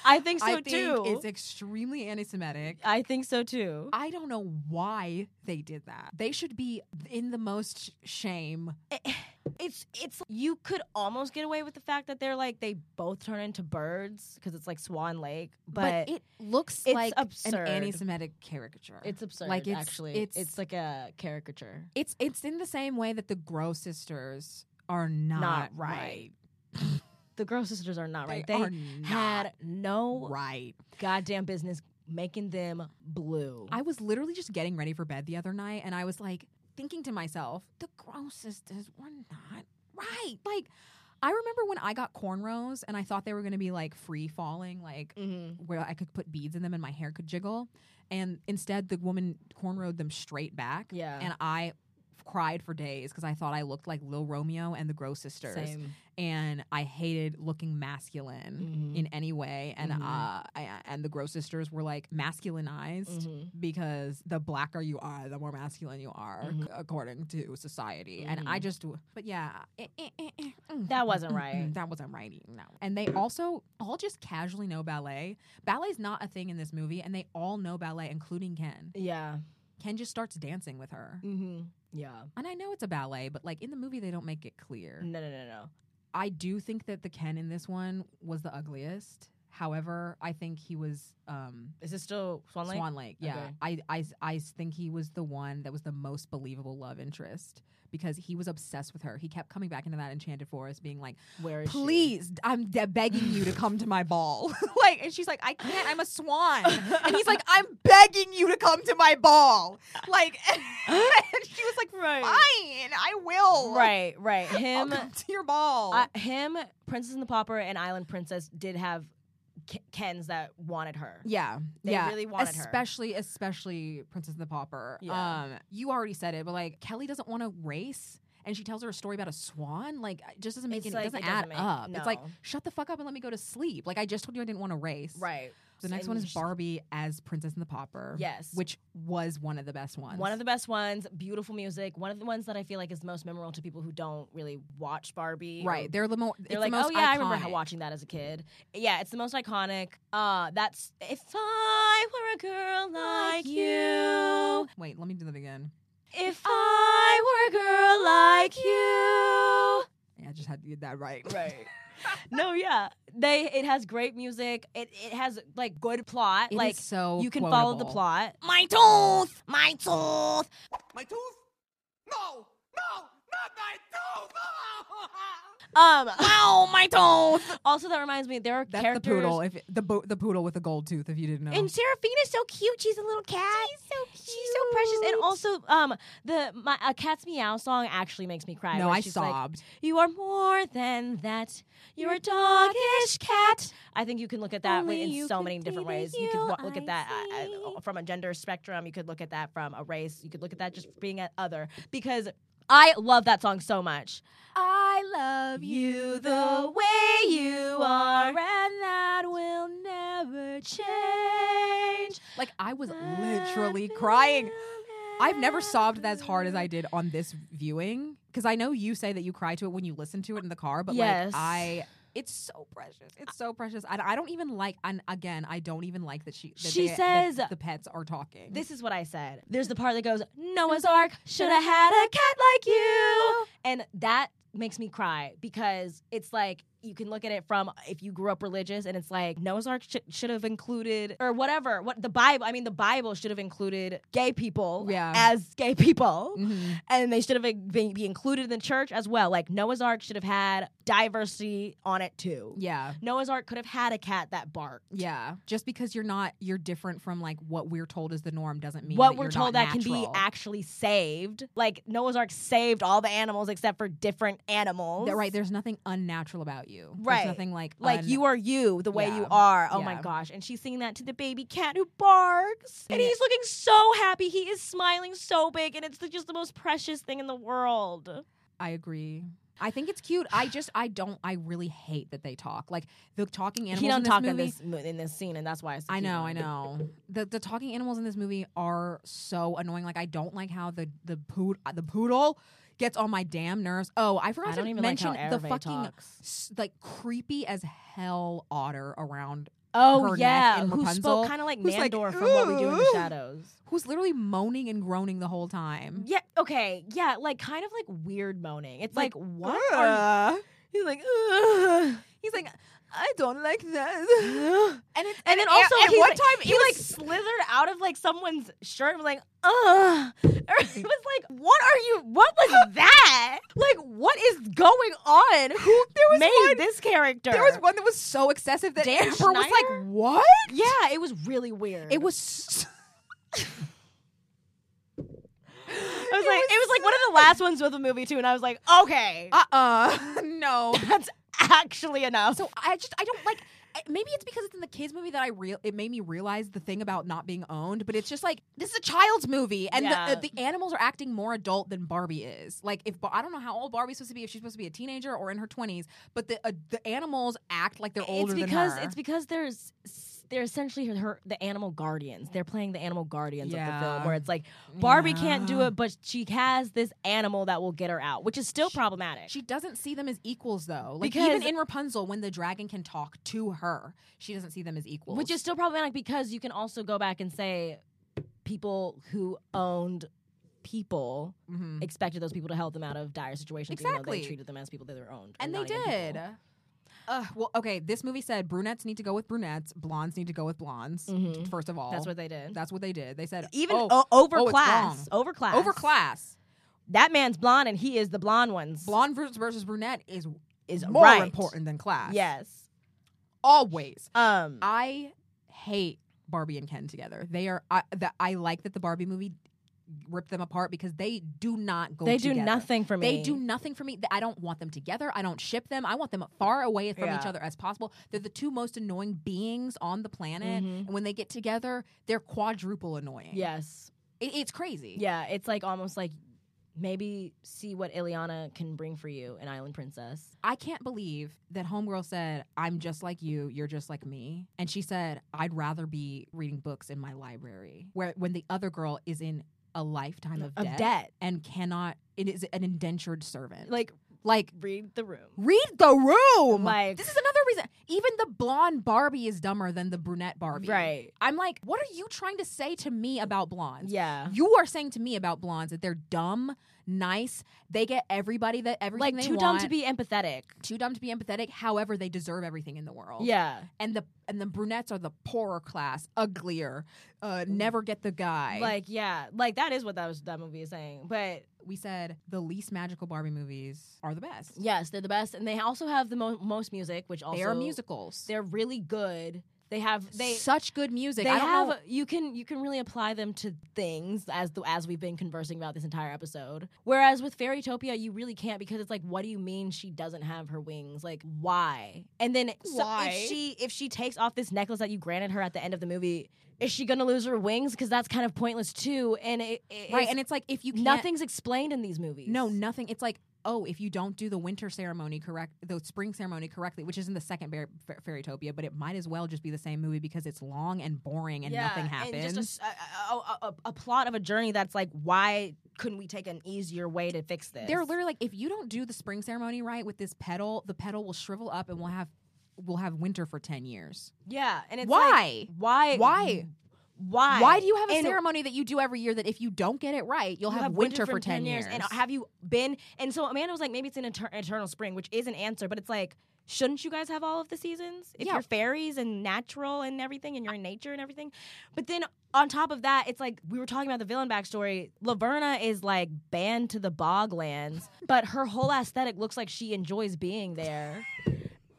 [SPEAKER 3] I think so
[SPEAKER 4] I think
[SPEAKER 3] too.
[SPEAKER 4] it's extremely anti-Semitic.
[SPEAKER 3] I think so too.
[SPEAKER 4] I don't know why they did that. They should be in the most shame.
[SPEAKER 3] eh, It's it's you could almost get away with the fact that they're like they both turn into birds because it's like Swan Lake, but,
[SPEAKER 5] But, it looks
[SPEAKER 3] it's
[SPEAKER 5] like
[SPEAKER 3] absurd.
[SPEAKER 4] an anti-Semitic caricature.
[SPEAKER 3] it's absurd.
[SPEAKER 4] Like it's,
[SPEAKER 3] actually,
[SPEAKER 4] it's
[SPEAKER 3] it's, like a caricature.
[SPEAKER 4] it's it's in the same way that the Gross sisters are not,
[SPEAKER 3] Not right.
[SPEAKER 4] right.
[SPEAKER 3] The Girl Sisters are not right.
[SPEAKER 4] They
[SPEAKER 3] They,
[SPEAKER 4] are not
[SPEAKER 3] had no
[SPEAKER 4] right.
[SPEAKER 3] goddamn business making them blue.
[SPEAKER 4] I was literally just getting ready for bed the other night and I was like thinking to myself, the gross sisters were not right. Like, I remember when I got cornrows and I thought they were going to be like free falling, like where I could put beads in them and my hair could jiggle. And instead, the woman cornrowed them straight back.
[SPEAKER 3] Yeah.
[SPEAKER 4] And I f- cried for days because I thought I looked like Lil Romeo and the Gross Sisters.
[SPEAKER 3] Same. Mm-hmm.
[SPEAKER 4] And I hated looking masculine in any way. And uh, I, and the Gross Sisters were like masculinized
[SPEAKER 3] Mm-hmm.
[SPEAKER 4] because the blacker you are, the more masculine you are,
[SPEAKER 3] Mm-hmm.
[SPEAKER 4] c- according to society. And I just, but yeah, eh, eh, eh, eh, mm,
[SPEAKER 3] That wasn't
[SPEAKER 4] mm,
[SPEAKER 3] right.
[SPEAKER 4] mm, That wasn't right. No. And they also all just casually know ballet. Ballet's not a thing in this movie, and they all know ballet, including Ken.
[SPEAKER 3] yeah.
[SPEAKER 4] Ken just starts dancing with her.
[SPEAKER 3] Mm-hmm. Yeah.
[SPEAKER 4] And I know it's a ballet, but like in the movie, they don't make it clear.
[SPEAKER 3] No, no, no, no.
[SPEAKER 4] I do think that the Ken in this one was the ugliest. However, I think he was um,
[SPEAKER 3] Is this still Swan Lake?
[SPEAKER 4] Swan Lake. Yeah,
[SPEAKER 3] Okay.
[SPEAKER 4] I, I I think he was the one that was the most believable love interest because he was obsessed with her. He kept coming back into that enchanted forest, being like,
[SPEAKER 3] Where is she?
[SPEAKER 4] Please, I'm de- begging you to come to my ball." like, and she's like, "I can't. I'm a swan." and he's like, "I'm begging you to come to my ball." Like, and, she was like,
[SPEAKER 3] Right.
[SPEAKER 4] "Fine, I will."
[SPEAKER 3] Right, right.
[SPEAKER 4] I'll
[SPEAKER 3] Him,
[SPEAKER 4] come to your ball.
[SPEAKER 3] uh, him, Princess and the Pauper, and Island Princess did have K- Kens that wanted her.
[SPEAKER 4] Yeah,
[SPEAKER 3] They
[SPEAKER 4] yeah.
[SPEAKER 3] really wanted her.
[SPEAKER 4] especially, especially Princess and the Pauper.
[SPEAKER 3] Yeah.
[SPEAKER 4] Um, you already said it, but like Kelly doesn't want to race, and she tells her a story about a swan. Like, it just doesn't make
[SPEAKER 3] It's
[SPEAKER 4] any,
[SPEAKER 3] like,
[SPEAKER 4] it doesn't
[SPEAKER 3] it doesn't
[SPEAKER 4] add
[SPEAKER 3] make-
[SPEAKER 4] up. It's like
[SPEAKER 3] no.
[SPEAKER 4] shut the fuck up and let me go to sleep. Like I just told you I didn't want to race.
[SPEAKER 3] Right.
[SPEAKER 4] The next
[SPEAKER 3] And
[SPEAKER 4] one
[SPEAKER 3] you
[SPEAKER 4] is
[SPEAKER 3] sh-
[SPEAKER 4] Barbie as Princess and the Pauper.
[SPEAKER 3] Yes.
[SPEAKER 4] which was one of the best ones.
[SPEAKER 3] One of the best ones, beautiful music. One of the ones that I feel like is most memorable to people who don't really watch Barbie. or
[SPEAKER 4] right. They're the mo- it's
[SPEAKER 3] They're
[SPEAKER 4] the
[SPEAKER 3] like,
[SPEAKER 4] most
[SPEAKER 3] oh yeah, I remember
[SPEAKER 4] iconic.
[SPEAKER 3] how- watching that as a kid. Yeah, it's the most iconic. Uh, that's if I were a girl like you.
[SPEAKER 4] Wait, let me do that again.
[SPEAKER 3] If I were a girl like you.
[SPEAKER 4] Yeah, I just had to get that right.
[SPEAKER 3] Right. no, yeah. They it has great music. It it has like good plot.
[SPEAKER 4] It
[SPEAKER 3] like
[SPEAKER 4] is so
[SPEAKER 3] you can follow the
[SPEAKER 4] quotable.
[SPEAKER 3] plot. My tooth, my tooth.
[SPEAKER 6] My tooth? No! No! Not my tooth!
[SPEAKER 3] Um, wow, my tooth. Also, that reminds me, there are
[SPEAKER 4] That's
[SPEAKER 3] characters.
[SPEAKER 4] the poodle. If the bo- the poodle with the gold tooth. If you didn't know.
[SPEAKER 3] And Seraphina's so cute. She's a little cat. She's so cute. She's so precious. And also, um, the my a cat's meow song actually makes me cry.
[SPEAKER 4] no,
[SPEAKER 3] where
[SPEAKER 4] I
[SPEAKER 3] she's like,
[SPEAKER 4] sobbed.
[SPEAKER 3] you are more than that. You're a doggish cat. I think you can look at that
[SPEAKER 5] Only
[SPEAKER 3] way in
[SPEAKER 5] you
[SPEAKER 3] so
[SPEAKER 5] can
[SPEAKER 3] many different
[SPEAKER 5] be the
[SPEAKER 3] ways. You could
[SPEAKER 5] you
[SPEAKER 3] wa- look
[SPEAKER 5] I
[SPEAKER 3] at that uh,
[SPEAKER 5] see.
[SPEAKER 3] uh, from a gender spectrum. You could look at that from a race. You could look at that just being an other. Because I love that song so much. I love you the way you are, and that will never change.
[SPEAKER 4] Like I was literally crying. I've never sobbed as hard as I did on this viewing because I know you say that you cry to it when you listen to it in the car, but
[SPEAKER 3] Yes.
[SPEAKER 4] like I, it's so precious. It's so precious. I, I don't even like. And again, I don't even like that she. That
[SPEAKER 3] She
[SPEAKER 4] they- that
[SPEAKER 3] says-
[SPEAKER 4] the pets are talking.
[SPEAKER 3] This is what I said. There's the part that goes, Noah's Ark should have had a cat like you. And that makes me cry because it's like, you can look at it from if you grew up religious and it's like Noah's Ark sh- should have included or whatever. What the Bible, I mean, the Bible should have included gay people
[SPEAKER 4] Yeah.
[SPEAKER 3] as gay people.
[SPEAKER 4] Mhm.
[SPEAKER 3] And they should have been, be included in the church as well. Like Noah's Ark should have had diversity on it too.
[SPEAKER 4] Yeah.
[SPEAKER 3] Noah's Ark could have had a cat that barked.
[SPEAKER 4] Yeah, just because you're not, you're different from like what we're told is the norm doesn't mean
[SPEAKER 3] what
[SPEAKER 4] that
[SPEAKER 3] we're
[SPEAKER 4] you're
[SPEAKER 3] told
[SPEAKER 4] not
[SPEAKER 3] that can be
[SPEAKER 4] natural.
[SPEAKER 3] actually saved. Like Noah's Ark saved all the animals except for different animals.
[SPEAKER 4] That- right, there's nothing unnatural about you. There's
[SPEAKER 3] Right.
[SPEAKER 4] nothing like
[SPEAKER 3] Like
[SPEAKER 4] un-
[SPEAKER 3] you are you, the way you
[SPEAKER 4] Yeah.
[SPEAKER 3] are. Oh my
[SPEAKER 4] Yeah.
[SPEAKER 3] gosh. And she's singing that to the baby cat who barks. And he's looking so happy. He is smiling so big. And it's the, just the most precious thing in the world.
[SPEAKER 4] I agree. I think it's cute. I just I don't I really hate that they talk. Like the talking animals
[SPEAKER 3] he
[SPEAKER 4] in
[SPEAKER 3] don't
[SPEAKER 4] this
[SPEAKER 3] talk
[SPEAKER 4] movie.
[SPEAKER 3] in this mo- in this scene, and that's why it's
[SPEAKER 4] I know, I know. The the talking animals in this movie are so annoying. Like I don't like how the the pood uh, the poodle gets on my damn nerves. Oh, I forgot
[SPEAKER 3] I don't
[SPEAKER 4] to
[SPEAKER 3] even like
[SPEAKER 4] mention
[SPEAKER 3] how
[SPEAKER 4] the
[SPEAKER 3] Hervé
[SPEAKER 4] fucking
[SPEAKER 3] talks.
[SPEAKER 4] s- like creepy as hell otter around uh,
[SPEAKER 3] Oh
[SPEAKER 4] her
[SPEAKER 3] yeah,
[SPEAKER 4] neck in
[SPEAKER 3] who
[SPEAKER 4] Rapunzel,
[SPEAKER 3] spoke kind of like
[SPEAKER 4] who's
[SPEAKER 3] Nandor from What We Do in the
[SPEAKER 4] "Ooh,"
[SPEAKER 3] Shadows.
[SPEAKER 4] who's literally moaning and groaning the whole time.
[SPEAKER 3] Yeah. Okay. Yeah. Like kind of like weird moaning. It's like, what?
[SPEAKER 4] Uh,
[SPEAKER 3] Are you? He's like, Ugh.
[SPEAKER 4] he's like, I don't like that. and it's,
[SPEAKER 3] and then also
[SPEAKER 4] at
[SPEAKER 3] he's
[SPEAKER 4] one
[SPEAKER 3] like-
[SPEAKER 4] time
[SPEAKER 3] he
[SPEAKER 4] it
[SPEAKER 3] like
[SPEAKER 4] was-
[SPEAKER 3] slithered out of like someone's shirt and was like, ugh. Or it was like, what are you? What was that? Like, what is going on? Who
[SPEAKER 4] there was
[SPEAKER 3] made
[SPEAKER 4] one-
[SPEAKER 3] this character?
[SPEAKER 4] There was one that was so excessive that
[SPEAKER 3] Dan
[SPEAKER 4] Amber was
[SPEAKER 3] Schneider?
[SPEAKER 4] like, "What?"
[SPEAKER 3] Yeah, it was really weird.
[SPEAKER 4] It was. s-
[SPEAKER 3] I was Uh, like, it was like one of the last ones with the movie too, and I was like, okay,
[SPEAKER 4] Uh-uh. No.
[SPEAKER 3] that's actually enough.
[SPEAKER 4] So I just I don't like I- maybe it's because it's in the kids movie that I real it made me realize the thing about not being owned, but it's just like this is a child's movie and
[SPEAKER 3] Yeah.
[SPEAKER 4] the, uh, the animals are acting more adult than Barbie is. Like if Bar- I don't know how old Barbie's supposed to be if she's supposed to be a teenager or in her 20s, but the uh, the animals act like they're older
[SPEAKER 3] it's because
[SPEAKER 4] than her.
[SPEAKER 3] it's because there's they're essentially her, her- the animal guardians. They're playing the animal guardians of the film,
[SPEAKER 4] Yeah.
[SPEAKER 3] where it's like Barbie can't do
[SPEAKER 4] Yeah.
[SPEAKER 3] it, but she has this animal that will get her out, which is still problematic.
[SPEAKER 4] She doesn't see them as equals though. Like even
[SPEAKER 3] Because-
[SPEAKER 4] in Rapunzel when the dragon can talk to her, she doesn't see them as equals.
[SPEAKER 3] which is still problematic because you can also go back and say people who owned people
[SPEAKER 4] Mhm.
[SPEAKER 3] expected those people to help them out of dire situations, even though they
[SPEAKER 4] Exactly.
[SPEAKER 3] treated them as people that they were owned,
[SPEAKER 4] and they
[SPEAKER 3] not even people.
[SPEAKER 4] did. Ugh, well, okay. This movie said brunettes need to go with brunettes, blondes need to go with blondes. First of all,
[SPEAKER 3] Mm-hmm. That's what they did.
[SPEAKER 4] That's what they did. They said
[SPEAKER 3] even
[SPEAKER 4] oh,
[SPEAKER 3] o-
[SPEAKER 4] oh, it's
[SPEAKER 3] overclass,
[SPEAKER 4] wrong.
[SPEAKER 3] overclass,
[SPEAKER 4] overclass.
[SPEAKER 3] That man's blonde, and he is the blonde one's
[SPEAKER 4] Blonde versus, versus brunette is
[SPEAKER 3] Is
[SPEAKER 4] more
[SPEAKER 3] right.
[SPEAKER 4] important than class.
[SPEAKER 3] Yes.
[SPEAKER 4] always.
[SPEAKER 3] Um.
[SPEAKER 4] I hate Barbie and Ken together. They are. I, that I like that the Barbie movie ripped them apart because they do not go.
[SPEAKER 3] They do
[SPEAKER 4] together.
[SPEAKER 3] nothing for
[SPEAKER 4] They
[SPEAKER 3] me.
[SPEAKER 4] do nothing for me. Th- I don't want them together. I don't ship them. I want them far away from each
[SPEAKER 3] Yeah.
[SPEAKER 4] other as possible. They're the two most annoying beings on the planet,
[SPEAKER 3] Mm-hmm.
[SPEAKER 4] and when they get together, they're quadruple annoying.
[SPEAKER 3] yes.
[SPEAKER 4] It- it's crazy.
[SPEAKER 3] Yeah. It's like almost like maybe see what Ileana can bring for you, an island princess.
[SPEAKER 4] I can't believe that Homegirl said, I'm just like you, you're just like me. And she said, I'd rather be reading books in my library, where when the other girl is in a lifetime of,
[SPEAKER 3] Of
[SPEAKER 4] debt,
[SPEAKER 3] debt.
[SPEAKER 4] and cannot, it is an indentured servant.
[SPEAKER 3] Like
[SPEAKER 4] like,
[SPEAKER 3] read the room.
[SPEAKER 4] read the room.
[SPEAKER 3] Like-
[SPEAKER 4] this is another reason. Even the blonde Barbie is dumber than the brunette Barbie.
[SPEAKER 3] Right.
[SPEAKER 4] I'm like, what are you trying to say to me about blondes?
[SPEAKER 3] Yeah.
[SPEAKER 4] You are saying to me about blondes that they're dumb, nice, they get everybody that everything
[SPEAKER 3] Like
[SPEAKER 4] they
[SPEAKER 3] too dumb to
[SPEAKER 4] want
[SPEAKER 3] be empathetic.
[SPEAKER 4] too dumb to be empathetic. However, they deserve everything in the world.
[SPEAKER 3] Yeah.
[SPEAKER 4] And the and the brunettes are the poorer class, uglier, uh, never get the guy.
[SPEAKER 3] Mm-hmm. Like yeah. Like that is what that was that movie is saying. But
[SPEAKER 4] we said, the least magical Barbie movies are the best.
[SPEAKER 3] yes, they're the best, and they also have the mo- most music, which also
[SPEAKER 4] they are musicals.
[SPEAKER 3] They're really good. They have they
[SPEAKER 4] such good music.
[SPEAKER 3] they
[SPEAKER 4] I don't
[SPEAKER 3] have
[SPEAKER 4] know-
[SPEAKER 3] you can you can really apply them to things as the as we've been conversing about this entire episode whereas with fairytopia you really can't because it's like what do you mean she doesn't have her wings like why and then so
[SPEAKER 4] Why?
[SPEAKER 3] if she if she takes off this necklace that you granted her at the end of the movie is she gonna lose her wings because that's kind of pointless too and it, it-
[SPEAKER 4] right, and it's like if you can't,
[SPEAKER 3] nothing's explained in these movies
[SPEAKER 4] No, nothing. It's like oh, if you don't do the winter ceremony correct, the spring ceremony correctly, which is in the second Bar- Fa- Fairytopia, but it might as well just be the same movie because it's long and boring and nothing happens.
[SPEAKER 3] And just a s- a, a- a- a- a plot of a journey that's like, why couldn't we take an easier way to fix this?
[SPEAKER 4] They're literally like, if you don't do the spring ceremony right with this petal, the petal will shrivel up and we'll have we'll have winter for ten years.
[SPEAKER 3] Yeah, and it's
[SPEAKER 4] Why?
[SPEAKER 3] like, why,
[SPEAKER 4] Why?
[SPEAKER 3] why,
[SPEAKER 4] Why do you have a
[SPEAKER 3] And
[SPEAKER 4] ceremony that you do every year that if you don't get it right, you'll
[SPEAKER 3] you
[SPEAKER 4] have, winter, for ten years?
[SPEAKER 3] And have you been? And so Amanda was like, maybe it's an eter- eternal spring, which is an answer, but it's like. Shouldn't you guys have all of the seasons if
[SPEAKER 4] Yeah.
[SPEAKER 3] you're fairies and natural and everything, and you're in nature and everything? But then on top of that, it's like we were talking about the villain backstory. Laverna is like banned to the boglands, but her whole aesthetic looks like she enjoys being there.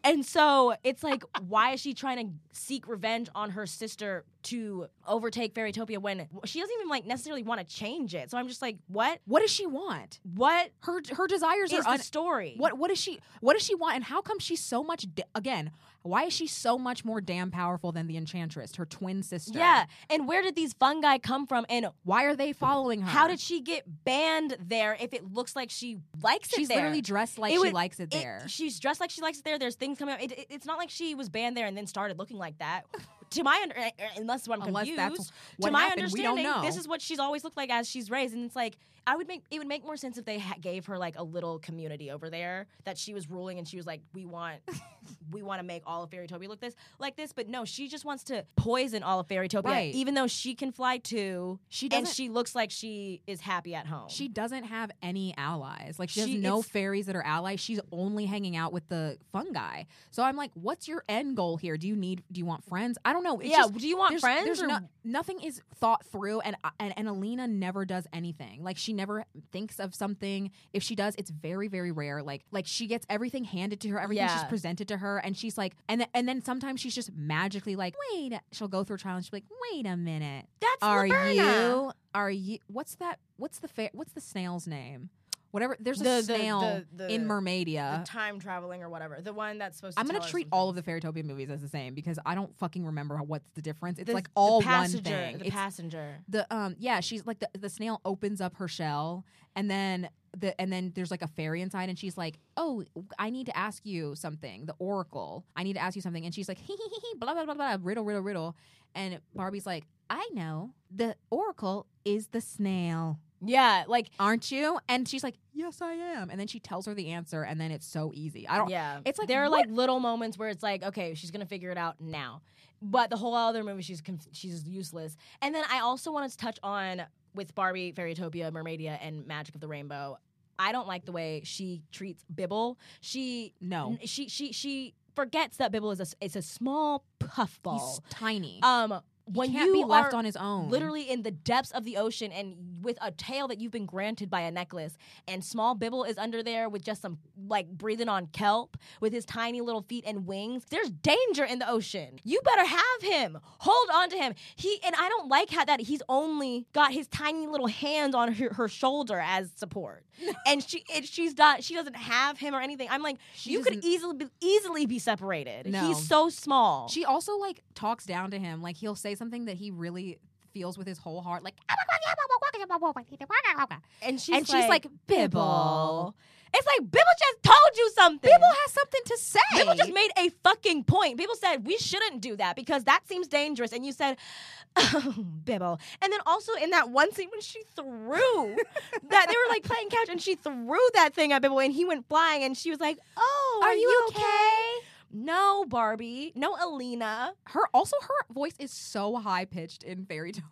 [SPEAKER 3] And so it's like, why is she trying to seek revenge on her sister to overtake Fairytopia when she doesn't even like necessarily want to change it? So I'm just like, what?
[SPEAKER 4] what does she want?
[SPEAKER 3] What
[SPEAKER 4] Her her desires
[SPEAKER 3] is
[SPEAKER 4] are un-
[SPEAKER 3] the story?
[SPEAKER 4] What what does she what does she want and how come she's so much da- again? Why is she so much more damn powerful than the enchantress, her twin sister?
[SPEAKER 3] Yeah. And where did these fungi come from? And
[SPEAKER 4] Why are they following her?
[SPEAKER 3] how did she get banned there if it looks like she likes it
[SPEAKER 4] She's
[SPEAKER 3] there?
[SPEAKER 4] literally dressed like
[SPEAKER 3] It
[SPEAKER 4] she
[SPEAKER 3] would-
[SPEAKER 4] likes it there.
[SPEAKER 3] she's dressed like she likes it there. There's things coming up. It, it- it's not like she was banned there and then started looking like that. to my under, uh, unless I'm
[SPEAKER 4] Unless
[SPEAKER 3] confused.
[SPEAKER 4] that's what
[SPEAKER 3] to my
[SPEAKER 4] happened, we don't
[SPEAKER 3] understanding, this
[SPEAKER 4] know.
[SPEAKER 3] is what she's always looked like as she's raised, and it's like I would make it would make more sense if they ha- gave her like a little community over there that she was ruling and she was like, we want, we want to make all of Fairytopia look this like this, but no, she just wants to poison all of Fairytopia,
[SPEAKER 4] Right.
[SPEAKER 3] even though she can fly too.
[SPEAKER 4] She
[SPEAKER 3] and
[SPEAKER 4] doesn't-
[SPEAKER 3] she looks like she is happy at home.
[SPEAKER 4] She doesn't have any allies. Like she,
[SPEAKER 3] Um, She-
[SPEAKER 4] has no
[SPEAKER 3] it's-
[SPEAKER 4] fairies that are allies. She's only hanging out with the fungi. So I'm like, what's your end goal here? Do you need? Do you want friends? I don't know. It's
[SPEAKER 3] Yeah,
[SPEAKER 4] just-
[SPEAKER 3] do you want
[SPEAKER 4] there's-
[SPEAKER 3] friends
[SPEAKER 4] There's
[SPEAKER 3] or-
[SPEAKER 4] no, nothing is thought through, and, uh, and and Alina never does anything. Like she never thinks of something. If she does, it's very very rare. Like like she gets everything handed to her. Everything she's
[SPEAKER 3] Yeah.
[SPEAKER 4] presented to her, and she's like, and th- and then sometimes she's just magically like, wait. She'll go through a trial, and she'll be like, wait a minute.
[SPEAKER 3] That's
[SPEAKER 4] are
[SPEAKER 3] Laverna.
[SPEAKER 4] you are you what's that what's the fa- what's the snail's name whatever there's a
[SPEAKER 3] The- the-
[SPEAKER 4] snail
[SPEAKER 3] the-
[SPEAKER 4] in
[SPEAKER 3] the-
[SPEAKER 4] mermaidia
[SPEAKER 3] The time traveling or whatever, the one that's supposed. to
[SPEAKER 4] i'm gonna
[SPEAKER 3] tell her
[SPEAKER 4] treat
[SPEAKER 3] something.
[SPEAKER 4] all of the fairytopia movies as the same because i don't fucking remember how- what's the difference it's
[SPEAKER 3] The-
[SPEAKER 4] like all
[SPEAKER 3] the passenger,
[SPEAKER 4] one thing
[SPEAKER 3] The
[SPEAKER 4] It's
[SPEAKER 3] passenger.
[SPEAKER 4] the um yeah she's like the, the snail opens up her shell and then the and then there's like a fairy inside and she's like oh i need to ask you something the oracle i need to ask you something and she's like hee hee hee hee blah blah blah blah riddle riddle riddle and barbie's like i know the oracle is the snail
[SPEAKER 3] Yeah, like
[SPEAKER 4] aren't you? And she's like, yes, I am. And then she tells her the answer, and then it's so easy. I don't.
[SPEAKER 3] yeah.
[SPEAKER 4] It's like
[SPEAKER 3] there are
[SPEAKER 4] what-
[SPEAKER 3] like little moments where it's like, okay, she's gonna figure it out now, but the whole other movie she's conf- she's useless. And then I also wanted to touch on with Barbie, Fairytopia, Mermaidia, and Magic of the Rainbow. I don't like the way she treats Bibble. She
[SPEAKER 4] No.
[SPEAKER 3] she she she forgets that Bibble is a s- it's a small puffball.
[SPEAKER 4] he's tiny.
[SPEAKER 3] Um, when
[SPEAKER 4] can't
[SPEAKER 3] you
[SPEAKER 4] be left
[SPEAKER 3] are
[SPEAKER 4] on his own.
[SPEAKER 3] literally in the depths of the ocean, and with a tail that you've been granted by a necklace, and small Bibble is under there with just some like breathing on kelp with his tiny little feet and wings. There's danger in the ocean. You better have him. Hold on to him. He and I don't like how that he's only got his tiny little hand on her, her shoulder as support, and she and she's not she doesn't have him or anything. I'm like you could
[SPEAKER 4] doesn't-
[SPEAKER 3] easily be, easily be separated.
[SPEAKER 4] No.
[SPEAKER 3] He's so small.
[SPEAKER 4] she also like talks down to him. Like he'll say something that he really feels with his whole heart. Like,
[SPEAKER 3] And she's,
[SPEAKER 4] and she's like, Bibble.
[SPEAKER 3] It's like Bibble just told you something.
[SPEAKER 4] Bibble has something to say.
[SPEAKER 3] Bibble just made a fucking point. People said we shouldn't do that because that seems dangerous. And you said, "Oh, Bibble. And then also in that one scene when she threw that they were like playing catch and she threw that thing at Bibble and he went flying and she was like, Oh, are, you, okay? No, Barbie. No, Alina.
[SPEAKER 4] her also her voice is so high pitched in Fairytopia.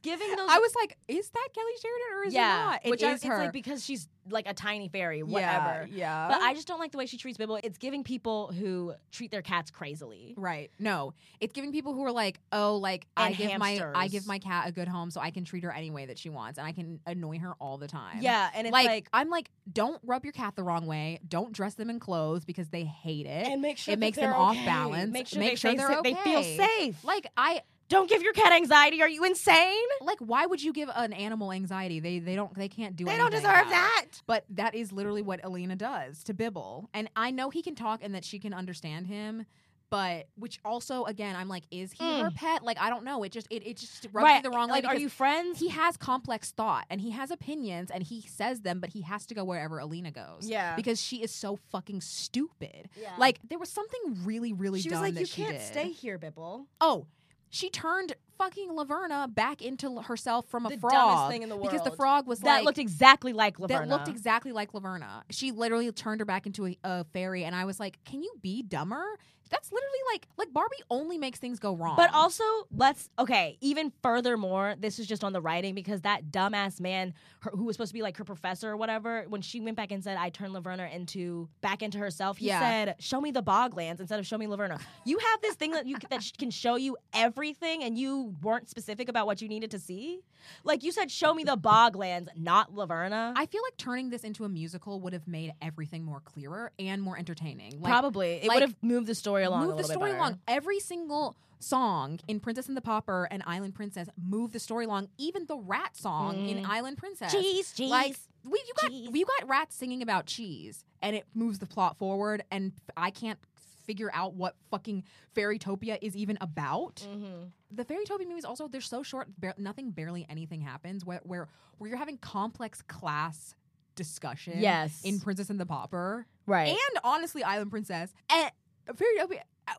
[SPEAKER 3] giving those.
[SPEAKER 4] I was like, is that Kelly Sheridan or is
[SPEAKER 3] yeah,
[SPEAKER 4] it not?
[SPEAKER 3] it
[SPEAKER 4] Which
[SPEAKER 3] is-
[SPEAKER 4] is her.
[SPEAKER 3] It's like because she's like a tiny fairy,
[SPEAKER 4] Yeah,
[SPEAKER 3] whatever.
[SPEAKER 4] yeah.
[SPEAKER 3] But I just don't like the way she treats Bibble. It's giving people who treat their cats crazily.
[SPEAKER 4] Right. No. It's giving people who are like, oh, like I
[SPEAKER 3] And
[SPEAKER 4] give my I
[SPEAKER 3] hamsters.
[SPEAKER 4] give my cat a good home so I can treat her any way that she wants and I can annoy her all the time.
[SPEAKER 3] Yeah, and it's
[SPEAKER 4] like,
[SPEAKER 3] like-
[SPEAKER 4] I'm like, don't rub your cat the wrong way. Don't dress them in clothes because they hate it.
[SPEAKER 3] And make sure
[SPEAKER 4] it
[SPEAKER 3] that
[SPEAKER 4] makes them
[SPEAKER 3] they're
[SPEAKER 4] off
[SPEAKER 3] okay.
[SPEAKER 4] balance.
[SPEAKER 3] Make sure they feel
[SPEAKER 4] they're
[SPEAKER 3] sa-
[SPEAKER 4] okay.
[SPEAKER 3] they feel safe.
[SPEAKER 4] Like I
[SPEAKER 3] Don't give your cat anxiety. Are you insane?
[SPEAKER 4] like why would you give an animal anxiety? They they don't they can't do
[SPEAKER 3] They don't
[SPEAKER 4] anything about
[SPEAKER 3] deserve
[SPEAKER 4] it.
[SPEAKER 3] that.
[SPEAKER 4] But that is literally what Alina does to Bibble. And I know he can talk and that she can understand him. But which also again, I'm like, is he her pet? Like I don't know. It just it, it just rubs me
[SPEAKER 3] Mm. Right.
[SPEAKER 4] the wrong way.
[SPEAKER 3] Like, are
[SPEAKER 4] because
[SPEAKER 3] you friends?
[SPEAKER 4] He has complex thought and he has opinions and he says them, but he has to go wherever Alina goes.
[SPEAKER 3] Yeah.
[SPEAKER 4] because she is so fucking stupid.
[SPEAKER 3] Yeah.
[SPEAKER 4] Like there was something really really
[SPEAKER 3] She was
[SPEAKER 4] dumb
[SPEAKER 3] like,
[SPEAKER 4] that
[SPEAKER 3] you
[SPEAKER 4] she
[SPEAKER 3] can't
[SPEAKER 4] did.
[SPEAKER 3] stay here, Bibble.
[SPEAKER 4] Oh, she turned fucking Laverna back into l- herself from a
[SPEAKER 3] The
[SPEAKER 4] frog.
[SPEAKER 3] dumbest thing in the world.
[SPEAKER 4] Because the frog was
[SPEAKER 3] that
[SPEAKER 4] like,
[SPEAKER 3] looked exactly like Laverna.
[SPEAKER 4] that looked exactly like Laverna. She literally turned her back into a, a fairy, and I was like, "Can you be dumber?" That's literally like like Barbie only makes things go wrong.
[SPEAKER 3] But also, let's okay. Even furthermore, this is just on the writing because that dumbass man her, who was supposed to be like her professor or whatever, when she went back and said, "I turned Laverna into back into herself," he
[SPEAKER 4] Yeah.
[SPEAKER 3] said, "Show me the boglands instead of show me Laverna." You have this thing that you that sh- can show you everything, and you weren't specific about what you needed to see. Like you said, "Show me the boglands," not Laverna.
[SPEAKER 4] I feel like turning this into a musical would have made everything more clearer and more entertaining. Like,
[SPEAKER 3] Probably it
[SPEAKER 4] like,
[SPEAKER 3] would have moved the story along. a
[SPEAKER 4] move the
[SPEAKER 3] little bit
[SPEAKER 4] story
[SPEAKER 3] better.
[SPEAKER 4] along. Every single song in Princess and the Pauper and Island Princess move the story along. Even the rat song
[SPEAKER 3] Mm.
[SPEAKER 4] in Island Princess.
[SPEAKER 3] Cheese, cheese,
[SPEAKER 4] Like we you got
[SPEAKER 3] cheese.
[SPEAKER 4] you got rats singing about cheese, and it moves the plot forward. And I can't figure out what fucking Fairytopia is even about.
[SPEAKER 3] Mm-hmm.
[SPEAKER 4] The Fairytopia movies also they're so short. Bar- nothing, barely anything happens. Where where where you're having complex class discussion.
[SPEAKER 3] Yes.
[SPEAKER 4] in Princess and the Pauper.
[SPEAKER 3] Right.
[SPEAKER 4] And honestly, Island Princess and Fairytopia. uh,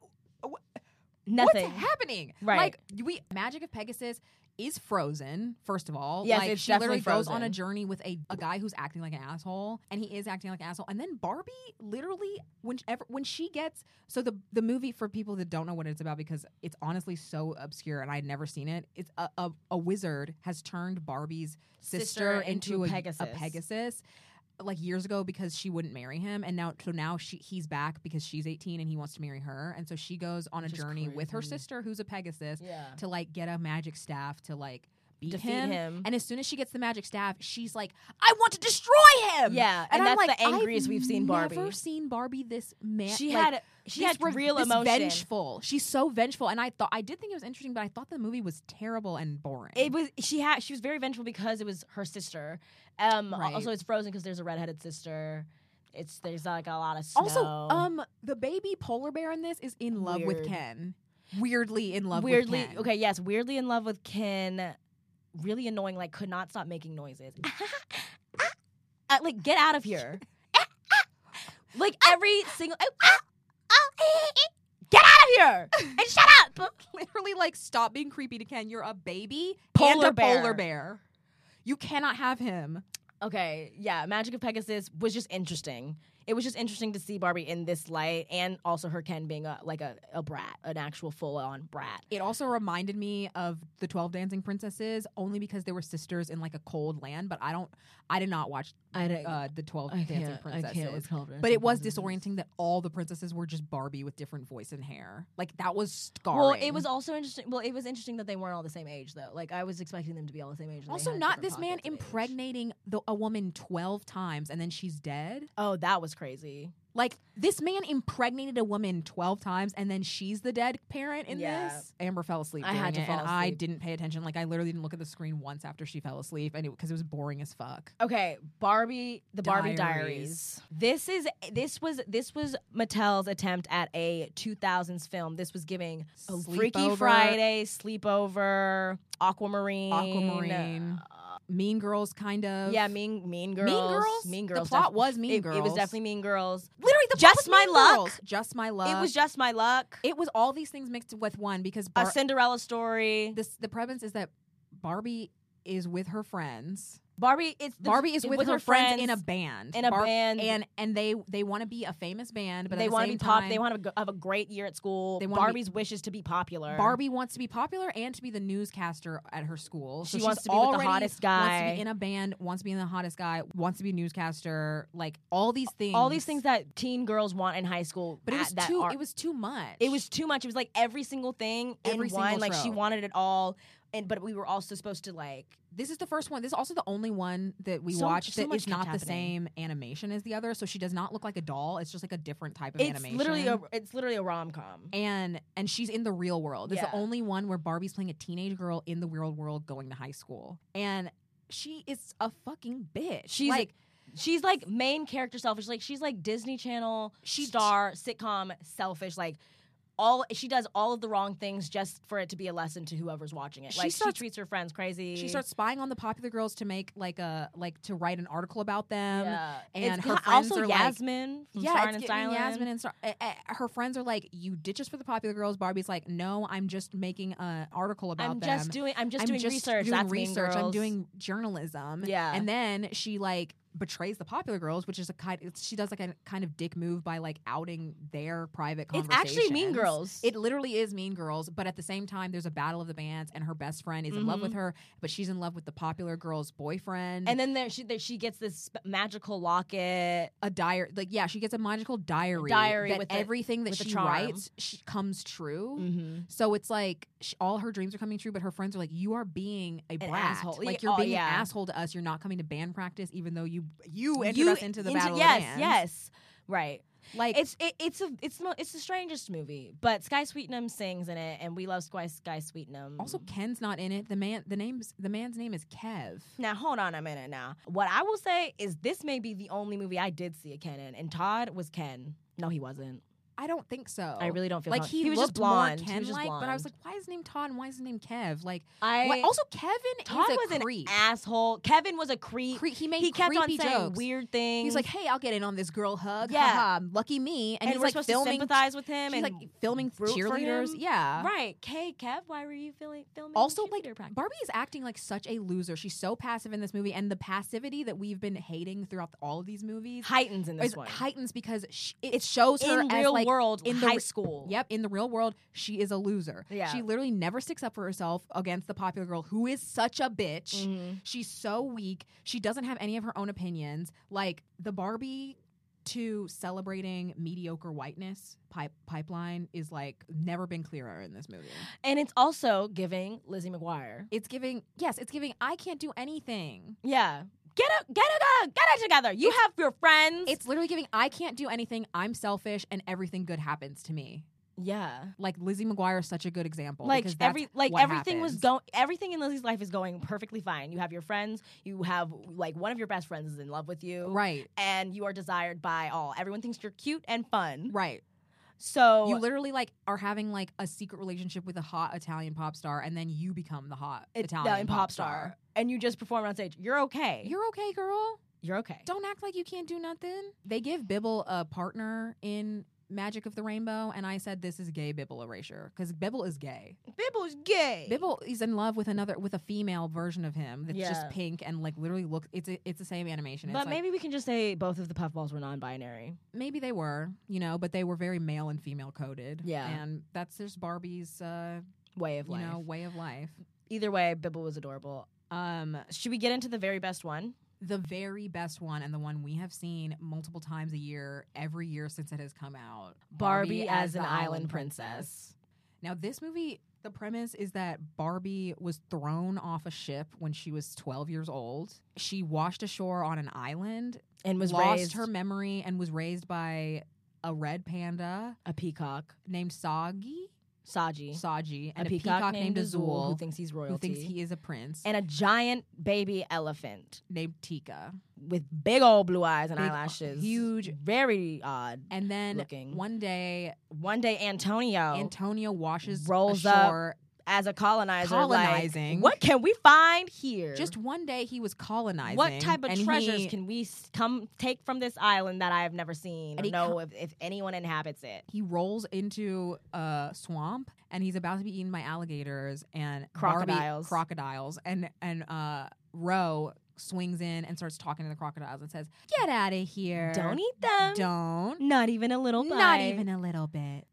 [SPEAKER 4] wh-
[SPEAKER 3] Nothing.
[SPEAKER 4] What's happening?
[SPEAKER 3] Right.
[SPEAKER 4] Like we Magic of Pegasus is frozen. First of all,
[SPEAKER 5] Yes,
[SPEAKER 4] like
[SPEAKER 5] it's
[SPEAKER 4] she literally
[SPEAKER 5] definitely
[SPEAKER 4] goes on a
[SPEAKER 5] Frozen.
[SPEAKER 4] journey with a, a guy who's acting like an asshole, and he is acting like an asshole. And then Barbie literally, whenever when she gets so the the movie for people that don't know what it's about because it's honestly so obscure and I'd never seen it. It's a a, a wizard has turned Barbie's sister,
[SPEAKER 3] Sister
[SPEAKER 4] into,
[SPEAKER 3] into
[SPEAKER 4] a
[SPEAKER 3] Pegasus.
[SPEAKER 4] a Pegasus like years ago because she wouldn't marry him and now so now she he's back because she's 18 and he wants to marry her and so she goes on a journey with her sister who's a pegasus
[SPEAKER 3] Yeah.
[SPEAKER 4] to like get a magic staff to like beat
[SPEAKER 3] Defeat him.
[SPEAKER 4] and as soon as she gets the magic staff she's like i want to destroy him
[SPEAKER 3] Yeah, and
[SPEAKER 4] I'm
[SPEAKER 3] that's
[SPEAKER 4] like,
[SPEAKER 3] the angriest
[SPEAKER 4] I've
[SPEAKER 3] we've seen Barbie.
[SPEAKER 4] never seen barbie this man
[SPEAKER 3] She
[SPEAKER 4] like,
[SPEAKER 3] had- she
[SPEAKER 4] this
[SPEAKER 3] had real
[SPEAKER 4] this
[SPEAKER 3] emotion.
[SPEAKER 4] vengeful she's so vengeful and i thought i did think it was interesting but i thought the movie was terrible and boring
[SPEAKER 3] It was she had she was very vengeful because it was her sister. Um
[SPEAKER 4] Right.
[SPEAKER 3] also it's frozen because there's a redheaded sister. It's there's like a lot of snow.
[SPEAKER 4] Also, um, the baby polar bear in this is in love with
[SPEAKER 3] Weird.
[SPEAKER 4] Ken. Weirdly in love
[SPEAKER 3] weirdly
[SPEAKER 4] with Ken.
[SPEAKER 3] okay, yes, weirdly in love with Ken. Really annoying, like could not stop making noises. Uh, like get out of here. like every single Get out of here and shut up.
[SPEAKER 4] Literally, like, stop being creepy to Ken. You're a baby and
[SPEAKER 3] Polar
[SPEAKER 4] a polar
[SPEAKER 3] bear.
[SPEAKER 4] bear. You cannot have him.
[SPEAKER 3] Okay, yeah, Magic of Pegasus was just interesting. It was just interesting to see Barbie in this light, and also her Ken being a, like a, a brat, an actual full on brat.
[SPEAKER 4] It also reminded me of the Twelve Dancing Princesses, only because they were sisters in like a cold land. But I don't, I did not watch
[SPEAKER 3] I don't-
[SPEAKER 4] uh, the Twelve
[SPEAKER 3] I
[SPEAKER 4] Dancing
[SPEAKER 3] can't- I can't
[SPEAKER 4] Princesses.
[SPEAKER 3] with 12
[SPEAKER 4] but
[SPEAKER 3] Dancing
[SPEAKER 4] it was disorienting that all the princesses were just Barbie with different voice and hair. Like that was scarring.
[SPEAKER 3] Well, it was also interesting. Well, it was interesting that they weren't all the same age, though. Like I was expecting them to be all the same age. and they
[SPEAKER 4] Also,
[SPEAKER 3] had
[SPEAKER 4] not
[SPEAKER 3] different
[SPEAKER 4] this man
[SPEAKER 3] pockets of age.
[SPEAKER 4] impregnating the, a woman 12 times and then she's dead.
[SPEAKER 3] Oh, that was crazy.
[SPEAKER 4] Like, this man impregnated a woman 12 times and then she's the dead parent in
[SPEAKER 3] Yeah.
[SPEAKER 4] this. Amber fell asleep.
[SPEAKER 3] I had
[SPEAKER 4] during
[SPEAKER 3] to
[SPEAKER 4] it,
[SPEAKER 3] fall
[SPEAKER 4] And I
[SPEAKER 3] asleep.
[SPEAKER 4] didn't pay attention. Like, I literally didn't look at the screen once after she fell asleep and because it, was boring as fuck.
[SPEAKER 3] Okay, Barbie, the Barbie
[SPEAKER 4] Diaries.
[SPEAKER 3] Diaries. This is this was this was Mattel's attempt at a 2000s film. This was giving Freaky
[SPEAKER 4] Sleepover.
[SPEAKER 3] Friday, Sleepover, Aquamarine,
[SPEAKER 4] Aquamarine. mean Girls, kind of.
[SPEAKER 3] Yeah, Mean Mean Girls.
[SPEAKER 4] Girls?
[SPEAKER 3] Mean
[SPEAKER 4] The
[SPEAKER 3] Girls.
[SPEAKER 4] plot
[SPEAKER 3] def-
[SPEAKER 4] was Mean
[SPEAKER 3] it- It was
[SPEAKER 4] Girls.
[SPEAKER 3] definitely Mean Girls.
[SPEAKER 4] Literally, the plot
[SPEAKER 3] Just
[SPEAKER 4] was
[SPEAKER 3] My
[SPEAKER 4] Mean
[SPEAKER 3] Luck.
[SPEAKER 4] Girls. Just my luck.
[SPEAKER 3] It was just my luck.
[SPEAKER 4] It was all these things mixed with one because
[SPEAKER 3] a
[SPEAKER 4] Bar-
[SPEAKER 3] Cinderella story.
[SPEAKER 4] this, the premise is that Barbie is with her friends.
[SPEAKER 3] Barbie. It's the-
[SPEAKER 4] Barbie is
[SPEAKER 3] it-
[SPEAKER 4] with, her, friends, in a band.
[SPEAKER 3] in a
[SPEAKER 4] Barb-
[SPEAKER 3] band.
[SPEAKER 4] and and they they want to be a famous band, but
[SPEAKER 3] they
[SPEAKER 4] want
[SPEAKER 3] want to be pop. They want to have a great year at school.
[SPEAKER 4] They wanna be-
[SPEAKER 3] Barbie's wishes to be popular.
[SPEAKER 4] Barbie wants to be popular and to be the newscaster at her school. So
[SPEAKER 3] She
[SPEAKER 4] she's
[SPEAKER 3] wants to be with the
[SPEAKER 4] already-
[SPEAKER 3] hottest
[SPEAKER 4] Wants to
[SPEAKER 3] guy.
[SPEAKER 4] be in a band. Wants to be in the hottest guy. Wants to be a newscaster. Like all these things.
[SPEAKER 3] All these things that teen girls want in high school.
[SPEAKER 4] But it
[SPEAKER 3] at-
[SPEAKER 4] was
[SPEAKER 3] that
[SPEAKER 4] too.
[SPEAKER 3] are-
[SPEAKER 4] it was too much.
[SPEAKER 3] It was too much. It was like every single thing
[SPEAKER 4] Every
[SPEAKER 3] in
[SPEAKER 4] single
[SPEAKER 3] one. Like she
[SPEAKER 4] trope.
[SPEAKER 3] wanted it all, and but we were also supposed to like.
[SPEAKER 4] This is the first one. This is also the only one that we
[SPEAKER 3] So-
[SPEAKER 4] watched
[SPEAKER 3] so
[SPEAKER 4] that
[SPEAKER 3] much
[SPEAKER 4] is not
[SPEAKER 3] kept
[SPEAKER 4] the
[SPEAKER 3] happening.
[SPEAKER 4] same animation as the other. So she does not look like a doll. It's just like a different type of
[SPEAKER 3] It's
[SPEAKER 4] animation.
[SPEAKER 3] literally a. It's literally a rom com.
[SPEAKER 4] and and she's in the real world. It's the
[SPEAKER 3] Yeah.
[SPEAKER 4] only one where Barbie's playing a teenage girl in the real world going to high school. And she is a fucking bitch.
[SPEAKER 3] She's
[SPEAKER 4] like
[SPEAKER 3] like, she's like main character selfish. Like she's like Disney Channel star sitcom selfish. Like all she does all of the wrong things just for it to be a lesson to whoever's watching it.
[SPEAKER 4] She
[SPEAKER 3] Like she,
[SPEAKER 4] starts-
[SPEAKER 3] treats her friends crazy.
[SPEAKER 4] she starts spying on the popular girls to make like a like to write an article about them.
[SPEAKER 3] Yeah.
[SPEAKER 4] And
[SPEAKER 3] It's
[SPEAKER 4] her
[SPEAKER 3] got-
[SPEAKER 4] friends
[SPEAKER 3] also
[SPEAKER 4] are like
[SPEAKER 3] Yasmin from
[SPEAKER 4] yeah,
[SPEAKER 3] Starin
[SPEAKER 4] it's
[SPEAKER 3] and
[SPEAKER 4] giving
[SPEAKER 3] Stylin.
[SPEAKER 4] Yasmin and Star- uh, uh, her friends are like, "You did just for the popular girls." Barbie's like, "No, I'm just making an article about
[SPEAKER 3] I'm
[SPEAKER 4] them.
[SPEAKER 3] just doing- I'm just doing research.
[SPEAKER 4] doing
[SPEAKER 3] That's Mean
[SPEAKER 4] research. I'm
[SPEAKER 3] Girls."
[SPEAKER 4] doing journalism."
[SPEAKER 3] Yeah.
[SPEAKER 4] and then she like betrays the popular girls, which is a kind. It's, she does like a kind of dick move by like outing their private.
[SPEAKER 3] It's
[SPEAKER 4] Conversations.
[SPEAKER 3] actually Mean Girls.
[SPEAKER 4] It literally is Mean Girls, but at the same time, there's a battle of the bands, and her best friend is in love with her, but she's in love with the popular girl's boyfriend.
[SPEAKER 3] Mm-hmm. and then there, she there, she gets this sp- magical locket.
[SPEAKER 4] a diary like yeah she gets a magical diary
[SPEAKER 3] Diary
[SPEAKER 4] that
[SPEAKER 3] with the-
[SPEAKER 4] everything that
[SPEAKER 3] with the
[SPEAKER 4] she
[SPEAKER 3] charm. Mm-hmm.
[SPEAKER 4] writes she comes true so it's like sh all her dreams are coming true but her friends are like you are being a brat
[SPEAKER 3] asshole.
[SPEAKER 4] like
[SPEAKER 3] Yeah,
[SPEAKER 4] you're
[SPEAKER 3] oh,
[SPEAKER 4] being
[SPEAKER 3] yeah.
[SPEAKER 4] an asshole to us you're not coming to band practice even though you you entered
[SPEAKER 3] You-
[SPEAKER 4] us into the battle
[SPEAKER 3] yes,
[SPEAKER 4] of the bands.
[SPEAKER 3] yes, right.
[SPEAKER 4] like
[SPEAKER 3] It's it, it's a it's the mo- it's the strangest movie, but Sky Sweetnam sings in it, and we love Sky Sky Sweetnam.
[SPEAKER 4] also ken's not in it the man the name's the man's name is kev
[SPEAKER 3] Now hold on a minute. Now, what I will say is this may be the only movie I did see a Ken in, and Todd was Ken. No, he wasn't.
[SPEAKER 4] I don't think so.
[SPEAKER 3] I really don't feel
[SPEAKER 4] like
[SPEAKER 3] con-
[SPEAKER 4] he,
[SPEAKER 3] he was just
[SPEAKER 4] looked more
[SPEAKER 3] blonde. He was just
[SPEAKER 4] Ken-like, but I was like,
[SPEAKER 3] blonde.
[SPEAKER 4] why is his name Todd and why is his name Kev? Like,
[SPEAKER 3] I-
[SPEAKER 4] why- also Kevin
[SPEAKER 3] Todd
[SPEAKER 4] is a
[SPEAKER 3] was an
[SPEAKER 4] creep.
[SPEAKER 3] asshole. Kevin was a creep.
[SPEAKER 4] Cre- he made
[SPEAKER 3] he kept on
[SPEAKER 4] creepy
[SPEAKER 3] saying
[SPEAKER 4] jokes.
[SPEAKER 3] weird things.
[SPEAKER 4] He's like, hey, I'll get in on this girl hug.
[SPEAKER 3] Yeah.
[SPEAKER 4] Yeah, lucky me. And,
[SPEAKER 3] and,
[SPEAKER 4] he's
[SPEAKER 3] we're
[SPEAKER 4] like
[SPEAKER 3] supposed
[SPEAKER 4] filming
[SPEAKER 3] to sympathize with him
[SPEAKER 4] she's,
[SPEAKER 3] and
[SPEAKER 4] like, filming
[SPEAKER 3] root for
[SPEAKER 4] cheerleaders.
[SPEAKER 3] him.
[SPEAKER 4] Yeah.
[SPEAKER 3] right. Hey, Kev, why were you feeling filming?
[SPEAKER 4] also like
[SPEAKER 3] cheerleader practice?
[SPEAKER 4] Barbie is acting like such a loser. She's so passive in this movie, and the passivity that we've been hating throughout all of these movies
[SPEAKER 3] heightens in this
[SPEAKER 4] is
[SPEAKER 3] one.
[SPEAKER 4] heightens because sh it shows her
[SPEAKER 3] in
[SPEAKER 4] as,
[SPEAKER 3] real
[SPEAKER 4] like,
[SPEAKER 3] world
[SPEAKER 4] in the
[SPEAKER 3] high
[SPEAKER 4] re-
[SPEAKER 3] school.
[SPEAKER 4] Yep, in the real world, she is a loser.
[SPEAKER 3] Yeah.
[SPEAKER 4] she literally never sticks up for herself against the popular girl who is such a bitch.
[SPEAKER 3] Mm-hmm.
[SPEAKER 4] She's so weak. She doesn't have any of her own opinions. Like the Barbie to celebrating mediocre whiteness pipe, pipeline is like never been clearer in this movie.
[SPEAKER 3] and it's also giving Lizzie McGuire.
[SPEAKER 4] It's giving yes, it's giving I can't do anything.
[SPEAKER 3] Yeah, get it, get it, get it together. You have your friends.
[SPEAKER 4] It's literally giving I can't do anything. I'm selfish and everything good happens to me.
[SPEAKER 3] yeah.
[SPEAKER 4] Like Lizzie McGuire is such a good example.
[SPEAKER 3] Like
[SPEAKER 4] because that's
[SPEAKER 3] every like
[SPEAKER 4] what
[SPEAKER 3] everything was
[SPEAKER 4] happens.
[SPEAKER 3] going everything in Lizzie's life is going perfectly fine. You have your friends, you have like one of your best friends is in love with you.
[SPEAKER 4] right,
[SPEAKER 3] And you are desired by all. Everyone thinks you're cute and fun.
[SPEAKER 4] right.
[SPEAKER 3] So
[SPEAKER 4] You literally like are having like a secret relationship with a hot Italian pop star, and then you become the hot
[SPEAKER 3] it's
[SPEAKER 4] Italian
[SPEAKER 3] Italian pop star. And you just perform on stage. You're okay.
[SPEAKER 4] You're okay, girl.
[SPEAKER 3] You're okay.
[SPEAKER 4] Don't act like you can't do nothing. They give Bibble a partner in Magic of the Rainbow, and I said this is gay Bibble erasure because Bibble is gay.
[SPEAKER 3] Bibble's gay.
[SPEAKER 4] Bibble is in love with another with a female version of him that's
[SPEAKER 3] Yeah.
[SPEAKER 4] just pink and like literally look. It's a, it's the same animation. It's
[SPEAKER 3] But
[SPEAKER 4] like-
[SPEAKER 3] maybe we can just say both of the puffballs were non-binary.
[SPEAKER 4] maybe they were, you know, but they were very male and female coded.
[SPEAKER 3] Yeah.
[SPEAKER 4] and that's just Barbie's, uh,
[SPEAKER 3] Way of
[SPEAKER 4] you
[SPEAKER 3] life.
[SPEAKER 4] know, way of life.
[SPEAKER 3] Either way, Bibble was adorable.
[SPEAKER 4] Um,
[SPEAKER 3] Should we get into the very best one?
[SPEAKER 4] the very best one and the one we have seen multiple times a year, every year since it has come out.
[SPEAKER 3] Barbie, as, an
[SPEAKER 4] the
[SPEAKER 3] island, princess.
[SPEAKER 4] Now, this movie, the premise is that Barbie was thrown off a ship when she was 12 years old. She washed ashore on an island,
[SPEAKER 3] And was
[SPEAKER 4] lost
[SPEAKER 3] raised
[SPEAKER 4] her memory, and was raised by a red panda
[SPEAKER 3] a peacock,
[SPEAKER 4] named Soggy.
[SPEAKER 3] Saji,
[SPEAKER 4] Saji
[SPEAKER 3] and
[SPEAKER 4] and a, peacock, named Azul,
[SPEAKER 3] who thinks he's royalty,
[SPEAKER 4] who thinks he is a prince,
[SPEAKER 3] and a giant baby elephant
[SPEAKER 4] named Tika.
[SPEAKER 3] with big old blue eyes and
[SPEAKER 4] Big,
[SPEAKER 3] eyelashes,
[SPEAKER 4] huge-
[SPEAKER 3] very odd.
[SPEAKER 4] And then
[SPEAKER 3] Looking.
[SPEAKER 4] one day,
[SPEAKER 3] One day, Antonio,
[SPEAKER 4] Antonio washes
[SPEAKER 3] Oh. Rolls up.
[SPEAKER 4] ashore.
[SPEAKER 3] as a colonizer, like,
[SPEAKER 4] Colonizing.
[SPEAKER 3] what can we find here?
[SPEAKER 4] Just one day, he was colonizing.
[SPEAKER 3] what type of
[SPEAKER 4] and
[SPEAKER 3] treasures
[SPEAKER 4] he,
[SPEAKER 3] can we s- come take from this island that I have never seen?
[SPEAKER 4] And
[SPEAKER 3] Or
[SPEAKER 4] he
[SPEAKER 3] know if, if anyone inhabits it.
[SPEAKER 4] He rolls into a swamp and he's about to be eaten by alligators and Barbie,
[SPEAKER 3] Crocodiles.
[SPEAKER 4] crocodiles, and and uh, Ro swings in and starts talking to the crocodiles and says, "Get out of here!
[SPEAKER 3] Don't eat them.
[SPEAKER 4] Don't."
[SPEAKER 3] Not even a little bite.
[SPEAKER 4] Not even a little bit.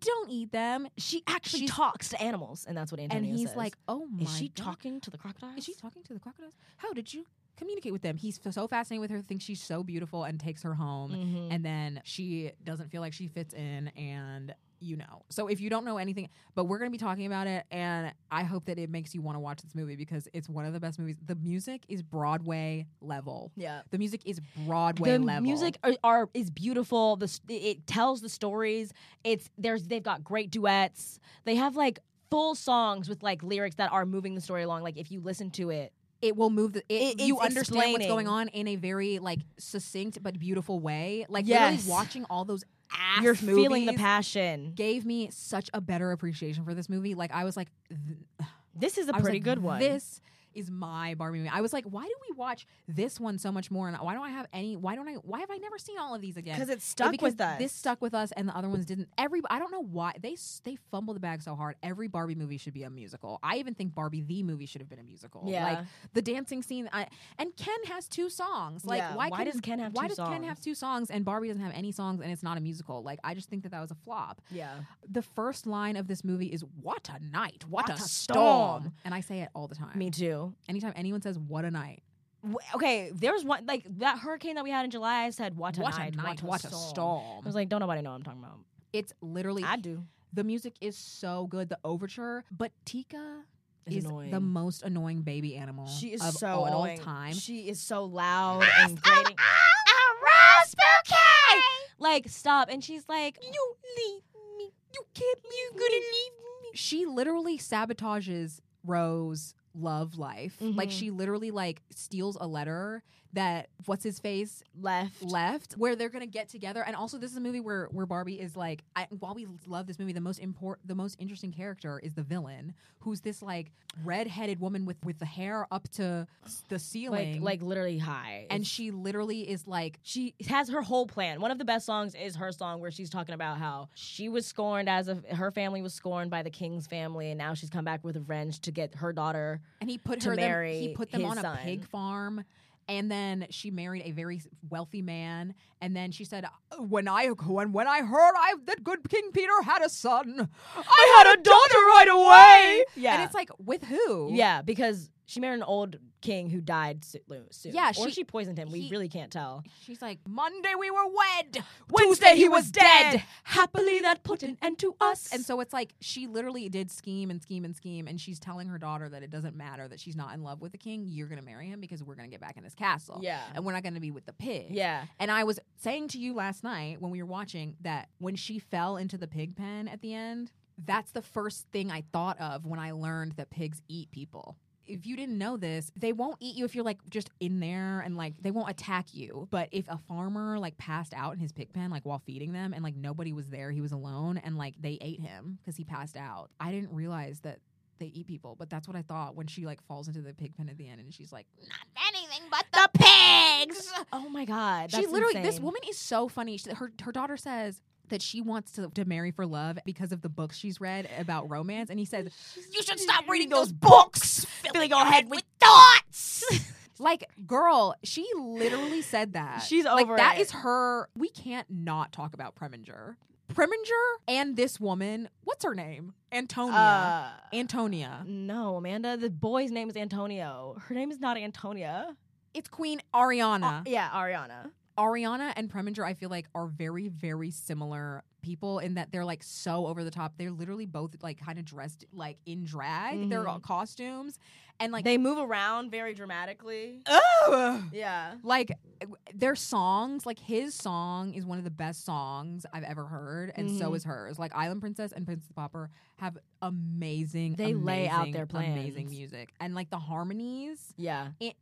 [SPEAKER 4] Don't eat them.
[SPEAKER 3] She actually
[SPEAKER 4] She's-
[SPEAKER 3] talks to animals, and that's what
[SPEAKER 4] and
[SPEAKER 3] Antonio
[SPEAKER 4] he's
[SPEAKER 3] says.
[SPEAKER 4] like, "Oh my!
[SPEAKER 3] Is she
[SPEAKER 4] God.
[SPEAKER 3] talking to the crocodile?
[SPEAKER 4] Is she talking to the crocodiles? How did you communicate with them?" He's f- so fascinated with her, thinks she's so beautiful, and takes her home.
[SPEAKER 3] Mm-hmm.
[SPEAKER 4] And then she doesn't feel like she fits in, and you know. So if you don't know anything, but we're gonna be talking about it, and I hope that it makes you want to watch this movie because it's one of the best movies. The music is Broadway level.
[SPEAKER 3] Yeah.
[SPEAKER 4] the music is Broadway
[SPEAKER 3] the
[SPEAKER 4] level.
[SPEAKER 3] music are, are is beautiful. The s- it tells the stories. It's there's they've got great duets. They have like full songs with like lyrics that are moving the story along. Like if you listen to it,
[SPEAKER 4] it will move the it,
[SPEAKER 3] It-
[SPEAKER 4] you
[SPEAKER 3] it's
[SPEAKER 4] understand what's
[SPEAKER 3] explaining.
[SPEAKER 4] going on in a very like succinct but beautiful way like
[SPEAKER 3] Yes.
[SPEAKER 4] literally watching all those ass
[SPEAKER 3] you're feeling the
[SPEAKER 4] movies
[SPEAKER 3] passion.
[SPEAKER 4] gave me such a better appreciation for this movie like i was like th-
[SPEAKER 3] This is a
[SPEAKER 4] I was
[SPEAKER 3] pretty
[SPEAKER 4] like,
[SPEAKER 3] good one.
[SPEAKER 4] this is my barbie movie i was like why do we watch this one so much more and why don't i have any why don't i why have i never seen all of these again
[SPEAKER 3] 'Cause it stuck
[SPEAKER 4] because
[SPEAKER 3] with us.
[SPEAKER 4] this stuck with us and the other ones didn't every i don't know why they s- they fumbled the bag so hard every barbie movie should be a musical i even think barbie the movie should have been a musical
[SPEAKER 3] Yeah.
[SPEAKER 4] like the dancing scene I, and ken has two songs like
[SPEAKER 3] Yeah,
[SPEAKER 4] why,
[SPEAKER 3] why
[SPEAKER 4] couldn't-
[SPEAKER 3] does Ken have
[SPEAKER 4] why
[SPEAKER 3] two
[SPEAKER 4] does ken have
[SPEAKER 3] songs?
[SPEAKER 4] two songs and barbie doesn't have any songs and it's not a musical like i just think that that was a flop
[SPEAKER 3] yeah.
[SPEAKER 4] the first line of this movie is "What a night, what,
[SPEAKER 3] What
[SPEAKER 4] a
[SPEAKER 3] a
[SPEAKER 4] storm.
[SPEAKER 3] storm.
[SPEAKER 4] and I say it all the time.
[SPEAKER 3] Me too.
[SPEAKER 4] Anytime anyone says "What a night,"
[SPEAKER 3] W- Okay, there was one like that hurricane that we had in July. I said, "What a
[SPEAKER 4] What a
[SPEAKER 3] night!
[SPEAKER 4] night, what
[SPEAKER 3] What a,
[SPEAKER 4] a
[SPEAKER 3] storm.
[SPEAKER 4] storm.
[SPEAKER 3] I was like, "Don't nobody know what I'm talking about."
[SPEAKER 4] it's literally
[SPEAKER 3] I do.
[SPEAKER 4] The music is so good, the overture, but Tika
[SPEAKER 3] Is
[SPEAKER 4] is
[SPEAKER 3] annoying.
[SPEAKER 4] the most annoying baby animal.
[SPEAKER 3] She is
[SPEAKER 4] of
[SPEAKER 3] so
[SPEAKER 4] all
[SPEAKER 3] annoying.
[SPEAKER 4] time. Ah,
[SPEAKER 3] She is so loud and grating. Like stop, and she's like, "You leave me. You can't. You're gonna leave me."
[SPEAKER 4] she literally sabotages Rose love life. Like
[SPEAKER 3] Mm-hmm.
[SPEAKER 4] she literally like steals a letter that what's his face
[SPEAKER 3] Left.
[SPEAKER 4] left where they're gonna get together and also this is a movie where where barbie is like I, while we love this movie the most important the most interesting character is the villain who's this like red-headed woman with with the hair up to s- the ceiling
[SPEAKER 3] Like, like literally high.
[SPEAKER 4] and
[SPEAKER 3] It's-
[SPEAKER 4] she literally is like
[SPEAKER 3] she has her whole plan. One of the best songs is her song where she's talking about how she was scorned as a, her family was scorned by the king's family, and now she's come back with revenge to get her daughter.
[SPEAKER 4] and he put
[SPEAKER 3] to
[SPEAKER 4] her them,
[SPEAKER 3] marry
[SPEAKER 4] he put them
[SPEAKER 3] his
[SPEAKER 4] on a
[SPEAKER 3] son.
[SPEAKER 4] pig farm and then she married a very wealthy man and then she said when i when, when i heard I, that good king peter had a son i had a daughter right away
[SPEAKER 3] Yeah.
[SPEAKER 4] and it's like with who
[SPEAKER 3] Yeah, because she married an old king who died so- soon.
[SPEAKER 4] Yeah,
[SPEAKER 3] or
[SPEAKER 4] she-
[SPEAKER 3] she poisoned him.
[SPEAKER 4] he-
[SPEAKER 3] we really can't tell.
[SPEAKER 4] She's like, Monday we were wed.
[SPEAKER 3] Wednesday he was dead. Happily that put an end to us.
[SPEAKER 4] And so it's like she literally did scheme and scheme and scheme, and she's telling her daughter that it doesn't matter that she's not in love with the king. You're gonna marry him because we're gonna get back in this castle.
[SPEAKER 3] Yeah.
[SPEAKER 4] and we're not gonna be with the pig.
[SPEAKER 3] Yeah.
[SPEAKER 4] And I was saying to you last night when we were watching that when she fell into the pig pen at the end, that's the first thing I thought of when I learned that pigs eat people. If you didn't know this, they won't eat you if you're like just in there and like they won't attack you. But if a farmer like passed out in his pig pen, like while feeding them and like nobody was there, he was alone and like they ate him because he passed out. I didn't realize that they eat people, but that's what I thought when she like falls into the pig pen at the end and she's like, not anything but the pigs
[SPEAKER 3] oh my god,
[SPEAKER 4] she
[SPEAKER 3] that's
[SPEAKER 4] literally this
[SPEAKER 3] insane.
[SPEAKER 4] woman is so funny. She, her her daughter says that she wants to, to marry for love because of the books she's read about romance, and he says you should stop reading those books, filling your head with thoughts. like, girl, she literally said that.
[SPEAKER 3] She's
[SPEAKER 4] like
[SPEAKER 3] over
[SPEAKER 4] that
[SPEAKER 3] it.
[SPEAKER 4] is her. We can't not talk about Preminger. Preminger and this woman, what's her name? Antonia.
[SPEAKER 3] Uh,
[SPEAKER 4] Antonia.
[SPEAKER 3] no, Amanda. The boy's name is Antonio. Her name is not Antonia.
[SPEAKER 4] It's Queen Ariana.
[SPEAKER 3] Uh, Yeah, Ariana.
[SPEAKER 4] Ariana and Preminger, I feel like, are very, very similar people in that they're like so over the top. They're literally both like kind of dressed like in drag. They're all costumes and like
[SPEAKER 3] Mm-hmm. They move around very dramatically.
[SPEAKER 4] Ugh!
[SPEAKER 3] Yeah.
[SPEAKER 4] like their songs. Like his song is one of the best songs I've ever heard, and
[SPEAKER 3] Mm-hmm.
[SPEAKER 4] so is hers. Like Island Princess and Princess Popper have amazing.
[SPEAKER 3] They lay out
[SPEAKER 4] amazing,
[SPEAKER 3] their
[SPEAKER 4] amazing
[SPEAKER 3] plans.
[SPEAKER 4] music and like the harmonies.
[SPEAKER 3] Yeah.
[SPEAKER 4] It,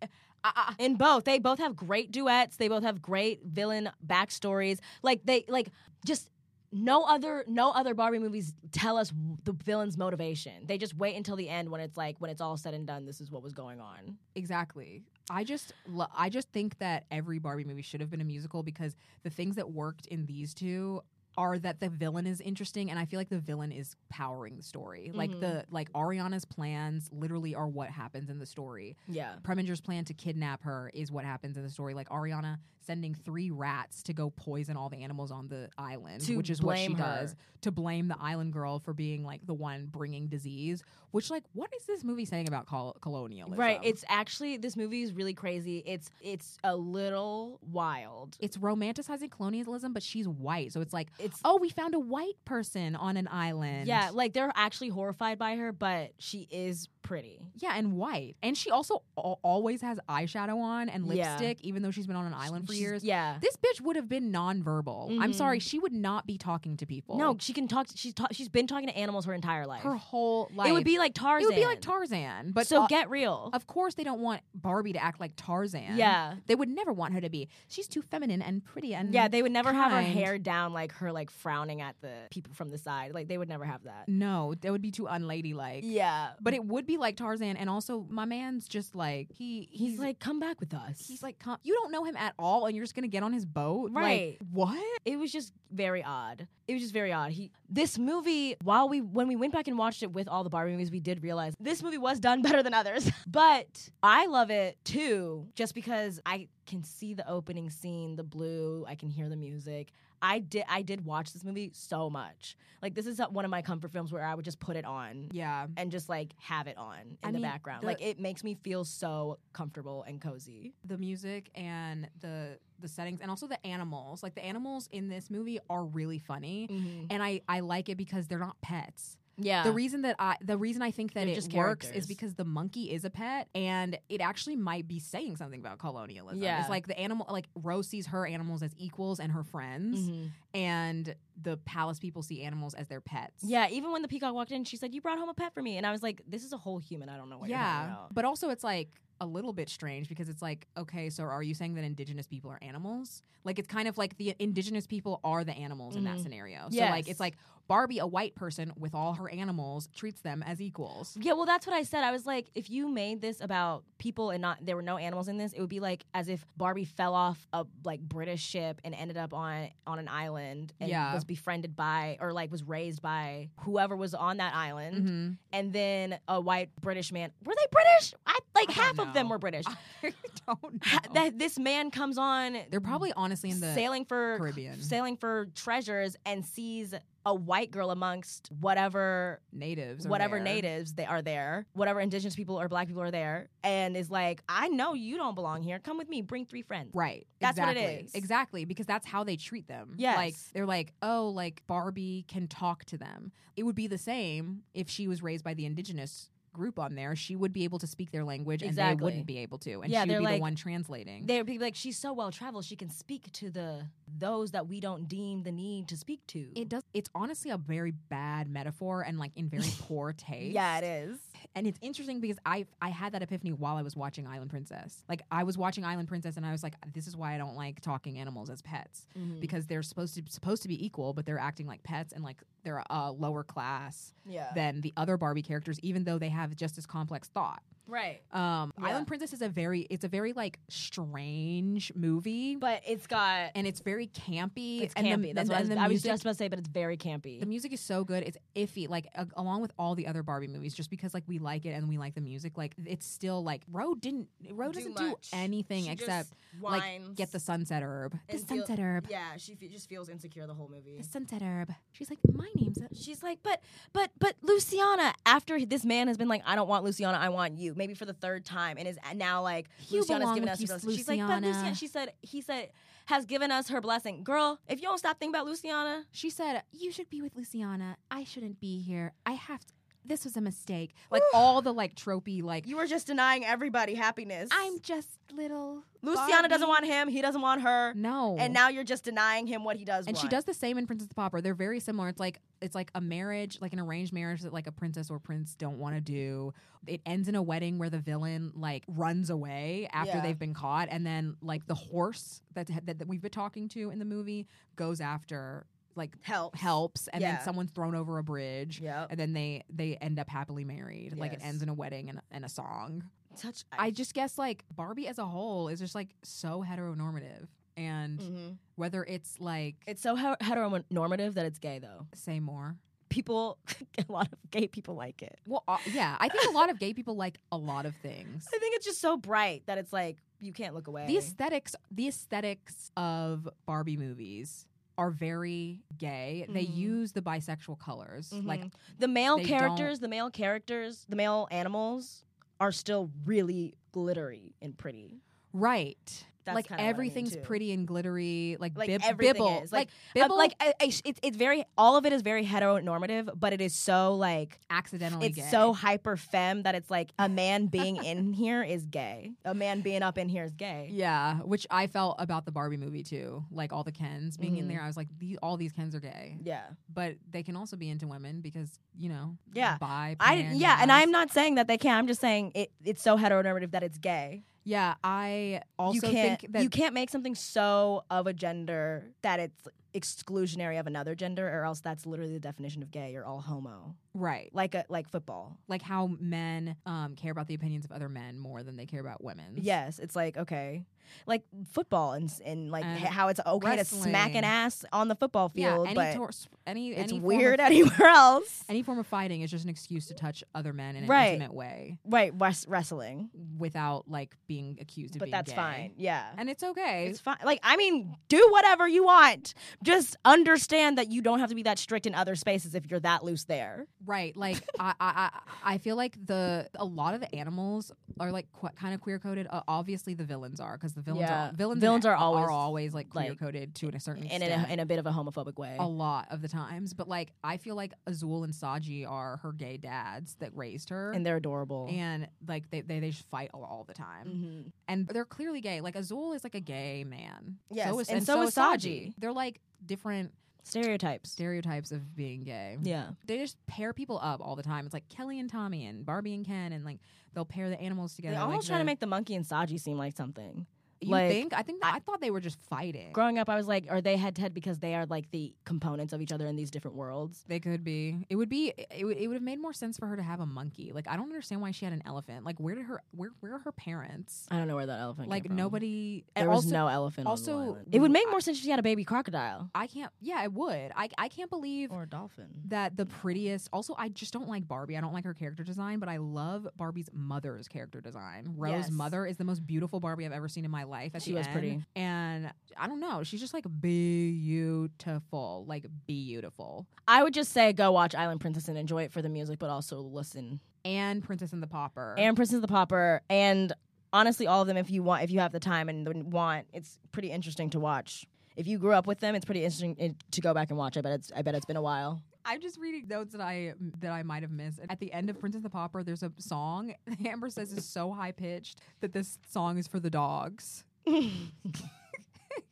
[SPEAKER 4] I- I-
[SPEAKER 3] In both, they both have great duets. They both have great villain backstories. Like they like just no other no other Barbie movies tell us the villain's motivation. They just wait until the end when it's like when it's all said and done. This is what was going on.
[SPEAKER 4] Exactly. I just lo- I just think that every Barbie movie should have been a musical because the things that worked in these two are that the villain is interesting and I feel like the villain is powering the story.
[SPEAKER 3] Mm-hmm.
[SPEAKER 4] Like the like Ariana's plans literally are what happens in the story.
[SPEAKER 3] Yeah.
[SPEAKER 4] Preminger's plan to kidnap her is what happens in the story. Like Ariana sending three rats to go poison all the animals on the island,
[SPEAKER 3] To
[SPEAKER 4] which is what she
[SPEAKER 3] blame her.
[SPEAKER 4] does to blame the island girl for being like the one bringing disease. Which like what is this movie saying about col- colonialism?
[SPEAKER 3] Right. It's actually this movie is really crazy. It's it's a little wild.
[SPEAKER 4] it's romanticizing colonialism, but she's white. So it's like,
[SPEAKER 3] It's-
[SPEAKER 4] oh, we found a white person on an island.
[SPEAKER 3] Yeah, like they're actually horrified by her, but she is pretty.
[SPEAKER 4] Yeah, and white. And she also al- always has eyeshadow on and
[SPEAKER 3] Yeah.
[SPEAKER 4] lipstick, even though she's been on an island for
[SPEAKER 3] She's-
[SPEAKER 4] years.
[SPEAKER 3] Yeah. Mm-hmm.
[SPEAKER 4] This bitch would have been nonverbal. I'm sorry, she would not be talking to people.
[SPEAKER 3] No, she can talk. She's ta- she's been talking to animals her entire life.
[SPEAKER 4] her whole life.
[SPEAKER 3] It would be like Tarzan.
[SPEAKER 4] It would be like Tarzan. But
[SPEAKER 3] so
[SPEAKER 4] uh,
[SPEAKER 3] get real.
[SPEAKER 4] Of course, they don't want Barbie to act like Tarzan.
[SPEAKER 3] Yeah.
[SPEAKER 4] they would never want her to be. She's too feminine and pretty and
[SPEAKER 3] Yeah, they would never have her
[SPEAKER 4] kind.
[SPEAKER 3] hair down like her like frowning at the people from the side. Like they would never have that.
[SPEAKER 4] No, that would be too unladylike.
[SPEAKER 3] Yeah.
[SPEAKER 4] But it would be like Tarzan, and also my man's just like he he's,
[SPEAKER 3] He's, like, come back with us.
[SPEAKER 4] he's like come, you don't know him at all, and you're just gonna get on his boat, Like,
[SPEAKER 3] Right.
[SPEAKER 4] what?
[SPEAKER 3] it was just very odd. It was just very odd. He this movie, while we when we went back and watched it with all the Barbie movies, we did realize this movie was done better than others. But I love it too, just because I can see the opening scene, the blue, I can hear the music. I did I did watch this movie so much. Like this is uh, one of my comfort films where I would just put it on.
[SPEAKER 4] Yeah,
[SPEAKER 3] and just like have it on in
[SPEAKER 4] I
[SPEAKER 3] the
[SPEAKER 4] mean,
[SPEAKER 3] background.
[SPEAKER 4] the-
[SPEAKER 3] like it makes me feel so comfortable and cozy.
[SPEAKER 4] the music and the the settings, and also the animals. Mm-hmm. Like the animals in this movie are really funny, and I I like it because they're not pets.
[SPEAKER 3] Mm-hmm. Yeah.
[SPEAKER 4] The reason that I the reason I think that
[SPEAKER 3] They're
[SPEAKER 4] it
[SPEAKER 3] just
[SPEAKER 4] works is
[SPEAKER 3] characters.
[SPEAKER 4] because the monkey is a pet and it actually might be saying something about colonialism.
[SPEAKER 3] Yeah.
[SPEAKER 4] It's like the animal like Rose sees her animals as equals and her friends
[SPEAKER 3] Mhm.
[SPEAKER 4] and the palace people see animals as their pets.
[SPEAKER 3] Yeah, even when the peacock walked in, she said, "You brought home a pet for me," and I was like, "This is a whole human. I don't know what you're talking
[SPEAKER 4] Yeah.
[SPEAKER 3] about."
[SPEAKER 4] But also it's like a little bit strange because it's like, okay, so are you saying that indigenous people are animals? Like it's kind of like the indigenous people are the animals in that scenario. So like
[SPEAKER 3] Mm-hmm. Yes.
[SPEAKER 4] it's like Barbie, a white person with all her animals, treats them as equals.
[SPEAKER 3] Yeah, well, that's what I said. I was like, if you made this about people and not there were no animals in this, it would be like as if Barbie fell off a like British ship and ended up on on an island and
[SPEAKER 4] Yeah.
[SPEAKER 3] was befriended by or like was raised by whoever was on that island,
[SPEAKER 4] Mm-hmm.
[SPEAKER 3] and then a white British man. Were they British? I like half of them were British.
[SPEAKER 4] I don't
[SPEAKER 3] Ha-
[SPEAKER 4] know.
[SPEAKER 3] that this man comes on
[SPEAKER 4] They're probably honestly in the
[SPEAKER 3] sailing for
[SPEAKER 4] Caribbean.
[SPEAKER 3] sailing for treasures and sees a white girl amongst whatever
[SPEAKER 4] natives, are
[SPEAKER 3] whatever
[SPEAKER 4] there.
[SPEAKER 3] natives they are there, whatever indigenous people or black people are there, and is like, I know you don't belong here. Come with me. Bring three friends.
[SPEAKER 4] Right.
[SPEAKER 3] That's what it
[SPEAKER 4] exactly.
[SPEAKER 3] is.
[SPEAKER 4] Exactly. Because that's how they treat them.
[SPEAKER 3] Yes.
[SPEAKER 4] Like they're like, oh, like Barbie can talk to them. It would be the same if she was raised by the indigenous group on there. She would be able to speak their language and they
[SPEAKER 3] Exactly.
[SPEAKER 4] wouldn't be able to. And
[SPEAKER 3] Yeah,
[SPEAKER 4] she would
[SPEAKER 3] they're
[SPEAKER 4] be
[SPEAKER 3] like-
[SPEAKER 4] the one translating.
[SPEAKER 3] They would be like, she's so well traveled. She can speak to the those that we don't deem the need to speak to.
[SPEAKER 4] it does it's honestly a very bad metaphor and like in very poor taste.
[SPEAKER 3] Yeah, it is.
[SPEAKER 4] and it's interesting because I I had that epiphany while I was watching Island Princess. Like I was watching Island Princess, and I was like, this is why I don't like talking animals as pets
[SPEAKER 3] Mm-hmm.
[SPEAKER 4] because they're supposed to supposed to be equal, but they're acting like pets and like they're a lower class
[SPEAKER 3] Yeah.
[SPEAKER 4] than the other Barbie characters, even though they have just as complex thought.
[SPEAKER 3] Right.
[SPEAKER 4] Um, Island Princess is a very it's a very like strange movie,
[SPEAKER 3] But it's got
[SPEAKER 4] and it's very campy.
[SPEAKER 3] it's
[SPEAKER 4] and the-
[SPEAKER 3] campy.
[SPEAKER 4] and
[SPEAKER 3] That's what I
[SPEAKER 4] and
[SPEAKER 3] was,
[SPEAKER 4] the
[SPEAKER 3] I was
[SPEAKER 4] music-
[SPEAKER 3] just about to say, but it's very campy.
[SPEAKER 4] the music is so good. It's iffy, like a- along with all the other Barbie movies, just because like we like it and we like the music. Like it's still like Ro didn't Ro doesn't do
[SPEAKER 3] much.
[SPEAKER 4] anything
[SPEAKER 3] She just
[SPEAKER 4] except like
[SPEAKER 3] whines
[SPEAKER 4] get the sunset herb, the sunset herb,
[SPEAKER 3] Yeah, she just feels insecure the whole movie.
[SPEAKER 4] the sunset herb. She's like, my name's a-"
[SPEAKER 3] She's like, but, but, but Luciana. After this man has been like, I don't want Luciana, I want you. Maybe for the third time, and is uh, now like,
[SPEAKER 4] You
[SPEAKER 3] Luciana's
[SPEAKER 4] belong
[SPEAKER 3] given
[SPEAKER 4] with
[SPEAKER 3] us
[SPEAKER 4] you,
[SPEAKER 3] her blessing. She's like, but Luciana.
[SPEAKER 4] Luciana.
[SPEAKER 3] She said, he said, has given us her blessing. Girl, if you don't stop thinking about Luciana,
[SPEAKER 4] She said, you should be with Luciana. I shouldn't be here. I have to. This was a mistake. Like all the like tropey like.
[SPEAKER 3] you are just denying everybody happiness.
[SPEAKER 4] I'm just little.
[SPEAKER 3] Luciana doesn't
[SPEAKER 4] Barbie."
[SPEAKER 3] want him. He doesn't want her.
[SPEAKER 4] No.
[SPEAKER 3] And now you're just denying him what he does.
[SPEAKER 4] and she
[SPEAKER 3] want.
[SPEAKER 4] does the same in Princess of the Popper. They're very similar. It's like it's like a marriage, like an arranged marriage that like a princess or prince don't want to do. It ends in a wedding where the villain like runs away after
[SPEAKER 3] Yeah.
[SPEAKER 4] they've been caught, and then like the horse that, that that we've been talking to in the movie goes after like
[SPEAKER 3] Helps.
[SPEAKER 4] helps, and
[SPEAKER 3] Yeah.
[SPEAKER 4] then someone's thrown over a bridge,
[SPEAKER 3] Yep.
[SPEAKER 4] and then they they end up happily married. Like it
[SPEAKER 3] Yes.
[SPEAKER 4] ends in a wedding and, and a song.
[SPEAKER 3] Such.
[SPEAKER 4] I just guess like Barbie as a whole is just like so heteronormative, and
[SPEAKER 3] Mm.
[SPEAKER 4] whether it's like
[SPEAKER 3] Mm-hmm. It's so he- heteronormative that it's gay though.
[SPEAKER 4] say more.
[SPEAKER 3] People, a lot of gay people like it.
[SPEAKER 4] Well, uh, yeah, I think a lot of gay people like a lot of things.
[SPEAKER 3] I think it's just so bright that it's like you can't look away.
[SPEAKER 4] The aesthetics, the aesthetics of Barbie movies are very gay. They
[SPEAKER 3] Mm-hmm.
[SPEAKER 4] use the bisexual colors, like
[SPEAKER 3] the male
[SPEAKER 4] they
[SPEAKER 3] characters, the male characters, the male animals are still really glittery and pretty.
[SPEAKER 4] right.
[SPEAKER 3] That's
[SPEAKER 4] like
[SPEAKER 3] kinda what I mean,
[SPEAKER 4] everything's
[SPEAKER 3] too.
[SPEAKER 4] pretty and glittery, like,
[SPEAKER 3] Like
[SPEAKER 4] bib-
[SPEAKER 3] everything
[SPEAKER 4] bibble,
[SPEAKER 3] is like
[SPEAKER 4] like
[SPEAKER 3] uh,
[SPEAKER 4] bibble,
[SPEAKER 3] like I, I, it's it's very all of it is very heteronormative, but it is so like
[SPEAKER 4] accidentally.
[SPEAKER 3] it's
[SPEAKER 4] gay.
[SPEAKER 3] so hyper femme that it's like a man being in here is gay, a man being up in here is gay.
[SPEAKER 4] yeah, which I felt about the Barbie movie too. Like all the Kens being in there, I was like, these, all these Kens are gay,
[SPEAKER 3] Mm-hmm. yeah.
[SPEAKER 4] but they can also be into women because you know,
[SPEAKER 3] Yeah.
[SPEAKER 4] bi.
[SPEAKER 3] I
[SPEAKER 4] pan,
[SPEAKER 3] yeah, and
[SPEAKER 4] trans.
[SPEAKER 3] I'm not saying that they can't. I'm just saying it, it's so heteronormative that it's gay.
[SPEAKER 4] Yeah, I also
[SPEAKER 3] you can't
[SPEAKER 4] think that
[SPEAKER 3] you can't make something so of a gender that it's exclusionary of another gender, or else that's literally the definition of gay. You're all homo,
[SPEAKER 4] right, like
[SPEAKER 3] like a like football.
[SPEAKER 4] like how men um, care about the opinions of other men more than they care about women.
[SPEAKER 3] Yes, it's like okay, like football and s- and like
[SPEAKER 4] And
[SPEAKER 3] h- how it's okay to smack
[SPEAKER 4] wrestling.
[SPEAKER 3] an ass on the football
[SPEAKER 4] yeah.
[SPEAKER 3] field,
[SPEAKER 4] Any
[SPEAKER 3] but
[SPEAKER 4] tor- s- any
[SPEAKER 3] it's
[SPEAKER 4] any form
[SPEAKER 3] weird
[SPEAKER 4] of-
[SPEAKER 3] anywhere else.
[SPEAKER 4] Any form of fighting is just an excuse to touch other men in an
[SPEAKER 3] Right.
[SPEAKER 4] intimate way
[SPEAKER 3] right, wes- wrestling,
[SPEAKER 4] without like being accused of
[SPEAKER 3] but
[SPEAKER 4] being
[SPEAKER 3] that's
[SPEAKER 4] gay.
[SPEAKER 3] fine. Yeah,
[SPEAKER 4] and it's okay.
[SPEAKER 3] It's fine. Like, I mean, do whatever you want. Just understand that you don't have to be that strict in other spaces if you're that loose there.
[SPEAKER 4] Right. Like I, I, I I feel like the a lot of the animals are like qu- kind of queer coded. Uh, obviously, the villains are because the villains
[SPEAKER 3] Yeah.
[SPEAKER 4] are villains.
[SPEAKER 3] Villains
[SPEAKER 4] and-
[SPEAKER 3] are always,
[SPEAKER 4] like
[SPEAKER 3] like,
[SPEAKER 4] queer coded to a certain
[SPEAKER 3] and in
[SPEAKER 4] extent.
[SPEAKER 3] a, in a bit of a homophobic way.
[SPEAKER 4] a lot of the times, but like I feel like Azul and Saji are her gay dads that raised her,
[SPEAKER 3] and they're adorable.
[SPEAKER 4] and like they they, they just fight all, all the time,
[SPEAKER 3] Mhm.
[SPEAKER 4] and they're clearly gay. Like Azul is like a gay man,
[SPEAKER 3] Yes,
[SPEAKER 4] so is,
[SPEAKER 3] and
[SPEAKER 4] and
[SPEAKER 3] so is Saji.
[SPEAKER 4] They're like different
[SPEAKER 3] Stereotypes.
[SPEAKER 4] stereotypes of being gay.
[SPEAKER 3] yeah.
[SPEAKER 4] They just pair people up all the time. It's like Kelly and Tommy and Barbie and Ken, and like they'll pair the animals together.
[SPEAKER 3] They're almost
[SPEAKER 4] like,
[SPEAKER 3] trying to
[SPEAKER 4] the-
[SPEAKER 3] make the monkey and Saji seem like something.
[SPEAKER 4] you
[SPEAKER 3] like,
[SPEAKER 4] think. I think I, thought they were just fighting.
[SPEAKER 3] Growing up, I was like, are they head to head because they are like the components of each other in these different worlds?
[SPEAKER 4] They could be. It would be. It would. It would have made more sense for her to have a monkey. Like I don't understand why she had an elephant. Like where did her? Where where are her parents?
[SPEAKER 3] I don't know where that elephant
[SPEAKER 4] Like
[SPEAKER 3] came from.
[SPEAKER 4] nobody.
[SPEAKER 3] There
[SPEAKER 4] and
[SPEAKER 3] was
[SPEAKER 4] also-
[SPEAKER 3] no elephant.
[SPEAKER 4] also,
[SPEAKER 3] on the island. it would make more sense if she had a baby crocodile
[SPEAKER 4] I can't. Yeah, it would. I I can't believe
[SPEAKER 3] a dolphin.
[SPEAKER 4] that the prettiest. Also, I just don't like Barbie. I don't like her character design, but I love Barbie's mother's character design. Rose
[SPEAKER 3] Yes.
[SPEAKER 4] mother is the most beautiful Barbie I've ever seen in my life. At
[SPEAKER 3] She
[SPEAKER 4] the
[SPEAKER 3] was
[SPEAKER 4] end.
[SPEAKER 3] pretty.
[SPEAKER 4] and I don't know. She's just like beautiful, like beautiful.
[SPEAKER 3] I would just say go watch Island Princess and enjoy it for the music, but also listen.
[SPEAKER 4] And Princess and the Pauper.
[SPEAKER 3] And Princess the Popper, and honestly, all of them. If you want, if you have the time and the want, it's pretty interesting to watch. If you grew up with them, it's pretty interesting eh, to go back and watch. I bet it's. I bet it's been a while.
[SPEAKER 4] I'm just reading notes that I that I might have missed. At the end of Princess and the Pauper, there's a song Amber says is so high pitched that this song is for the dogs. and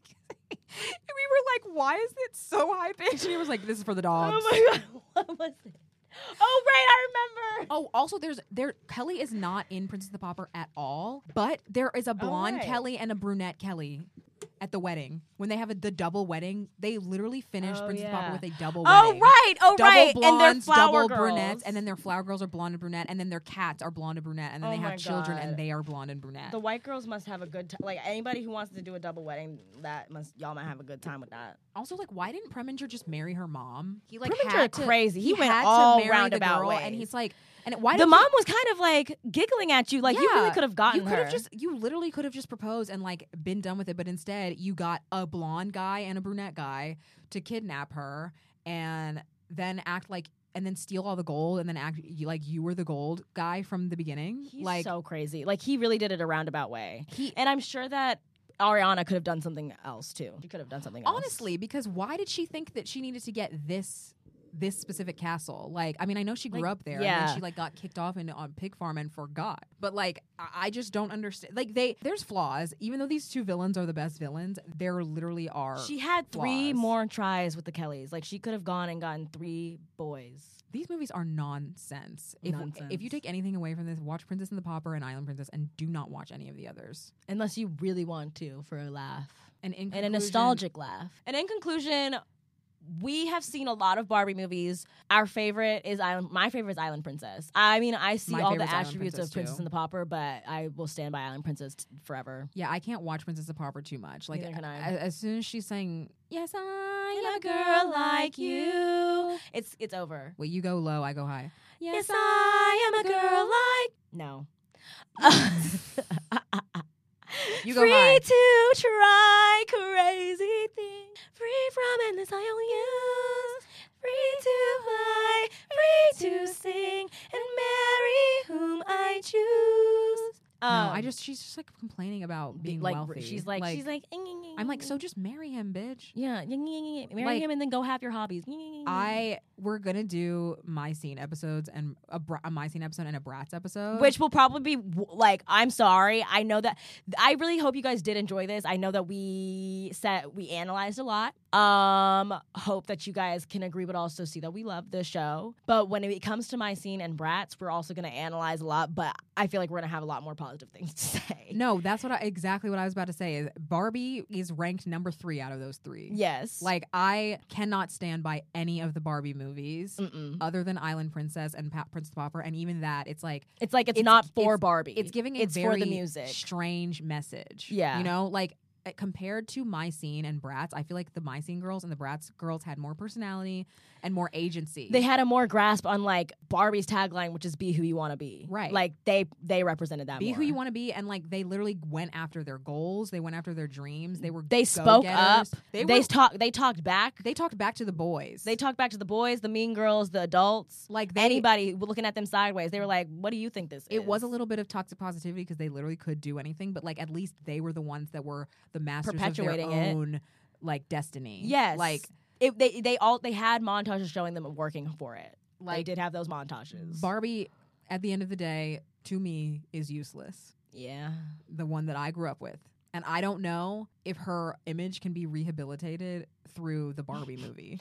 [SPEAKER 4] we were like, why is it so high pitched? And he was like, this is for the dogs. Oh,
[SPEAKER 3] my god, what was it? Oh right, I remember.
[SPEAKER 4] Oh, also there's there Kelly is not in Princess and the Pauper at all, but there is a blonde
[SPEAKER 3] Oh, right.
[SPEAKER 4] Kelly and a brunette Kelly. At the wedding, when they have a, the double wedding, they literally finish
[SPEAKER 3] Oh,
[SPEAKER 4] Princess and the
[SPEAKER 3] yeah.
[SPEAKER 4] Pauper with a double
[SPEAKER 3] Oh,
[SPEAKER 4] wedding.
[SPEAKER 3] right. Oh,
[SPEAKER 4] double
[SPEAKER 3] right. And they're
[SPEAKER 4] blondes,
[SPEAKER 3] flower
[SPEAKER 4] double brunettes,
[SPEAKER 3] girls.
[SPEAKER 4] and then their flower girls are blonde and brunette, and then their cats are blonde and brunette, and then
[SPEAKER 3] Oh
[SPEAKER 4] they
[SPEAKER 3] my
[SPEAKER 4] have children
[SPEAKER 3] God.
[SPEAKER 4] and they are blonde and brunette.
[SPEAKER 3] The white girls must have a good time. Like anybody who wants to do a double wedding, that must y'all might have a good time with that.
[SPEAKER 4] also, like, why didn't Preminger just marry her mom? He like
[SPEAKER 3] Preminger
[SPEAKER 4] had to-
[SPEAKER 3] crazy. He went
[SPEAKER 4] had to
[SPEAKER 3] all
[SPEAKER 4] marry
[SPEAKER 3] roundabout
[SPEAKER 4] the girl, and
[SPEAKER 3] ways.
[SPEAKER 4] he's like, and why
[SPEAKER 3] the
[SPEAKER 4] did
[SPEAKER 3] mom was kind of like giggling at you, like you really could have gotten
[SPEAKER 4] You could
[SPEAKER 3] her.
[SPEAKER 4] have just, you literally could have just proposed and like been done with it, but instead you got a blonde guy and a brunette guy to kidnap her, and then act like, and then steal all the gold, and then act you, like you were the gold guy from the beginning.
[SPEAKER 3] He's
[SPEAKER 4] like,
[SPEAKER 3] so crazy. Like he really did it a roundabout way.
[SPEAKER 4] He-
[SPEAKER 3] and I'm sure that Ariana could have done something else too. She could have done something else.
[SPEAKER 4] honestly because why did she think that she needed to get this this specific castle like i mean i know she grew
[SPEAKER 3] Like,
[SPEAKER 4] up there and
[SPEAKER 3] yeah.
[SPEAKER 4] then she like got kicked off and on pig farm and forgot but like I, I just don't understand like they there's flaws even though these two villains are the best villains there literally are
[SPEAKER 3] she had three
[SPEAKER 4] flaws.
[SPEAKER 3] more tries with the Kellys. Like she could have gone and gotten three boys.
[SPEAKER 4] these movies are nonsense if, if you
[SPEAKER 3] Nonsense.
[SPEAKER 4] take anything away from this watch princess and the pauper and island princess and do not watch any of the others
[SPEAKER 3] unless you really want to for a laugh
[SPEAKER 4] and in
[SPEAKER 3] and a
[SPEAKER 4] conclusion-
[SPEAKER 3] nostalgic laugh. And in conclusion, we have seen a lot of Barbie movies. Our favorite is Island. My favorite is Island Princess. I mean, I see
[SPEAKER 4] My
[SPEAKER 3] all the
[SPEAKER 4] favorite's Island
[SPEAKER 3] attributes
[SPEAKER 4] Princess,
[SPEAKER 3] of Princess
[SPEAKER 4] too.
[SPEAKER 3] and the Pauper, but I will stand by Island Princess t- forever.
[SPEAKER 4] Yeah, I can't watch Princess of Pauper too much. Like,
[SPEAKER 3] Neither can I.
[SPEAKER 4] a- as soon as she's saying, "Yes, I'm
[SPEAKER 3] a girl like you," it's it's over.
[SPEAKER 4] Well, you go low, I go high.
[SPEAKER 3] Yes, I am a girl like no.
[SPEAKER 4] You go
[SPEAKER 3] free
[SPEAKER 4] high.
[SPEAKER 3] to try crazy things. Free from endless I use. Free to fly. Free to sing. And marry whom I choose. Um,
[SPEAKER 4] no, I just she's just like complaining about being
[SPEAKER 3] like
[SPEAKER 4] wealthy.
[SPEAKER 3] she's like, she's like "Mm, mm, mm,
[SPEAKER 4] I'm like
[SPEAKER 3] mm,
[SPEAKER 4] so just marry him, bitch.
[SPEAKER 3] yeah mm, mm, mm, marry
[SPEAKER 4] Like-
[SPEAKER 3] him and then go have your hobbies. Mm, mm, mm, mm.
[SPEAKER 4] I we're gonna do my scene episodes and a, bra- a my scene episode and a brats episode.
[SPEAKER 3] which will probably be w- like i'm sorry i know that i really hope you guys did enjoy this i know that we said we analyzed a lot um hope that you guys can agree but also see that we love the show but when it comes to my scene and brats we're also going to analyze a lot but i feel like we're going to have a lot more positive things to say
[SPEAKER 4] no, that's what I exactly what I was about to say is Barbie is ranked number three out of those three.
[SPEAKER 3] yes
[SPEAKER 4] Like I cannot stand by any of the Barbie movies
[SPEAKER 3] Mm-mm.
[SPEAKER 4] other than Island Princess and pa- Prince of Pauper, and even that it's like
[SPEAKER 3] it's like it's, not for
[SPEAKER 4] it's-
[SPEAKER 3] barbie
[SPEAKER 4] It's giving a
[SPEAKER 3] it's
[SPEAKER 4] very
[SPEAKER 3] for the music
[SPEAKER 4] strange message.
[SPEAKER 3] Yeah.
[SPEAKER 4] you know, like uh, compared to my scene and Bratz, I feel like the my scene girls and the Bratz girls had more personality and more agency.
[SPEAKER 3] They had a more grasp on like Barbie's tagline, which is "Be who you want to be."
[SPEAKER 4] Right.
[SPEAKER 3] Like they they represented that.
[SPEAKER 4] be who
[SPEAKER 3] more.
[SPEAKER 4] you want to be, and like they literally went after their goals. They went after their dreams. They were
[SPEAKER 3] They spoke up.
[SPEAKER 4] go-getters.
[SPEAKER 3] They,
[SPEAKER 4] were-
[SPEAKER 3] talked. They talked back. They,
[SPEAKER 4] They talked back to the boys.
[SPEAKER 3] talked back to the boys, the mean girls, the adults.
[SPEAKER 4] Like, they-
[SPEAKER 3] anybody looking at them sideways, they were like, "What do you think this is?"
[SPEAKER 4] it was a little bit of toxic positivity because they literally could do anything, but like at least they were the ones that were the masters
[SPEAKER 3] Perpetuating
[SPEAKER 4] of their
[SPEAKER 3] it.
[SPEAKER 4] own like destiny.
[SPEAKER 3] yes.
[SPEAKER 4] like
[SPEAKER 3] it, they they all they had montages showing them working for it. they
[SPEAKER 4] Like-
[SPEAKER 3] did have those montages.
[SPEAKER 4] Barbie. At the end of the day, to me, is useless.
[SPEAKER 3] yeah.
[SPEAKER 4] the one that I grew up with. And I don't know if her image can be rehabilitated through the Barbie movie.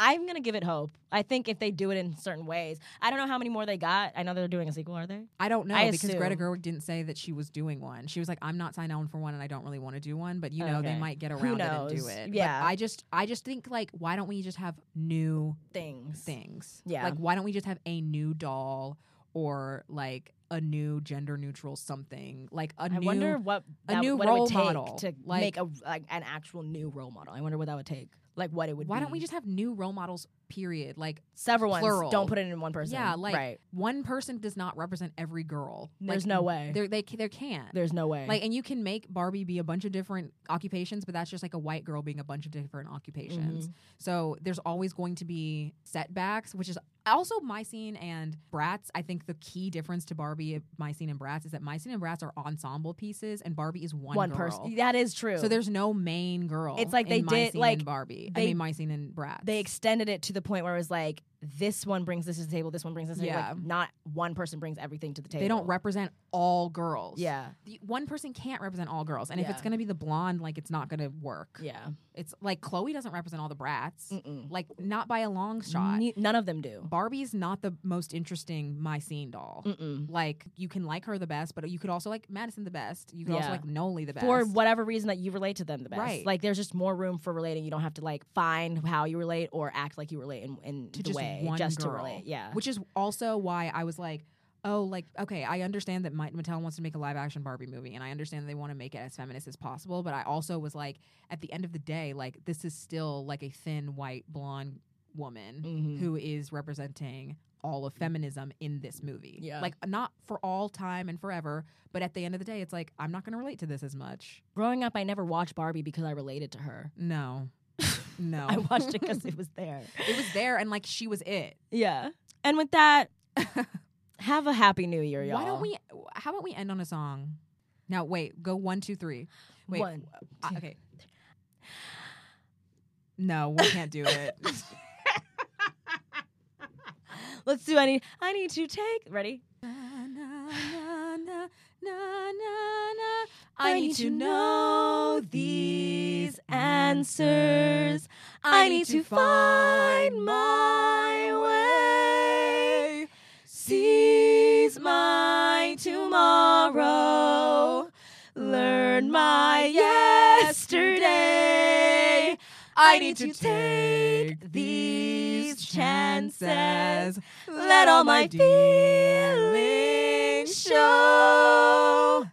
[SPEAKER 3] I'm gonna give it hope. I think if they do it in certain ways, I don't know how many more they got. I know they're doing a sequel, are they?
[SPEAKER 4] I don't know
[SPEAKER 3] I
[SPEAKER 4] because Greta
[SPEAKER 3] assume.
[SPEAKER 4] Gerwig didn't say that she was doing one. She was like, "I'm not signed on for one, and I don't really want to do one." But you know,
[SPEAKER 3] Okay.
[SPEAKER 4] they might get
[SPEAKER 3] Who
[SPEAKER 4] around it and
[SPEAKER 3] knows?
[SPEAKER 4] do it. But
[SPEAKER 3] Yeah.
[SPEAKER 4] I just, I just think like, why don't we just have new
[SPEAKER 3] Things.
[SPEAKER 4] things?
[SPEAKER 3] Yeah.
[SPEAKER 4] like why don't we just have a new doll or like a new gender neutral something? Like a
[SPEAKER 3] I
[SPEAKER 4] new,
[SPEAKER 3] wonder what
[SPEAKER 4] a
[SPEAKER 3] that-
[SPEAKER 4] new
[SPEAKER 3] what it
[SPEAKER 4] role
[SPEAKER 3] would take
[SPEAKER 4] model.
[SPEAKER 3] to
[SPEAKER 4] Like-
[SPEAKER 3] make a like an actual new role model. I wonder what that would take. Like what it would.
[SPEAKER 4] why
[SPEAKER 3] be.
[SPEAKER 4] don't we just have new role models? Period. Like
[SPEAKER 3] several ones?
[SPEAKER 4] plural.
[SPEAKER 3] Don't put it in one person.
[SPEAKER 4] Yeah, like
[SPEAKER 3] right.
[SPEAKER 4] one person does not represent every girl.
[SPEAKER 3] There's
[SPEAKER 4] Like,
[SPEAKER 3] no way.
[SPEAKER 4] There, they ca- there can't.
[SPEAKER 3] There's no way.
[SPEAKER 4] like, and you can make Barbie be a bunch of different occupations, but that's just like a white girl being a bunch of different occupations.
[SPEAKER 3] Mm-hmm.
[SPEAKER 4] So there's always going to be setbacks, which is also my scene and Bratz. I think the key difference to Barbie, my scene and Bratz, is that my scene and Bratz are ensemble pieces, and Barbie is one,
[SPEAKER 3] one
[SPEAKER 4] girl.
[SPEAKER 3] person. That is true.
[SPEAKER 4] So there's no main girl.
[SPEAKER 3] It's like they
[SPEAKER 4] in My
[SPEAKER 3] did,
[SPEAKER 4] Scene
[SPEAKER 3] like,
[SPEAKER 4] and Barbie. I
[SPEAKER 3] they-
[SPEAKER 4] mean, my scene and Bratz.
[SPEAKER 3] they extended it to the point where it was like this one brings this to the table, this one brings this. To the table.
[SPEAKER 4] Yeah.
[SPEAKER 3] Like, not one person brings everything to the table.
[SPEAKER 4] they don't represent all girls.
[SPEAKER 3] Yeah.
[SPEAKER 4] The- one person can't represent all girls, and if it's
[SPEAKER 3] Yeah.
[SPEAKER 4] gonna be the blonde, like it's not gonna work.
[SPEAKER 3] Yeah.
[SPEAKER 4] it's like Chloe doesn't represent all the brats, like not by a long shot.
[SPEAKER 3] Ne- none of them do.
[SPEAKER 4] Barbie's not the most interesting my scene doll. Like you can like her the best, but you could also like Madison the best. You could also
[SPEAKER 3] Yeah.
[SPEAKER 4] like Noli the best.
[SPEAKER 3] For whatever reason that you relate to them the best.
[SPEAKER 4] Right.
[SPEAKER 3] Like there's just more room for relating. You don't have to like find how you relate or act like you relate in, in
[SPEAKER 4] to
[SPEAKER 3] the
[SPEAKER 4] just
[SPEAKER 3] way
[SPEAKER 4] one
[SPEAKER 3] just
[SPEAKER 4] girl,
[SPEAKER 3] to relate. Yeah.
[SPEAKER 4] which is also why I was like. Oh, like okay. I understand that Mike Mattel wants to make a live action Barbie movie, and I understand they want to make it as feminist as possible. But I also was like, at the end of the day, like this is still like a thin white blonde woman
[SPEAKER 3] Mm-hmm.
[SPEAKER 4] who is representing all of feminism in this movie.
[SPEAKER 3] Yeah.
[SPEAKER 4] like not for all time and forever, but at the end of the day, it's like I'm not going to relate to this as much.
[SPEAKER 3] growing up I never watched Barbie because I related to her.
[SPEAKER 4] No, no.
[SPEAKER 3] I watched it because it was there.
[SPEAKER 4] it was there, and like she was it.
[SPEAKER 3] Yeah. And with that, have a happy new year, y'all.
[SPEAKER 4] Why don't we? How about we end on a song? Now, wait. Go one, two, three. Wait.
[SPEAKER 3] One,
[SPEAKER 4] uh, okay. No, we can't do it.
[SPEAKER 3] Let's do I need I need to take ready?
[SPEAKER 4] Na, na, na, na, na, na.
[SPEAKER 3] I need to know these answers. I need to find my way. Seize my tomorrow. Learn my yesterday. I need to take these chances. Let all my feelings show.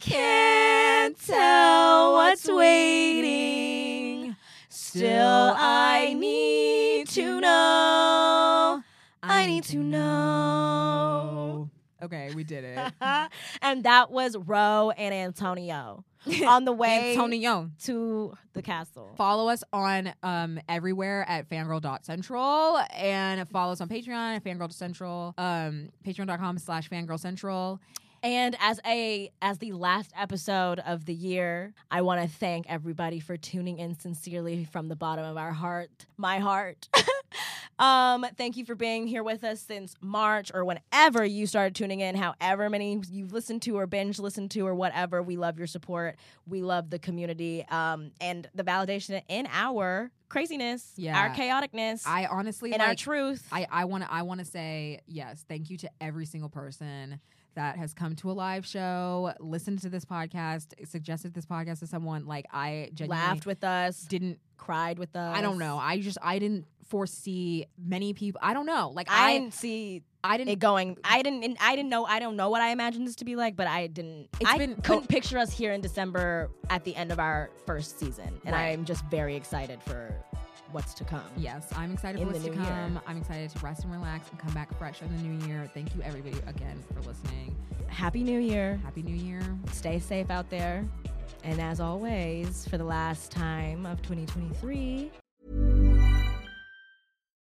[SPEAKER 3] Can't tell what's waiting. Still, I need to know. I need to know.
[SPEAKER 4] Okay, we did it.
[SPEAKER 3] and that was Ro and Antonio on the way
[SPEAKER 4] Antonio.
[SPEAKER 3] to the castle.
[SPEAKER 4] Follow us on um, everywhere at fangirl.central and follow us on Patreon at fangirl.central, um, patreon.com slash fangirlcentral.
[SPEAKER 3] And as a as the last episode of the year, I want to thank everybody for tuning in sincerely from the bottom of our heart, my heart. um, thank you for being here with us since March or whenever you started tuning in, however many you've listened to or binge listened to or whatever. We love your support. We love the community um, and the validation in our craziness,
[SPEAKER 4] Yeah.
[SPEAKER 3] our chaoticness,
[SPEAKER 4] I honestly
[SPEAKER 3] and our
[SPEAKER 4] like,
[SPEAKER 3] truth.
[SPEAKER 4] I, I want to I want to say yes. Thank you to every single person that has come to a live show, listened to this podcast, suggested this podcast to someone. Like I genuinely
[SPEAKER 3] laughed with us,
[SPEAKER 4] didn't.
[SPEAKER 3] cried with us.
[SPEAKER 4] I don't know. I just I didn't foresee many people. I don't know. Like
[SPEAKER 3] I
[SPEAKER 4] I
[SPEAKER 3] didn't see
[SPEAKER 4] I didn't.
[SPEAKER 3] it going. I didn't. and I didn't know. I don't know what I imagined this to be like, but I didn't.
[SPEAKER 4] It's
[SPEAKER 3] I
[SPEAKER 4] been-
[SPEAKER 3] couldn't
[SPEAKER 4] oh.
[SPEAKER 3] picture us here in December at the end of our first season, and
[SPEAKER 4] Right.
[SPEAKER 3] I'm just very excited for what's to come.
[SPEAKER 4] Yes, I'm excited
[SPEAKER 3] In
[SPEAKER 4] for
[SPEAKER 3] the
[SPEAKER 4] what's to
[SPEAKER 3] new year.
[SPEAKER 4] come. I'm excited to rest and relax and come back fresh in the new year. Thank you, everybody, again for listening.
[SPEAKER 3] Happy New Year.
[SPEAKER 4] Happy New Year.
[SPEAKER 3] Stay safe out there, and as always, for the last time of 2023.